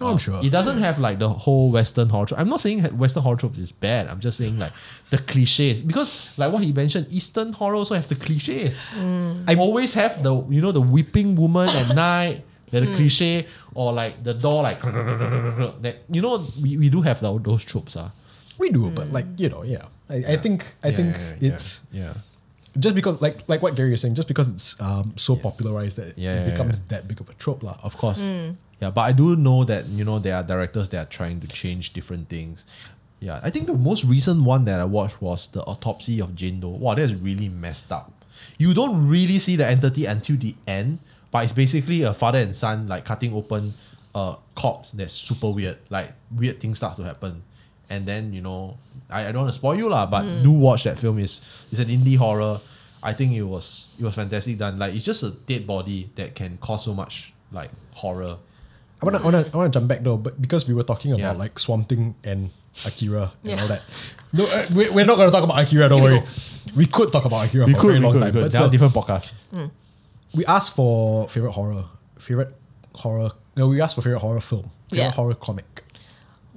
B: Oh, I'm sure.
A: He doesn't have like the whole Western horror trope. I'm not saying that Western horror tropes is bad. I'm just saying like the cliches. Because like what he mentioned, Eastern horror also have the cliches.
B: Mm.
A: I always have the you know the whipping woman at [LAUGHS] night. They're
B: Hmm.
A: the cliche or like the door like [LAUGHS] that you know we, we do have tho- those tropes ah.
B: [LAUGHS] We do, but like you know, yeah. I, I think I
A: Yeah,
B: think
A: yeah, yeah,
B: it's.
A: yeah.
B: just because like like what Gary was saying, just because it's um so popularized that
A: Yeah,
B: it
A: yeah,
B: becomes that big of a trope lah.
A: Of course. Yeah, but I do know that, you know, there are directors that are trying to change different things. Yeah, I think the most recent one that I watched was The Autopsy of Jane Doe. Wow, that's really messed up. You don't really see the entity until the end, But it's basically a father and son like cutting open a corpse that's super weird. Like weird things start to happen. And then, you know, I, I don't want to spoil you lah, but
B: Hmm.
A: do watch that film. It's it's an indie horror. I think it was it was fantastic done. Like it's just a dead body that can cause so much like horror.
B: I wanna, I wanna, I wanna jump back though, but because we were talking about
A: Yeah.
B: like Swamp Thing and Akira and
C: Yeah.
B: all that. No, uh, we- we're not gonna talk about Akira. Don't
C: Here we
B: worry. We could talk about Akira for a very long time, but
A: There are
B: still,
A: different podcasts.
B: we asked for favorite horror, favorite horror. No, we asked for favorite horror film, favorite
C: Yeah.
B: horror comic.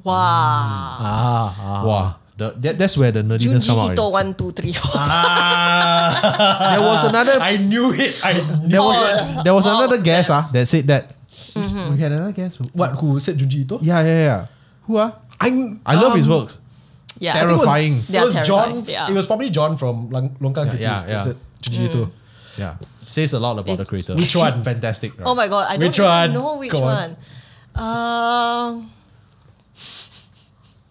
C: Wow.
B: Ah.
A: Wow. The, that, that's where the nerdiness come
C: Junji
A: out.
C: Ito
A: already.
C: one two three four.
B: Ah,
A: There was another
B: [LAUGHS] I knew it. I knew
A: [LAUGHS] there was a, there was another guest ah that said that.
B: Mm-hmm.
A: We had another guest. who-
B: what? Who said Junji Ito?
A: Yeah, yeah, yeah. Who ah?
B: I'm,
A: I love his
B: um,
A: works.
B: I think
C: yeah.
B: it was-
A: Terrifying.
B: It
C: They are
B: was, John.
C: terrifying, they are.
B: It was probably John from Lang- Longkang Kitties.
A: yeah,
B: That's
A: yeah. Mm.
B: it. Junji Ito.
A: Yeah, says a lot about the creator.
B: Which one?
A: Fantastic. Right?
C: Oh my god, I don't
B: Which
C: even
B: one?
C: know which
B: Go on.
C: one. Um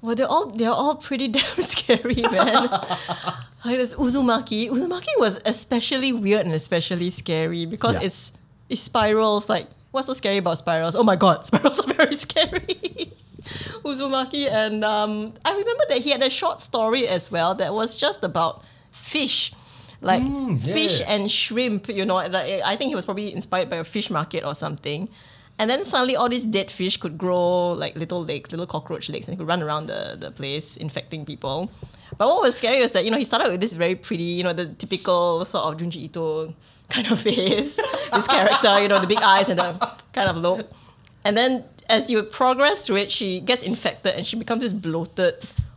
C: Well they're all they're all pretty [LAUGHS] damn scary,
B: [LAUGHS]
C: man. Like there's Uzumaki. Uzumaki was especially weird and especially scary because
A: Yeah.
C: it's it spirals like what's so scary about spirals? Oh my god, [LAUGHS] spirals are very scary. Uzumaki and um, I remember that he had a short story as well that was just about fish, like fish and shrimp. You know, like, I think he was probably inspired by a fish market or something. And then suddenly, all these dead fish could grow like little legs, little cockroach legs, and they could run around the, the place infecting people. But what was scary was that you know he started with this very pretty, you know, the typical sort of Junji Ito kind of [LAUGHS] face, this character, you know, the big eyes and the kind of look. And then as you progress through it, she gets infected and she becomes this bloated,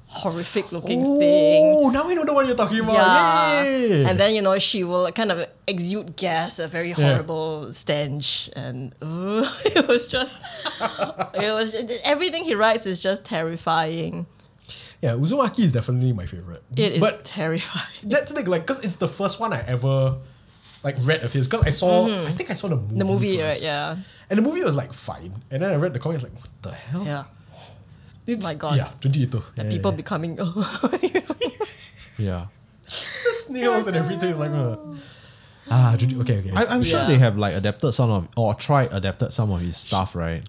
C: horrific looking thing.
B: Oh, now I know the one you're talking about.
C: Yeah.
B: Yay.
C: And then, you know, she will kind of exude gas, a very horrible stench. And uh, [LAUGHS] it was just, it was everything he writes is just terrifying.
B: Yeah, Uzumaki is definitely my favorite.
C: It is
B: But
C: terrifying.
B: that's the thing, like, because it's the first one I ever like read of his. Because I saw, I think I saw the movie.
C: Mm-hmm. The movie, right?
B: first.
C: Yeah.
B: And the movie was like fine, and then I read the comic. I was like, what the hell?
C: Yeah.
B: It's,
C: Oh My God.
B: Yeah, Junji Ito.
C: The
B: Yeah,
C: people
B: yeah,
C: becoming. [LAUGHS]
A: Yeah,
B: yeah. the snails and everything. Like, uh, ah, Junji. Okay, okay.
A: I, I'm sure
C: Yeah.
A: they have like adapted some of or tried adapted some of his stuff, right?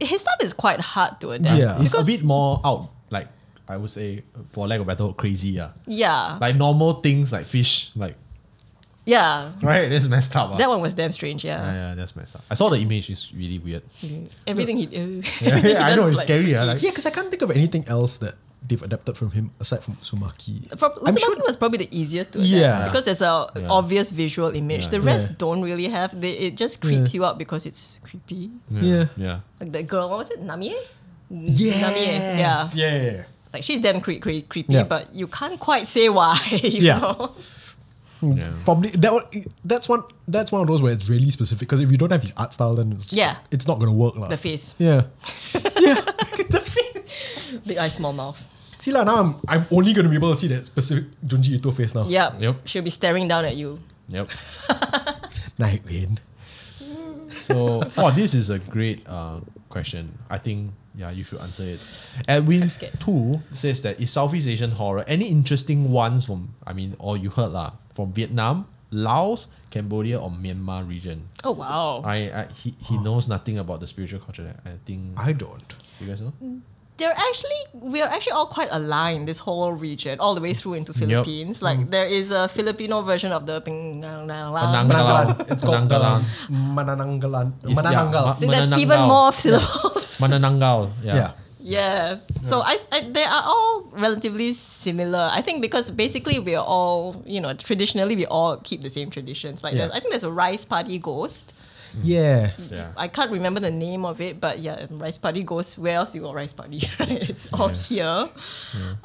C: His stuff is quite hard to adapt.
B: Yeah.
A: it's a
C: Uh, Because,
A: bit more out. Like I would say, for lack of better word, crazy. Yeah,
C: yeah.
A: like normal things like fish, like [LAUGHS]
C: yeah.
A: right. That's messed up. ah.
C: That one was damn strange, yeah.
A: Yeah, yeah, that's messed up. I saw the image. It's really weird.
C: Everything he [LAUGHS] do.
A: yeah, [LAUGHS] I know it's scary.
B: [LAUGHS]
A: Yeah, like,
B: yeah, because I can't think of anything else that they've adapted from him aside from Uzumaki.
C: Prob-
B: I'm
C: Uzumaki
B: sure-
C: was probably the easiest to adapt
B: Yeah.
C: because there's a
A: Yeah.
C: obvious visual image. The rest
B: Yeah.
C: don't really have. They, it just creeps you out because it's creepy.
B: yeah.
A: yeah.
C: Like the girl, what was it? Namie? Namie, eh? yeah.
B: Yes. Yeah. yeah, yeah.
C: Like she's damn cre- cre- creepy,
B: Yeah.
C: but you can't quite say why. [LAUGHS] You
B: Yeah.
C: know?
B: Probably that one. That's one. That's one of those where it's really specific. Because if you don't have his art style, then it's,
C: Yeah.
B: it's not gonna work, lah.
C: The face,
B: Yeah, yeah, [LAUGHS] the face.
C: big eye, small mouth.
B: See lah, now I'm I'm only gonna be able to see that specific Junji Ito face now.
C: Yeah.
A: Yep.
C: She'll be staring down at you.
A: Yep.
B: night rain.
A: So, oh, this is a great uh, question. I think yeah, you should answer it. Edwin
C: scared.
A: Two says that is Southeast Asian horror any interesting ones from? I mean, all you heard lah from Vietnam, Laos, Cambodia, or Myanmar region.
C: Oh wow.
A: I, I he,
B: Oh.
A: he knows nothing about the spiritual culture. There. I think
B: I don't.
A: you guys know.
C: they're actually we are actually all quite aligned this whole region all the way through into Philippines. Like
B: Mm.
C: there is a Filipino version of the Penang.
A: Manangalan.
B: It's called
A: Manangalan.
B: Manangalan. Manananggalan.
A: Yes, yeah.
B: Manananggal.
C: See, that's
A: Manananggal.
C: even more syllables.
A: Manananggal. Yeah.
B: Yeah.
C: [LAUGHS] yeah. So I, I they are all relatively similar. I think because basically we are all you know traditionally we all keep the same traditions. Like
B: Yeah.
C: there's I think there's a rice party ghost.
B: Yeah.
A: Yeah.
C: I can't remember the name of it, but yeah, um, rice party goes where else you got rice party? [LAUGHS] right? it's all here.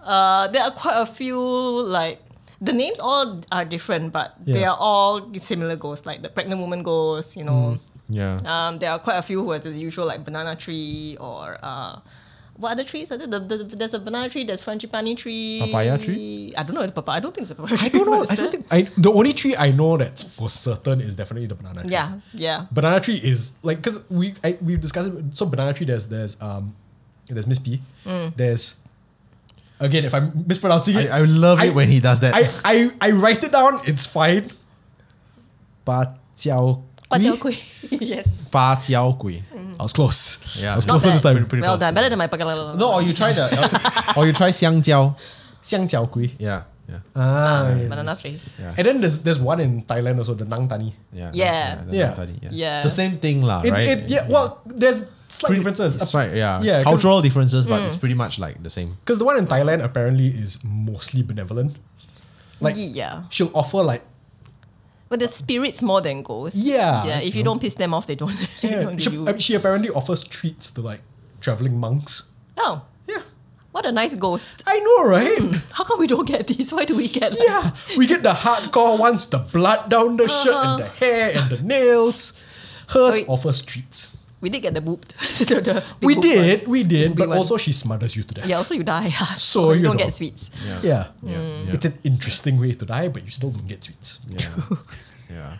C: Uh, there are quite a few like the names all are different, but they
B: Yeah.
C: are all similar ghosts, like the pregnant woman ghost, you know.
B: Mm.
A: Yeah.
C: Um, there are quite a few who has the usual like banana tree or uh, what other trees are there? The, the, there's a banana tree, there's frangipani tree,
A: Papaya tree?
C: I don't know. if Papaya. I don't think it's a papaya.
B: I don't
C: [LAUGHS]
B: know. I don't think. I the only tree I know that's for certain is definitely the banana tree.
C: Yeah, yeah.
B: banana tree is like because we I, we've discussed it, so banana tree there's there's um there's miss p there's again if i'm mispronouncing it
A: I, I love
B: I-
A: it when he does that.
B: I, I i write it down it's fine but
C: Pajiao [LAUGHS] Yes.
A: Ba jiao gui.
B: I was close.
A: Yeah,
B: I was
A: not
B: closer this
C: bad.
B: time.
A: Pretty
C: well
A: close.
C: done. Better than my pagalala.
A: No, or you try the, or you try xiang jiao.
B: 香蕉龟.
A: Yeah, yeah,
B: Ah, yeah.
C: banana tree.
B: And then there's there's one in Thailand also, the Nang Tani.
A: yeah,
C: Yeah.
A: the
B: Yeah.
A: Nantadi,
C: Yeah.
A: It's the same thing, lah.
B: It's,
A: right?
B: it, yeah, well, there's slight differences.
A: It's right, yeah.
B: Yeah, 'cause-
A: Cultural differences, but it's pretty much like the same.
B: Because the one in Thailand apparently is mostly benevolent. Like,
C: yeah.
B: she'll offer like,
C: But the spirits more than ghosts.
B: Yeah.
C: Yeah. If you don't piss them off, they don't. [LAUGHS] they
B: yeah,
C: don't
B: she,
C: give you-
B: I mean, she apparently offers treats to like traveling monks.
C: Oh,
B: Yeah,
C: what a nice ghost.
B: I know, right?
C: How come we don't get these? Why do we get? Like,
B: [LAUGHS] yeah, we get the hardcore ones, the blood down the shirt and the hair and the nails. Hers
C: Uh-huh. Wait.
B: offers treats.
C: We did get the booped. [LAUGHS] The- the big
B: We
C: boop
B: did,
C: one.
B: we did,
C: big
B: but
C: one.
B: also she smothers you to death.
C: Yeah. Also, Hmm. you die. [LAUGHS]
B: So,
C: you
B: you know.
C: don't get sweets.
B: yeah.
A: Yeah, yeah,
B: It's an interesting way to die, but you still don't get treats.
A: yeah, yeah.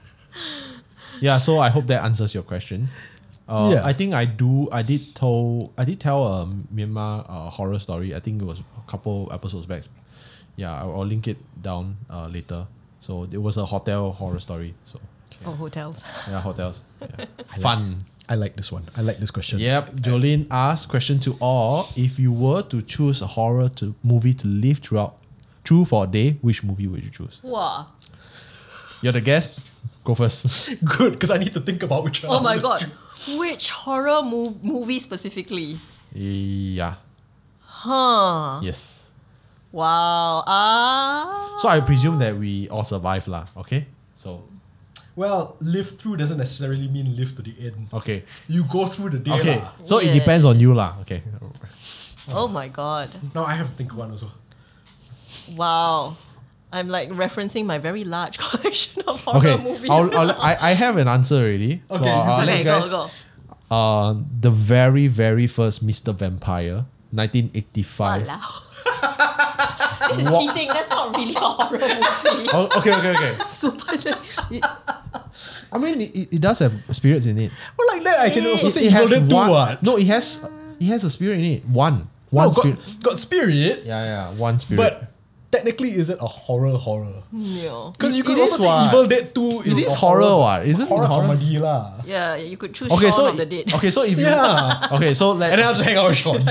A: Yeah, So I hope that answers your question. Uh,
B: Yeah.
A: I think I do. I did tell. I did tell a Myanmar uh, horror story. I think it was a couple episodes back. Yeah, I'll, I'll link it down uh, later. So it was a hotel horror story. So
C: Oh, [LAUGHS] hotels.
A: yeah, hotels. Yeah. Fun.
B: I like this one. I like this question.
A: Yep. Jolene asked question to all: If you were to choose a horror to movie to live throughout, through for a day, which movie would you choose?
C: Wow.
A: You're the guest. Go first.
B: [LAUGHS] Good, because I need to think about which one.
C: Oh
B: I
C: my
B: wanna
C: god.
B: choose.
C: Which horror mov- movie specifically?
A: [LAUGHS] yeah.
C: Huh.
A: Yes.
C: Wow. Ah.
A: So I presume that we all survive lah. Okay. So
B: Well, live through doesn't necessarily mean live to the end.
A: okay.
B: You go through the day.
A: Okay.
B: lah.
A: So it
C: Yeah.
A: depends on you lah. Okay.
C: oh my god.
B: Now I have to think of one as well.
C: Wow. I'm like referencing my very large [LAUGHS] collection of horror
A: Okay.
C: movies.
A: I'll, I'll, I I have an answer already. So
B: Okay,
A: I'll,
B: you
A: I'll
C: okay,
A: let you
C: go,
A: guys. [LAUGHS]
C: go.
A: Uh, the very very first Mr. Vampire, 1985.
C: Walao. [LAUGHS] this is cheating. That's not really a horror movie. [LAUGHS]
A: Oh, okay. Okay. Okay.
C: Super.
A: I mean, it, it- it does have spirits in it.
B: Well, like that, I can also
A: It-
B: say
A: it has
B: Evil Dead 2
A: one-
B: what?
A: No, it has it has a spirit in it. One.
B: No,
A: One
B: got,
A: spirit.
B: got spirit,
A: Yeah, yeah, one spirit.
B: but technically is it a horror horror?
C: No.
B: Because
A: It-
B: you could
A: it
B: also
A: is
B: say
A: what?
B: Evil Dead 2
A: It is
B: a
A: horror what? Isn't it
B: horror,
A: horror?
B: comedy lah.
C: Yeah, you could choose
A: okay,
C: Shaun
A: so
C: of the Dead.
A: okay, so if you
B: Yeah.
A: [LAUGHS] okay, so let
B: [LAUGHS] And then I'll just hang out with [LAUGHS] Sean.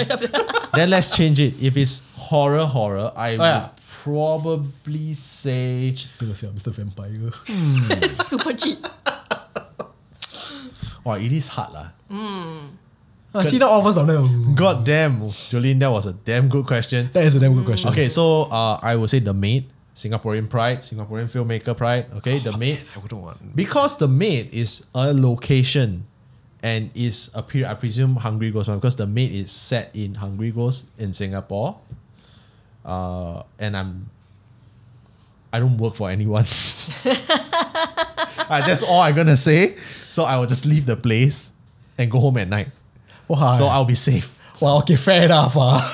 A: then let's change it. If it's horror, horror, I
B: Oh, yeah.
A: would probably say
B: Cheaters, yeah, Mr. [LAUGHS] Vampire.
C: [LAUGHS] Super cheat.
A: oh, it is hard lah.
B: I Ah, see that all of us down there. ooh.
A: God damn, Jolene, that was a damn good question.
B: That is a damn good question.
A: Okay, so uh, I would say the maid, Singaporean pride, Singaporean filmmaker pride. Okay, the maid.
B: Oh, I wouldn't want.
A: Because the maid is a location and is a period, I presume Hungry Ghost, because the maid is set in Hungry Ghost in Singapore. Uh, and I'm I don't work for
B: [LAUGHS]
A: anyone. Uh, that's all I'm gonna say. So I will just leave the place and go home at night.
B: Why?
A: So I'll be safe.
B: Wow, okay, fair enough. ah.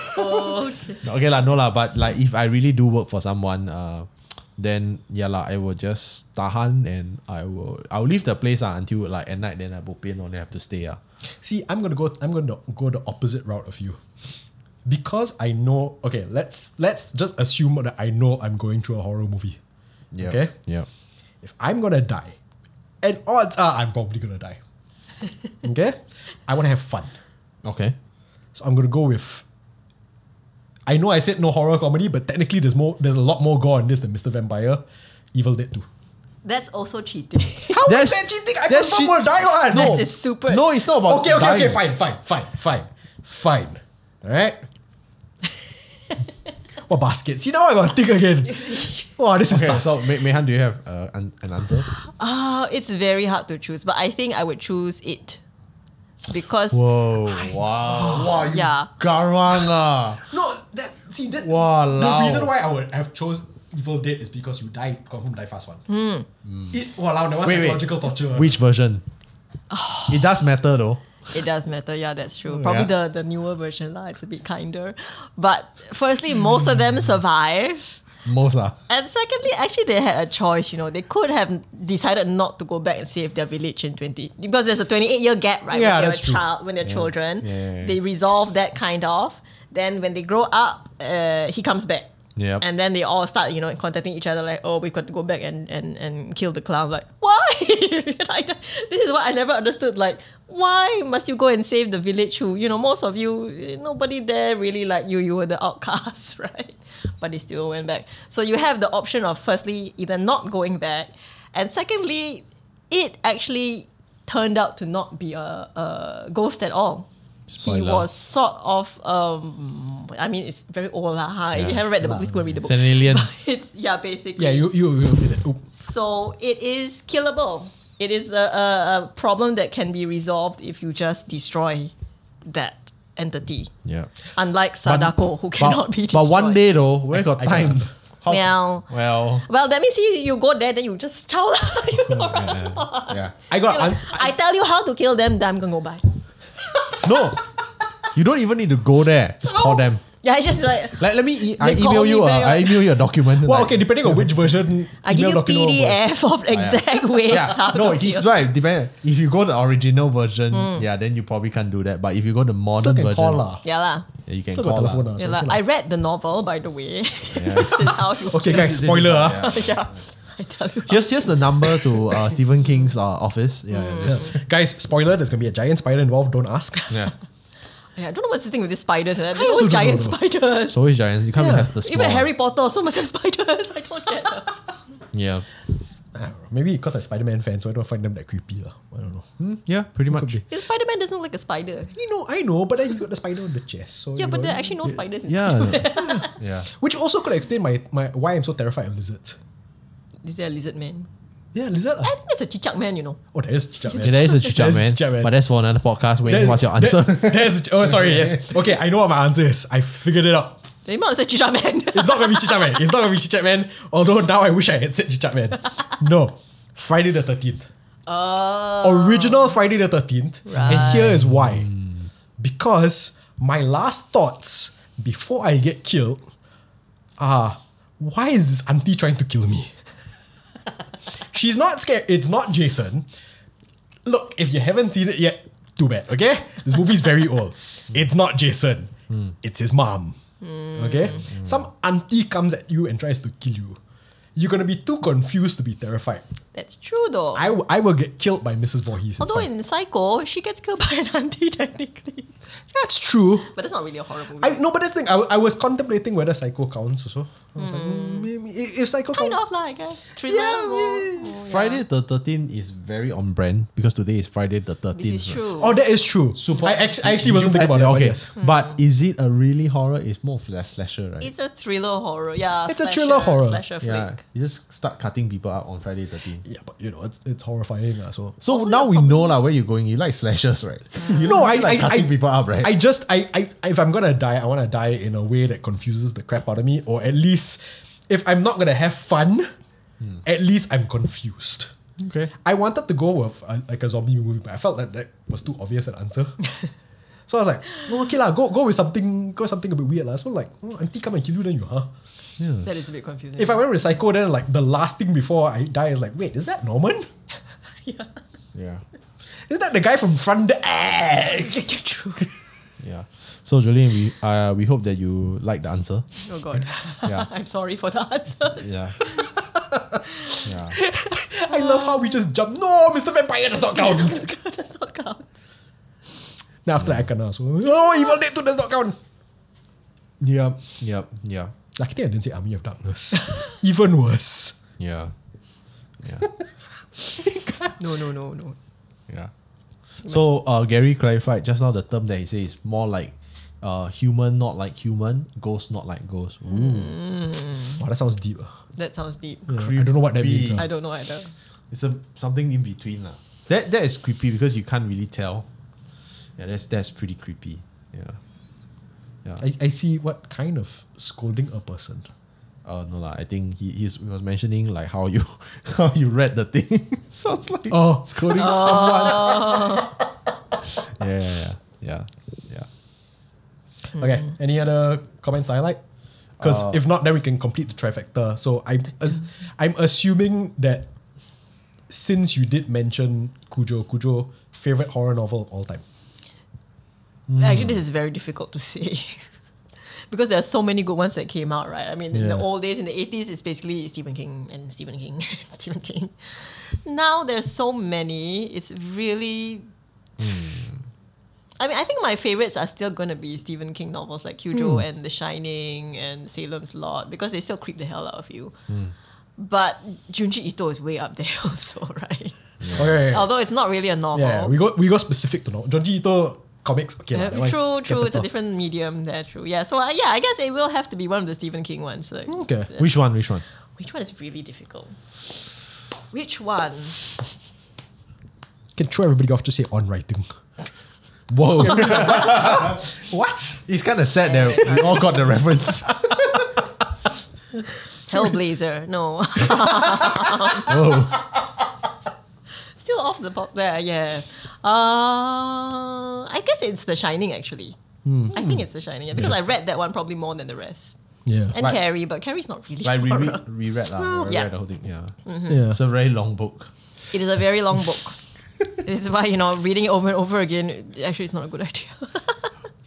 A: Okay lah, no lah. But like, if I really do work for someone, uh, then yeah lah, I will just tahan and I will I will leave the place ah until like at night. Then I book in or then I have to stay ah.
B: [LAUGHS] See, I'm gonna go. I'm gonna go the opposite route of you, because I know. Okay, let's let's just assume that I know I'm going through a horror movie.
A: Yeah.
B: Okay.
A: Yeah.
B: If I'm gonna die, and odds are I'm probably gonna [LAUGHS] die. okay, I want to have fun,
A: Okay.
B: so I'm gonna go with. I know I said no horror comedy, but technically there's more. There's a lot more gore in this than Mr. Vampire, Evil Dead 2.
C: That's also cheating.
B: How
A: That's-
B: is that cheating? I
A: that's
B: confirm
A: cheat-
B: will die one.
C: That's is super.
A: No, it's not about.
B: okay, okay, okay,
A: dying.
B: fine, fine, fine, fine, fine. All [LAUGHS] right. what basket? See now I gotta think [LAUGHS] again. Wow, this is
A: Okay,
B: tough.
A: so Me- Mehan, do you have uh, an, an answer?
C: Ah, it's very hard to choose, but I think I would choose it because
A: Whoa! Wow! Wow! You
C: Yeah.
A: garang ah!
B: no, that see that.
A: Walao.
B: The reason why I would have chose Evil Dead is because you die confirm die fast one.
C: Hmm.
B: Hmm. It wow, that was
A: Wait, wait.
B: psychological torture.
A: Which version?
B: Oh.
A: It does matter though.
C: it does matter. Yeah, that's true. Probably
A: yeah.
C: the, the newer version, lah. It's a bit kinder. But firstly, most of them survive.
A: Most ah.
C: And secondly, actually, they had a choice. You know, they could have decided not to go back and save their village in twenty because there's a twenty-eight year gap, right?
B: Yeah,
C: when they're
B: that's
C: a
B: true.
C: child when they're children,
A: Yeah, yeah, yeah.
C: they resolve that kind of. Then when they grow up, uh, he comes back.
A: Yep.
C: And then they all start, you know, contacting each other like, oh, we've got to go back and, and, and kill the clown. Like, why? [LAUGHS] I don't- this is what I never understood. Like, why must you go and save the village who, you know, most of you, eh, nobody there really like you. You were the [LAUGHS] outcast, right? But they still went back. So you have the option of, firstly, either not going back. And secondly, it actually turned out to not be a, a ghost at all. He
A: Spoiler.
C: was sort of, um, I mean, it's very old. lah, huh? If you
A: Yeah.
C: haven't read the book, please go and read the
A: It's
C: book.
A: an [LAUGHS] alien.
C: [LAUGHS] It's yeah, basically.
B: Yeah, you you, you did it. Oop.
C: so it is killable. It is a, a, a problem that can be resolved if you just destroy that entity.
A: yeah.
C: Unlike Sadako, who cannot be destroyed.
A: But one day though, where got
B: I got
A: time?
B: answer.
A: How-
C: Well.
A: Well.
C: Well, that means you, you go there, then you just [LAUGHS] chow lah, you know, right?
B: [LAUGHS]
A: Yeah.
B: I got un-
C: I tell you how to kill them, then I'm gonna go buy.
A: No. You don't even need to go there. Just call them.
C: Yeah, it's just like
A: Like, let me. E- I
C: They call
A: email
C: me
A: you. A,
C: back.
A: I email you a document.
B: well,
A: like-
B: okay, depending on which version.
C: I give
B: email
C: you
B: document will work.
C: PDF of exact ways how
A: Oh, [LAUGHS] Yeah. No,
C: to kill.
A: he's right. Depend. If you go the original version,
C: Mm.
A: yeah, then you probably can't do that. But if you go the modern
B: Still can
A: version,
B: call lah.
C: Yeah lah.
A: Yeah, you can
B: Still got
A: call uh, lah.
B: telephone uh. lah.
C: Yeah
B: so
C: lah.
B: okay lah.
C: I read the novel, by the way. [LAUGHS] this is how you
B: Okay,
C: kill.
B: guys, spoiler. ah.
A: Yeah. uh.
C: yeah. I tell you.
A: Here's here's the number to uh, Stephen King's uh, office. Yeah,
C: Mm.
A: yeah, just-
B: Guys, spoiler, there's gonna be a giant spider involved, don't ask. [LAUGHS]
A: yeah.
C: Yeah, I don't know what's the thing with these spiders. eh? There's
B: also
C: always
B: don't
C: giant
B: know.
C: spiders.
A: So always giants. You can't
B: Yeah.
A: have the small.
C: Even Harry Potter also must have [LAUGHS] spiders. I don't get it.
A: Yeah.
B: Maybe because I'm Spider Man fan, so I don't find them that creepy. lah. I don't know.
A: Hmm, yeah. Pretty much.
B: be.
C: Because Spider Man doesn't look like a spider.
B: You know, I know, but then he's got the spider on the chest. So
C: Yeah,
B: you
C: but
B: know,
C: there are actually no spiders in [LAUGHS]
A: Yeah. yeah.
B: Which also could explain my, my why I'm so terrified of lizards.
C: Is there a lizard man?
B: Yeah, lizard.
C: I
B: ah.
C: think there's a chichak man, you know.
B: Oh, there is chicha man.
A: Yeah, that is a
B: That
A: chicha
B: is
A: man,
B: chicha man.
A: But that's for another podcast. Wait,
B: That-
A: what's your
B: that-
A: answer?
B: [LAUGHS] that is- oh, sorry. Yes. Okay, I know what my answer is. I figured it out.
C: They might have said chichak man.
B: [LAUGHS]
C: [LAUGHS]
B: It's not gonna be chicha man. It's not gonna be chicha man. Although now I wish I had said chicha man. No, Friday the thirteenth.
C: Uh,
B: Original Friday the thirteenth. And here is why. Because my last thoughts before I get killed are, why is this auntie trying to kill me? She's not scared. It's not Jason. Look, if you haven't seen it yet, too bad, okay? This movie's very old. It's not Jason. It's his mom. Okay? Some auntie comes at you and tries to kill you. You're gonna be too confused to be terrified.
C: That's true though.
B: I, w- I will get killed by Mrs. Voorhees.
C: Although
B: it's fine.
C: in Psycho, she gets killed [LAUGHS] by an auntie technically.
B: that's true.
C: But that's not really a horror movie.
B: I no, but that's the thing. I, w- I was contemplating whether Psycho counts also. I was like, mm, maybe if if Psycho
C: Hmm. kind
B: counts,
C: of like I guess. Thriller.
B: yeah,
C: more-
B: maybe.
A: [LAUGHS] Friday the 13th is very on brand because today is Friday the 13th.
C: This is
A: right?
C: true.
B: Oh, that is true.
A: Super.
B: I actually, I actually wasn't
A: You-
B: thinking about it. but
A: Okay,
B: yes.
A: but is it a really horror? It's more of a slasher, right?
C: It's a thriller horror. Yeah.
B: It's a thriller horror.
C: Slasher flick.
A: yeah, you just start cutting people out on Friday the 13th.
B: Yeah, but you know, it's, it's horrifying. Uh, so
A: So now we know lah where you're going. You like slashers, right? [LAUGHS] You
B: No,
A: don't
B: I-
A: really like
B: I-
A: cutting
B: I-
A: people up, right?
B: I just I, I if I'm gonna die, I wanna die in a way that confuses the crap out of me, or at least if I'm not gonna have fun, at least I'm confused.
A: okay.
B: I wanted to go with uh, like a zombie movie, but I felt that that was too obvious an answer. so I was like, no, okay lah, go go with something, go with something a bit weird lah. So like, oh, auntie come and kill you, then you huh?
C: That is a bit confusing. [LAUGHS]
B: If I went with psycho, then like the last thing before I die is like, wait, is that Norman?
A: Yeah.
B: Is that the guy from front?
C: True. [LAUGHS]
A: Yeah. So Jolene, we uh, we hope that you like the answer.
C: Oh god.
A: Yeah.
C: [LAUGHS] I'm sorry for the [LAUGHS] answer.
A: Yeah. yeah.
B: [LAUGHS] I love how we just jump. No, Mr. Vampire does not count. [LAUGHS]
C: Does not count.
B: Then after that, I kena. So, no, Evil Dead 2 does not count.
A: Yep. Yep. Yeah.
B: Lucky thing I didn't say Army of Darkness. Even worse.
A: Yeah. Yeah.
C: No, no, no, no.
A: Yeah. So uh, Gary clarified just now the term that he says is more like uh, human not like human, ghost not like ghost. Ooh.
B: Wow, that sounds deep. ah.
C: That sounds deep.
B: I don't know what that means.
C: I
B: ah.
C: don't know either.
A: It's a something in between lah. That that is creepy because you can't really tell. Yeah, that's that's pretty creepy. Yeah.
B: I, I see what kind of scolding a person.
A: Uh, no lah. I think he he's, he was mentioning like how you [LAUGHS] how you read the thing. [LAUGHS] Sounds like
B: [LAUGHS] Oh.
A: scolding someone. yeah, yeah, yeah, yeah, yeah.
C: Hmm.
B: Okay, any other comments I like? Because if not, then we can complete the trifecta. So I'm, as, I'm assuming that since you did mention Cujo, Cujo, favorite horror novel of all time.
C: Actually, this is very difficult to say. [LAUGHS] because there are so many good ones that came out, right? I mean, in the
A: Yeah.
C: old days, in the eighties, it's basically Stephen King and Stephen King, [LAUGHS] and Stephen King. Now there's so many. It's really. I mean, I think my favorites are still going to be Stephen King novels like Cujo and The Shining and Salem's Lot because they still creep the hell out of you. But Junji Ito is way up there [LAUGHS] also, right?
B: Okay.
C: Although it's not really a novel.
B: Yeah, we go we go specific to know. Junji Ito comics. Okay, lah,
C: Yeah,
B: that one
C: Uh, true,
B: gets
C: true.
B: us
C: It's a
B: off.
C: different medium there, true. Yeah, so uh, yeah, I guess it will have to be one of the Stephen King ones. Like,
B: Okay.
A: Which one? Which one?
C: Which one is really difficult? Which one?
B: Can throw everybody off. Just say on writing.
A: Whoa. [LAUGHS]
B: What?
A: it's kind of sad that we all got the reference. [LAUGHS]
C: Hellblazer. no.
A: Oh.
C: [LAUGHS] Still off the pop there, yeah. Uh, I guess it's The Shining, actually. I think it's The Shining, yeah, because I read that one probably more than the rest.
B: Yeah.
C: And
A: Like-
C: Carrie, but Carrie's not really
A: Like
C: horror.
A: reread, reread, lah, reread
C: yeah.
A: uh, the whole thing. Yeah.
B: yeah.
A: It's a very long book.
C: It is a very long book. this is why, you know, reading it over and over again, actually, it's not a good idea.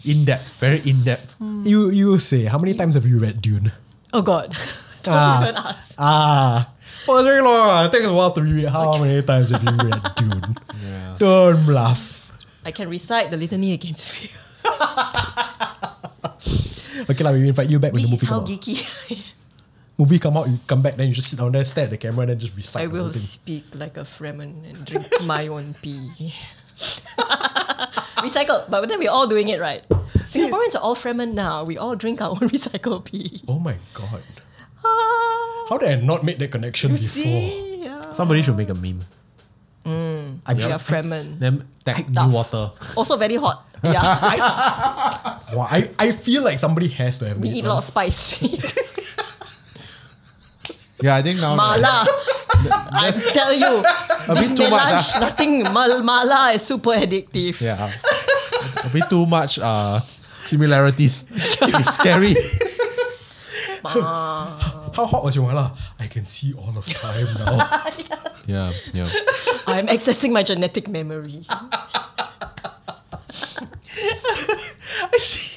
A: In depth, very in depth.
C: Hmm.
B: You you say how many times have you read Dune?
C: oh, God. [LAUGHS] Don't
B: Ah.
C: even ask.
B: Ah, well, it's very long. It takes a while to read. How many times have you read Dune?
C: [LAUGHS]
A: Yeah.
B: Don't laugh.
C: I can recite the litany against fear.
B: Okay, like we invite you back when
C: This
B: the
C: is
B: movie
C: how
B: come out.
C: geeky [LAUGHS] I am.
B: Movie come out, you come back, then you just sit down there, stare at the camera, and then just recite.
C: I
B: the whole
C: will
B: thing.
C: speak like a Fremen and drink
B: [LAUGHS]
C: my own pee. [LAUGHS] Recycle, but then we're all doing it right. Singaporeans are all Fremen now. We all drink our own [LAUGHS] recycled pee.
B: Oh my god!
C: Ah,
B: How did I not make that connection
C: you
B: before?
C: see? Yeah.
A: Somebody should make a meme.
B: I'm
C: We
B: sure.
C: are Fremen.
A: Then tag
C: Tough.
A: new water.
C: Also very hot. Yeah.
B: [LAUGHS] Wow, I, I feel like somebody has to have
C: We
B: made
C: eat a
B: one.
C: lot of spice. [LAUGHS]
A: Yeah, I think now.
C: mala. I tell you, this
A: bit too much,
C: melange,
B: ah.
C: nothing. Mal- mala is super addictive.
A: Yeah. A bit too much uh,
C: [LAUGHS]
A: similarities. It's scary.
B: How hot was your mala? I can see all of time
C: [LAUGHS]
B: now.
A: Yeah, yeah.
C: I'm accessing my genetic memory.
B: I see.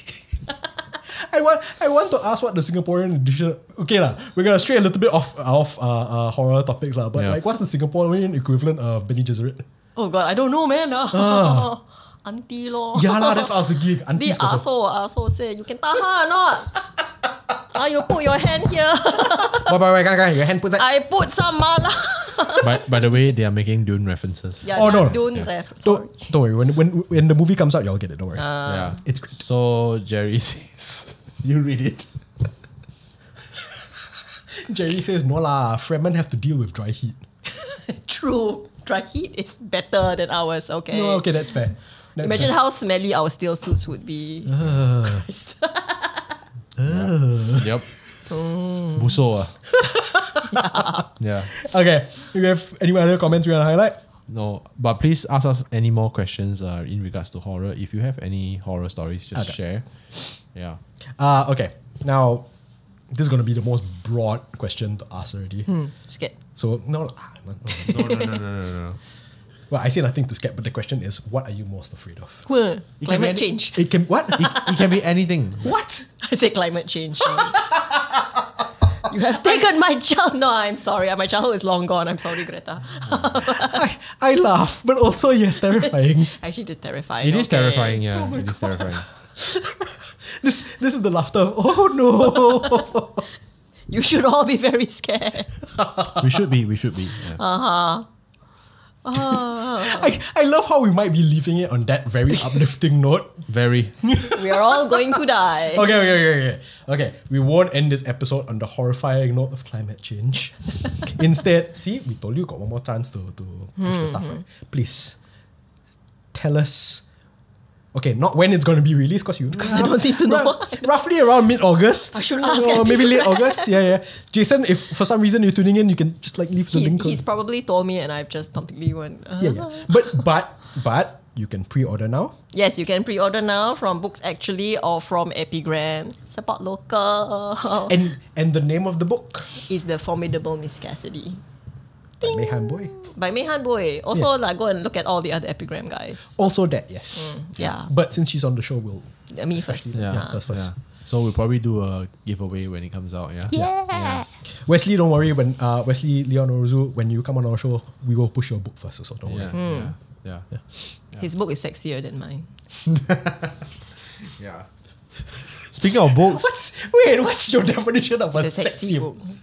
B: I want I want to ask what the Singaporean edition. Okay lah, we're gonna stray a little bit off off uh, uh, horror topics lah. But
A: Yeah.
B: like, what's the Singaporean equivalent of Benny Gesserit? [LAUGHS]
C: Oh god, I don't know, man. [LAUGHS] Auntie lor.
B: Yeah Ah. lah, that's us the gig.
C: [LAUGHS] This
B: Aunties go first.
C: asshole, asshole say you can tahan or
B: [LAUGHS]
C: not? Ah, you put your hand here. [LAUGHS]
B: Wait, wait, wait, can, can, your hand put that.
C: I put some mala. [LAUGHS]
A: by, by the way, they are making Dune references.
C: yeah,
B: Oh, no.
C: Don't
A: Yeah.
C: ref. Sorry. Uh.
B: Don't, don't worry. When, when when the movie comes out, y'all get it. Don't worry.
A: yeah.
B: it's good.
A: So Jerry [LAUGHS] says, you read it.
B: Jerry says no lah. Fremen have to deal with dry heat.
C: True. Dry heat is better than ours. Okay.
B: No, okay, that's fair. That's
C: Imagine
B: fair.
C: how smelly our steel suits would be.
B: Uh-huh.
C: Christ.
A: yep.
C: Oh.
A: Buso.
C: [LAUGHS]
A: ah. yeah.
B: Okay, you have any other comments you want to highlight?
A: No, but please ask us any more questions uh, in regards to horror. If you have any horror stories, just
B: Okay.
A: share. Yeah.
B: Uh, okay. Now, this is going to be the most broad question to ask already.
C: Hmm. Scared.
B: So, no, ah, no, no.
A: No, no, no, no, no, no.
B: Well, I say nothing to skip, but the question is what are you most afraid of?
C: Huh.
A: can be
C: Climate
A: any-
C: change. [LAUGHS]
B: It [LAUGHS] can. What?
A: It, it can be anything.
B: what?
C: I said climate change.
B: [LAUGHS]
C: sorry. you have taken my child. No, I'm sorry. My childhood is long gone. I'm sorry, Greta.
B: I, I laugh, but also, yes, terrifying. [LAUGHS]
C: Actually, it's terrifying.
A: It is
C: okay.
A: terrifying. Yeah, It is terrifying.
B: this this is the laughter of, oh no. [LAUGHS]
C: You should all be very scared.
A: we should be. We should be. Yeah.
B: I, I love how we might be leaving it on that very uplifting note.
A: Very.
C: We are all going
B: [LAUGHS]
C: to die.
B: Okay, okay, okay, okay. Okay, we won't end this episode on the horrifying note of climate
C: [LAUGHS]
B: change. Instead, see, we told you got one more chance to, to push the stuff,
C: Hmm,
B: right? Please tell us. Okay, not when it's going to be released because you.
C: [LAUGHS]
B: Because
C: I don't seem to know.
B: Roughly around mid August.
C: I should ask
B: Or
C: and
B: maybe
C: people
B: late August.
C: [LAUGHS]
B: Yeah, yeah. Jason, if for some reason you're tuning in, you can just like leave the
C: He's,
B: link. on-
C: he's probably told me, and I've just completely went. Uh.
B: yeah, yeah. But, but, but you can pre order now.
C: Yes, you can pre-order now from Books Actually or from Epigram. Support local.
B: [LAUGHS] And and the name of the book,
C: Is the formidable Miss Cassidy
B: by Mehan Boy.
C: by Mehan Boy. Also, like go and look at all the other Epigram guys.
B: Also that, yes.
C: Yeah,
B: But since she's on the show, we'll
C: me first.
A: Yeah.
B: Yeah, that's first.
A: yeah. So we'll probably do a giveaway when it comes out. Yeah.
C: Yeah.
B: Wesley, don't worry. When uh, Wesley, Leon Oruzu, when you come on our show, we will push your book first. So don't
A: Yeah.
B: worry.
A: Yeah. yeah. yeah.
C: His book is sexier than
B: [LAUGHS]
C: mine.
A: Yeah. Speaking of books,
B: What's wait? What's your definition of a,
C: It's a sexy
B: sexy
C: book. Uh-huh.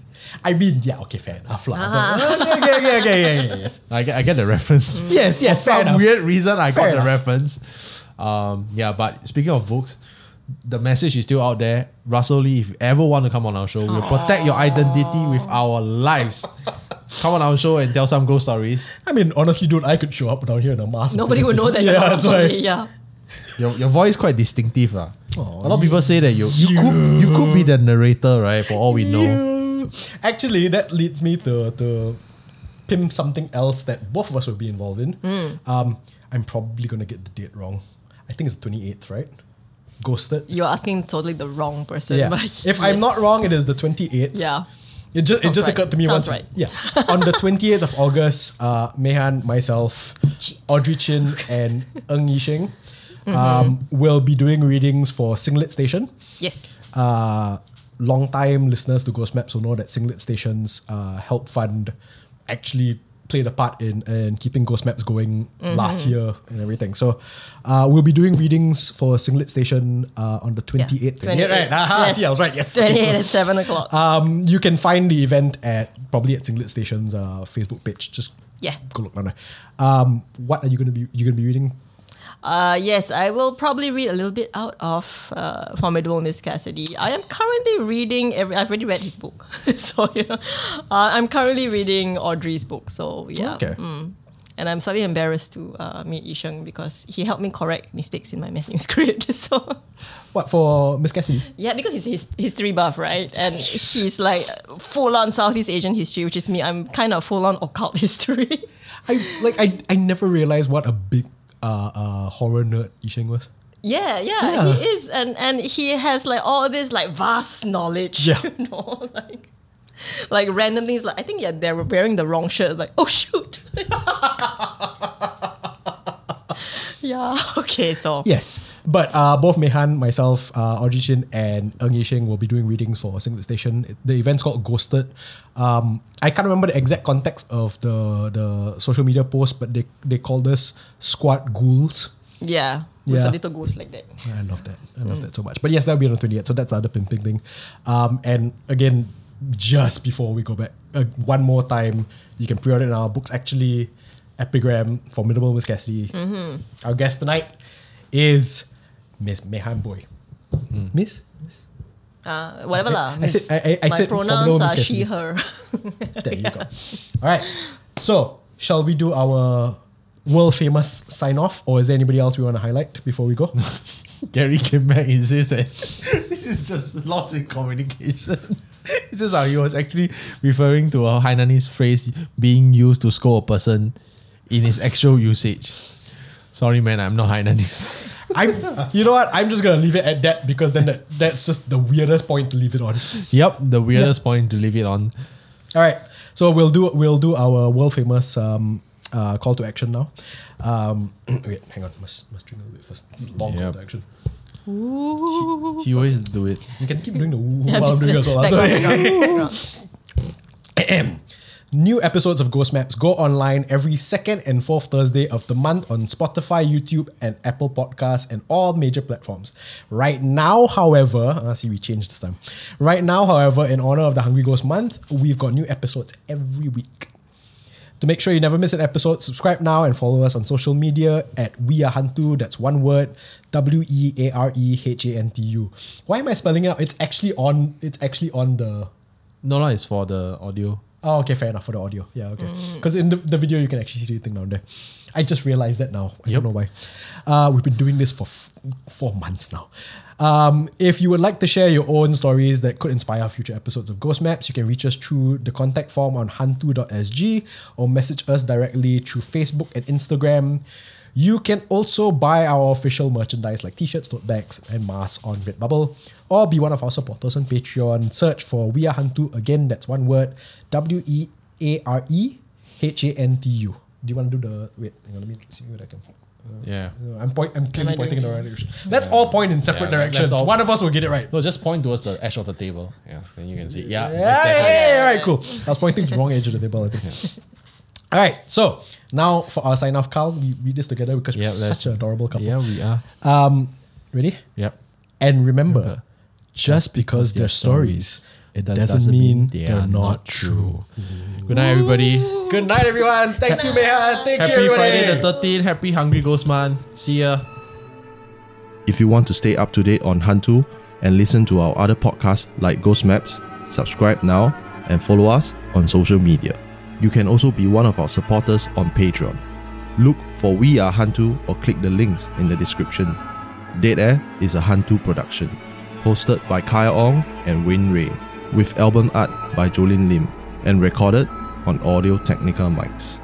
B: I mean, yeah, okay, fair enough. lah. [LAUGHS] uh, Okay, okay, okay, okay, yeah, yeah, yes.
A: I get, I get the reference.
B: Yes, yes,
A: For
B: fair
A: some
B: enough.
A: weird reason, I
B: Fair
A: got
B: enough.
A: the reference. Um, yeah, but speaking of books, the message is still out there. Russell Lee, if you ever want to come on our show, we'll protect your identity with our lives. come on our show and tell some ghost stories.
B: I mean, honestly, dude, I could show up down here in a mask.
C: Nobody would know that.
B: yeah,
C: [LAUGHS] you're
B: that's
C: from
B: right.
C: Korea, Yeah.
A: Your, your voice quite distinctive. lah. a lot of people say that you you, could you could be the narrator, right? For all we know.
B: You- Actually, that leads me to to pimp something else that both of us will be involved in.
C: Hmm.
B: Um, I'm probably gonna get the date wrong. I think it's the 28th, right? Ghosted.
C: You're asking totally the wrong person.
B: Yeah.
C: But
B: If I'm
C: yes.
B: not wrong, it is the 28th.
C: Yeah.
B: It just it
C: Sounds
B: just
C: right.
B: occurred to me
C: Sounds
B: once.
C: right. [LAUGHS]
B: Yeah. On the 28th of August, uh, Mehan, myself, Audrey Chin, and Ng Yixing
C: Mm-hmm.
B: um, will be doing readings for Singlet Station.
C: Yes.
B: Uh, long time listeners to Ghost Maps will know that Singlet Stations uh, help fund actually played a part in in keeping Ghost Maps going last
C: Mm-hmm.
B: year and everything. So uh, we'll be doing readings for Singlet Station uh, on the 28th. 28th, right? Aha, see, I was right. Yes. Okay, cool.
C: 28 at 7 o'clock.
B: [LAUGHS] Um, you can find the event at probably at Singlet Station's uh, Facebook page. Just
C: Yeah.
B: go look down there. Um, what are you gonna be? You gonna be reading?
C: Uh, yes, I will probably read a little bit out of uh, Formidable Miss Cassidy. I am currently reading, every, I've already read his book. [LAUGHS] so, you know, uh, I'm currently reading Audrey's book. So, yeah. Mm.
B: Okay.
C: And I'm slightly embarrassed to uh, meet Yisheng because he helped me correct mistakes in my [LAUGHS] manuscript. so,
B: What for, Miss Cassie?
C: yeah, because he's his history buff, right? And he's like full on Southeast Asian history, which is me. I'm kind of full on occult [LAUGHS] history.
B: I like I I never realized what a big uh, uh, horror nerd Yisheng was.
C: Yeah, yeah,
B: Yeah.
C: he is, and and he has like all this like vast knowledge.
B: Yeah.
C: [LAUGHS] you know, like like random things. Like I think yeah, they're wearing the wrong shirt. Like oh shoot. [LAUGHS] yeah. Okay. So
B: Yes, but uh, both Mehan, myself, uh, Audrey Chin, and Ng Yixing will be doing readings for Singlet Station. It- The event's called Ghosted. Um, I can't remember the exact context of the the social media post, but they they call this Squad Ghouls.
C: yeah, with
B: Yeah.
C: a little ghost like that.
B: I love that. I love that so much. But yes, that'll be on the 28th. So that's the other pimping thing. Um, and again, just before we go back, uh, one more time, you can pre order in our books. Actually, Epigram, Formidable Miss Cassidy. Our guest tonight is Miss Mehan Boy. Miss?
C: Uh, whatever lah.
B: I said-
C: miss.
B: I- I- I
C: my
B: said
C: pronouns
B: formidable
C: are
B: Miss
C: she
B: Cassidy.
C: her.
B: There you go. All right. So, shall we do our world famous sign off, or is there anybody else we want to highlight before we go?
A: Gary came back and says that [LAUGHS] this is just loss in communication. [LAUGHS] this is how he was actually referring to a Hainanese phrase being used to scold a person in its actual usage. Sorry, man, I'm not [LAUGHS] Hainanese.
B: I'm, you know what? I'm just gonna leave it at that because then that, that's just the weirdest point to leave it on.
A: yep, the weirdest point to leave it on.
B: All right, so we'll do we'll do our world famous um, uh, call to action now. Um, [CLEARS THROAT] wait, hang on, must must drink a little bit first. It's a long call
A: Yep.
B: to action.
A: He always do it.
B: You can keep doing the woo
C: I'm
B: while I'm
C: just-
B: doing this.
C: [LAUGHS]
B: all out.
C: background,
B: Sorry.
C: background, background.
B: New episodes of Ghost Maps go online every second and fourth Thursday of the month on Spotify, YouTube, and Apple Podcasts and all major platforms. Right now, however, uh, see, we changed this time. Right now, however, in honor of the Hungry Ghost Month, we've got new episodes every week. To make sure you never miss an episode, subscribe now and follow us on social media at We Are Hantu. That's one word, W E A R E H A N T U. Why am I spelling it out? It's actually on. It's actually on the
A: No lah, it's for the audio.
B: Oh, okay, fair enough for the audio. Yeah, okay. Because in the, the video, you can actually see the thing down there. I just realized that now. I
A: Yep.
B: don't know why. Uh, we've been doing this for f- four months now. Um, if you would like to share your own stories that could inspire future episodes of Ghost Maps, you can reach us through the contact form on hantu.sg or message us directly through Facebook and Instagram. You can also buy our official merchandise like t-shirts, tote bags, and masks on Redbubble, or be one of our supporters on Patreon. Search for We Are Hantu again. That's one word: W E A R E H A N T U. Do you want to do the wait? Hang on, let me see what I can.
C: Yeah.
B: I'm point. I'm clearly
E: I doing
B: pointing in the right direction. Let's all point in separate
C: Yeah, that's
B: directions.
C: all-
B: One of us will get it right.
C: No, just point towards the edge of the table. Yeah, then you can see. Yeah,
B: Yeah,
C: exactly.
B: yeah, yeah, right, cool. I was pointing to the wrong edge of the table, I think. All right, so now for our sign off, Carl, we read this together because
C: Yeah,
B: we're
C: let's-
B: such an adorable couple.
C: Yeah, we are.
B: Um, ready?
C: Yep.
B: And remember, just because they're
C: they're
B: stories,
C: stories,
B: it doesn't, mean they're, not true.
C: Good night, everybody.
B: Good night, everyone. Thank you, Meha. Thank you,
C: Happy
B: everybody.
C: Friday the 13th. Happy Hungry Ghost Month. See ya.
A: If you want to stay up to date on Hantu and listen to our other podcasts like Ghost Maps, subscribe now and follow us on social media. You can also be one of our supporters on Patreon. Look for We Are Hantu or click the links in the description. Dead Air is a Hantu production, hosted by Kaya Ong and Wayne Ray, with album art by Jolene Lim and recorded on Audio Technica mics.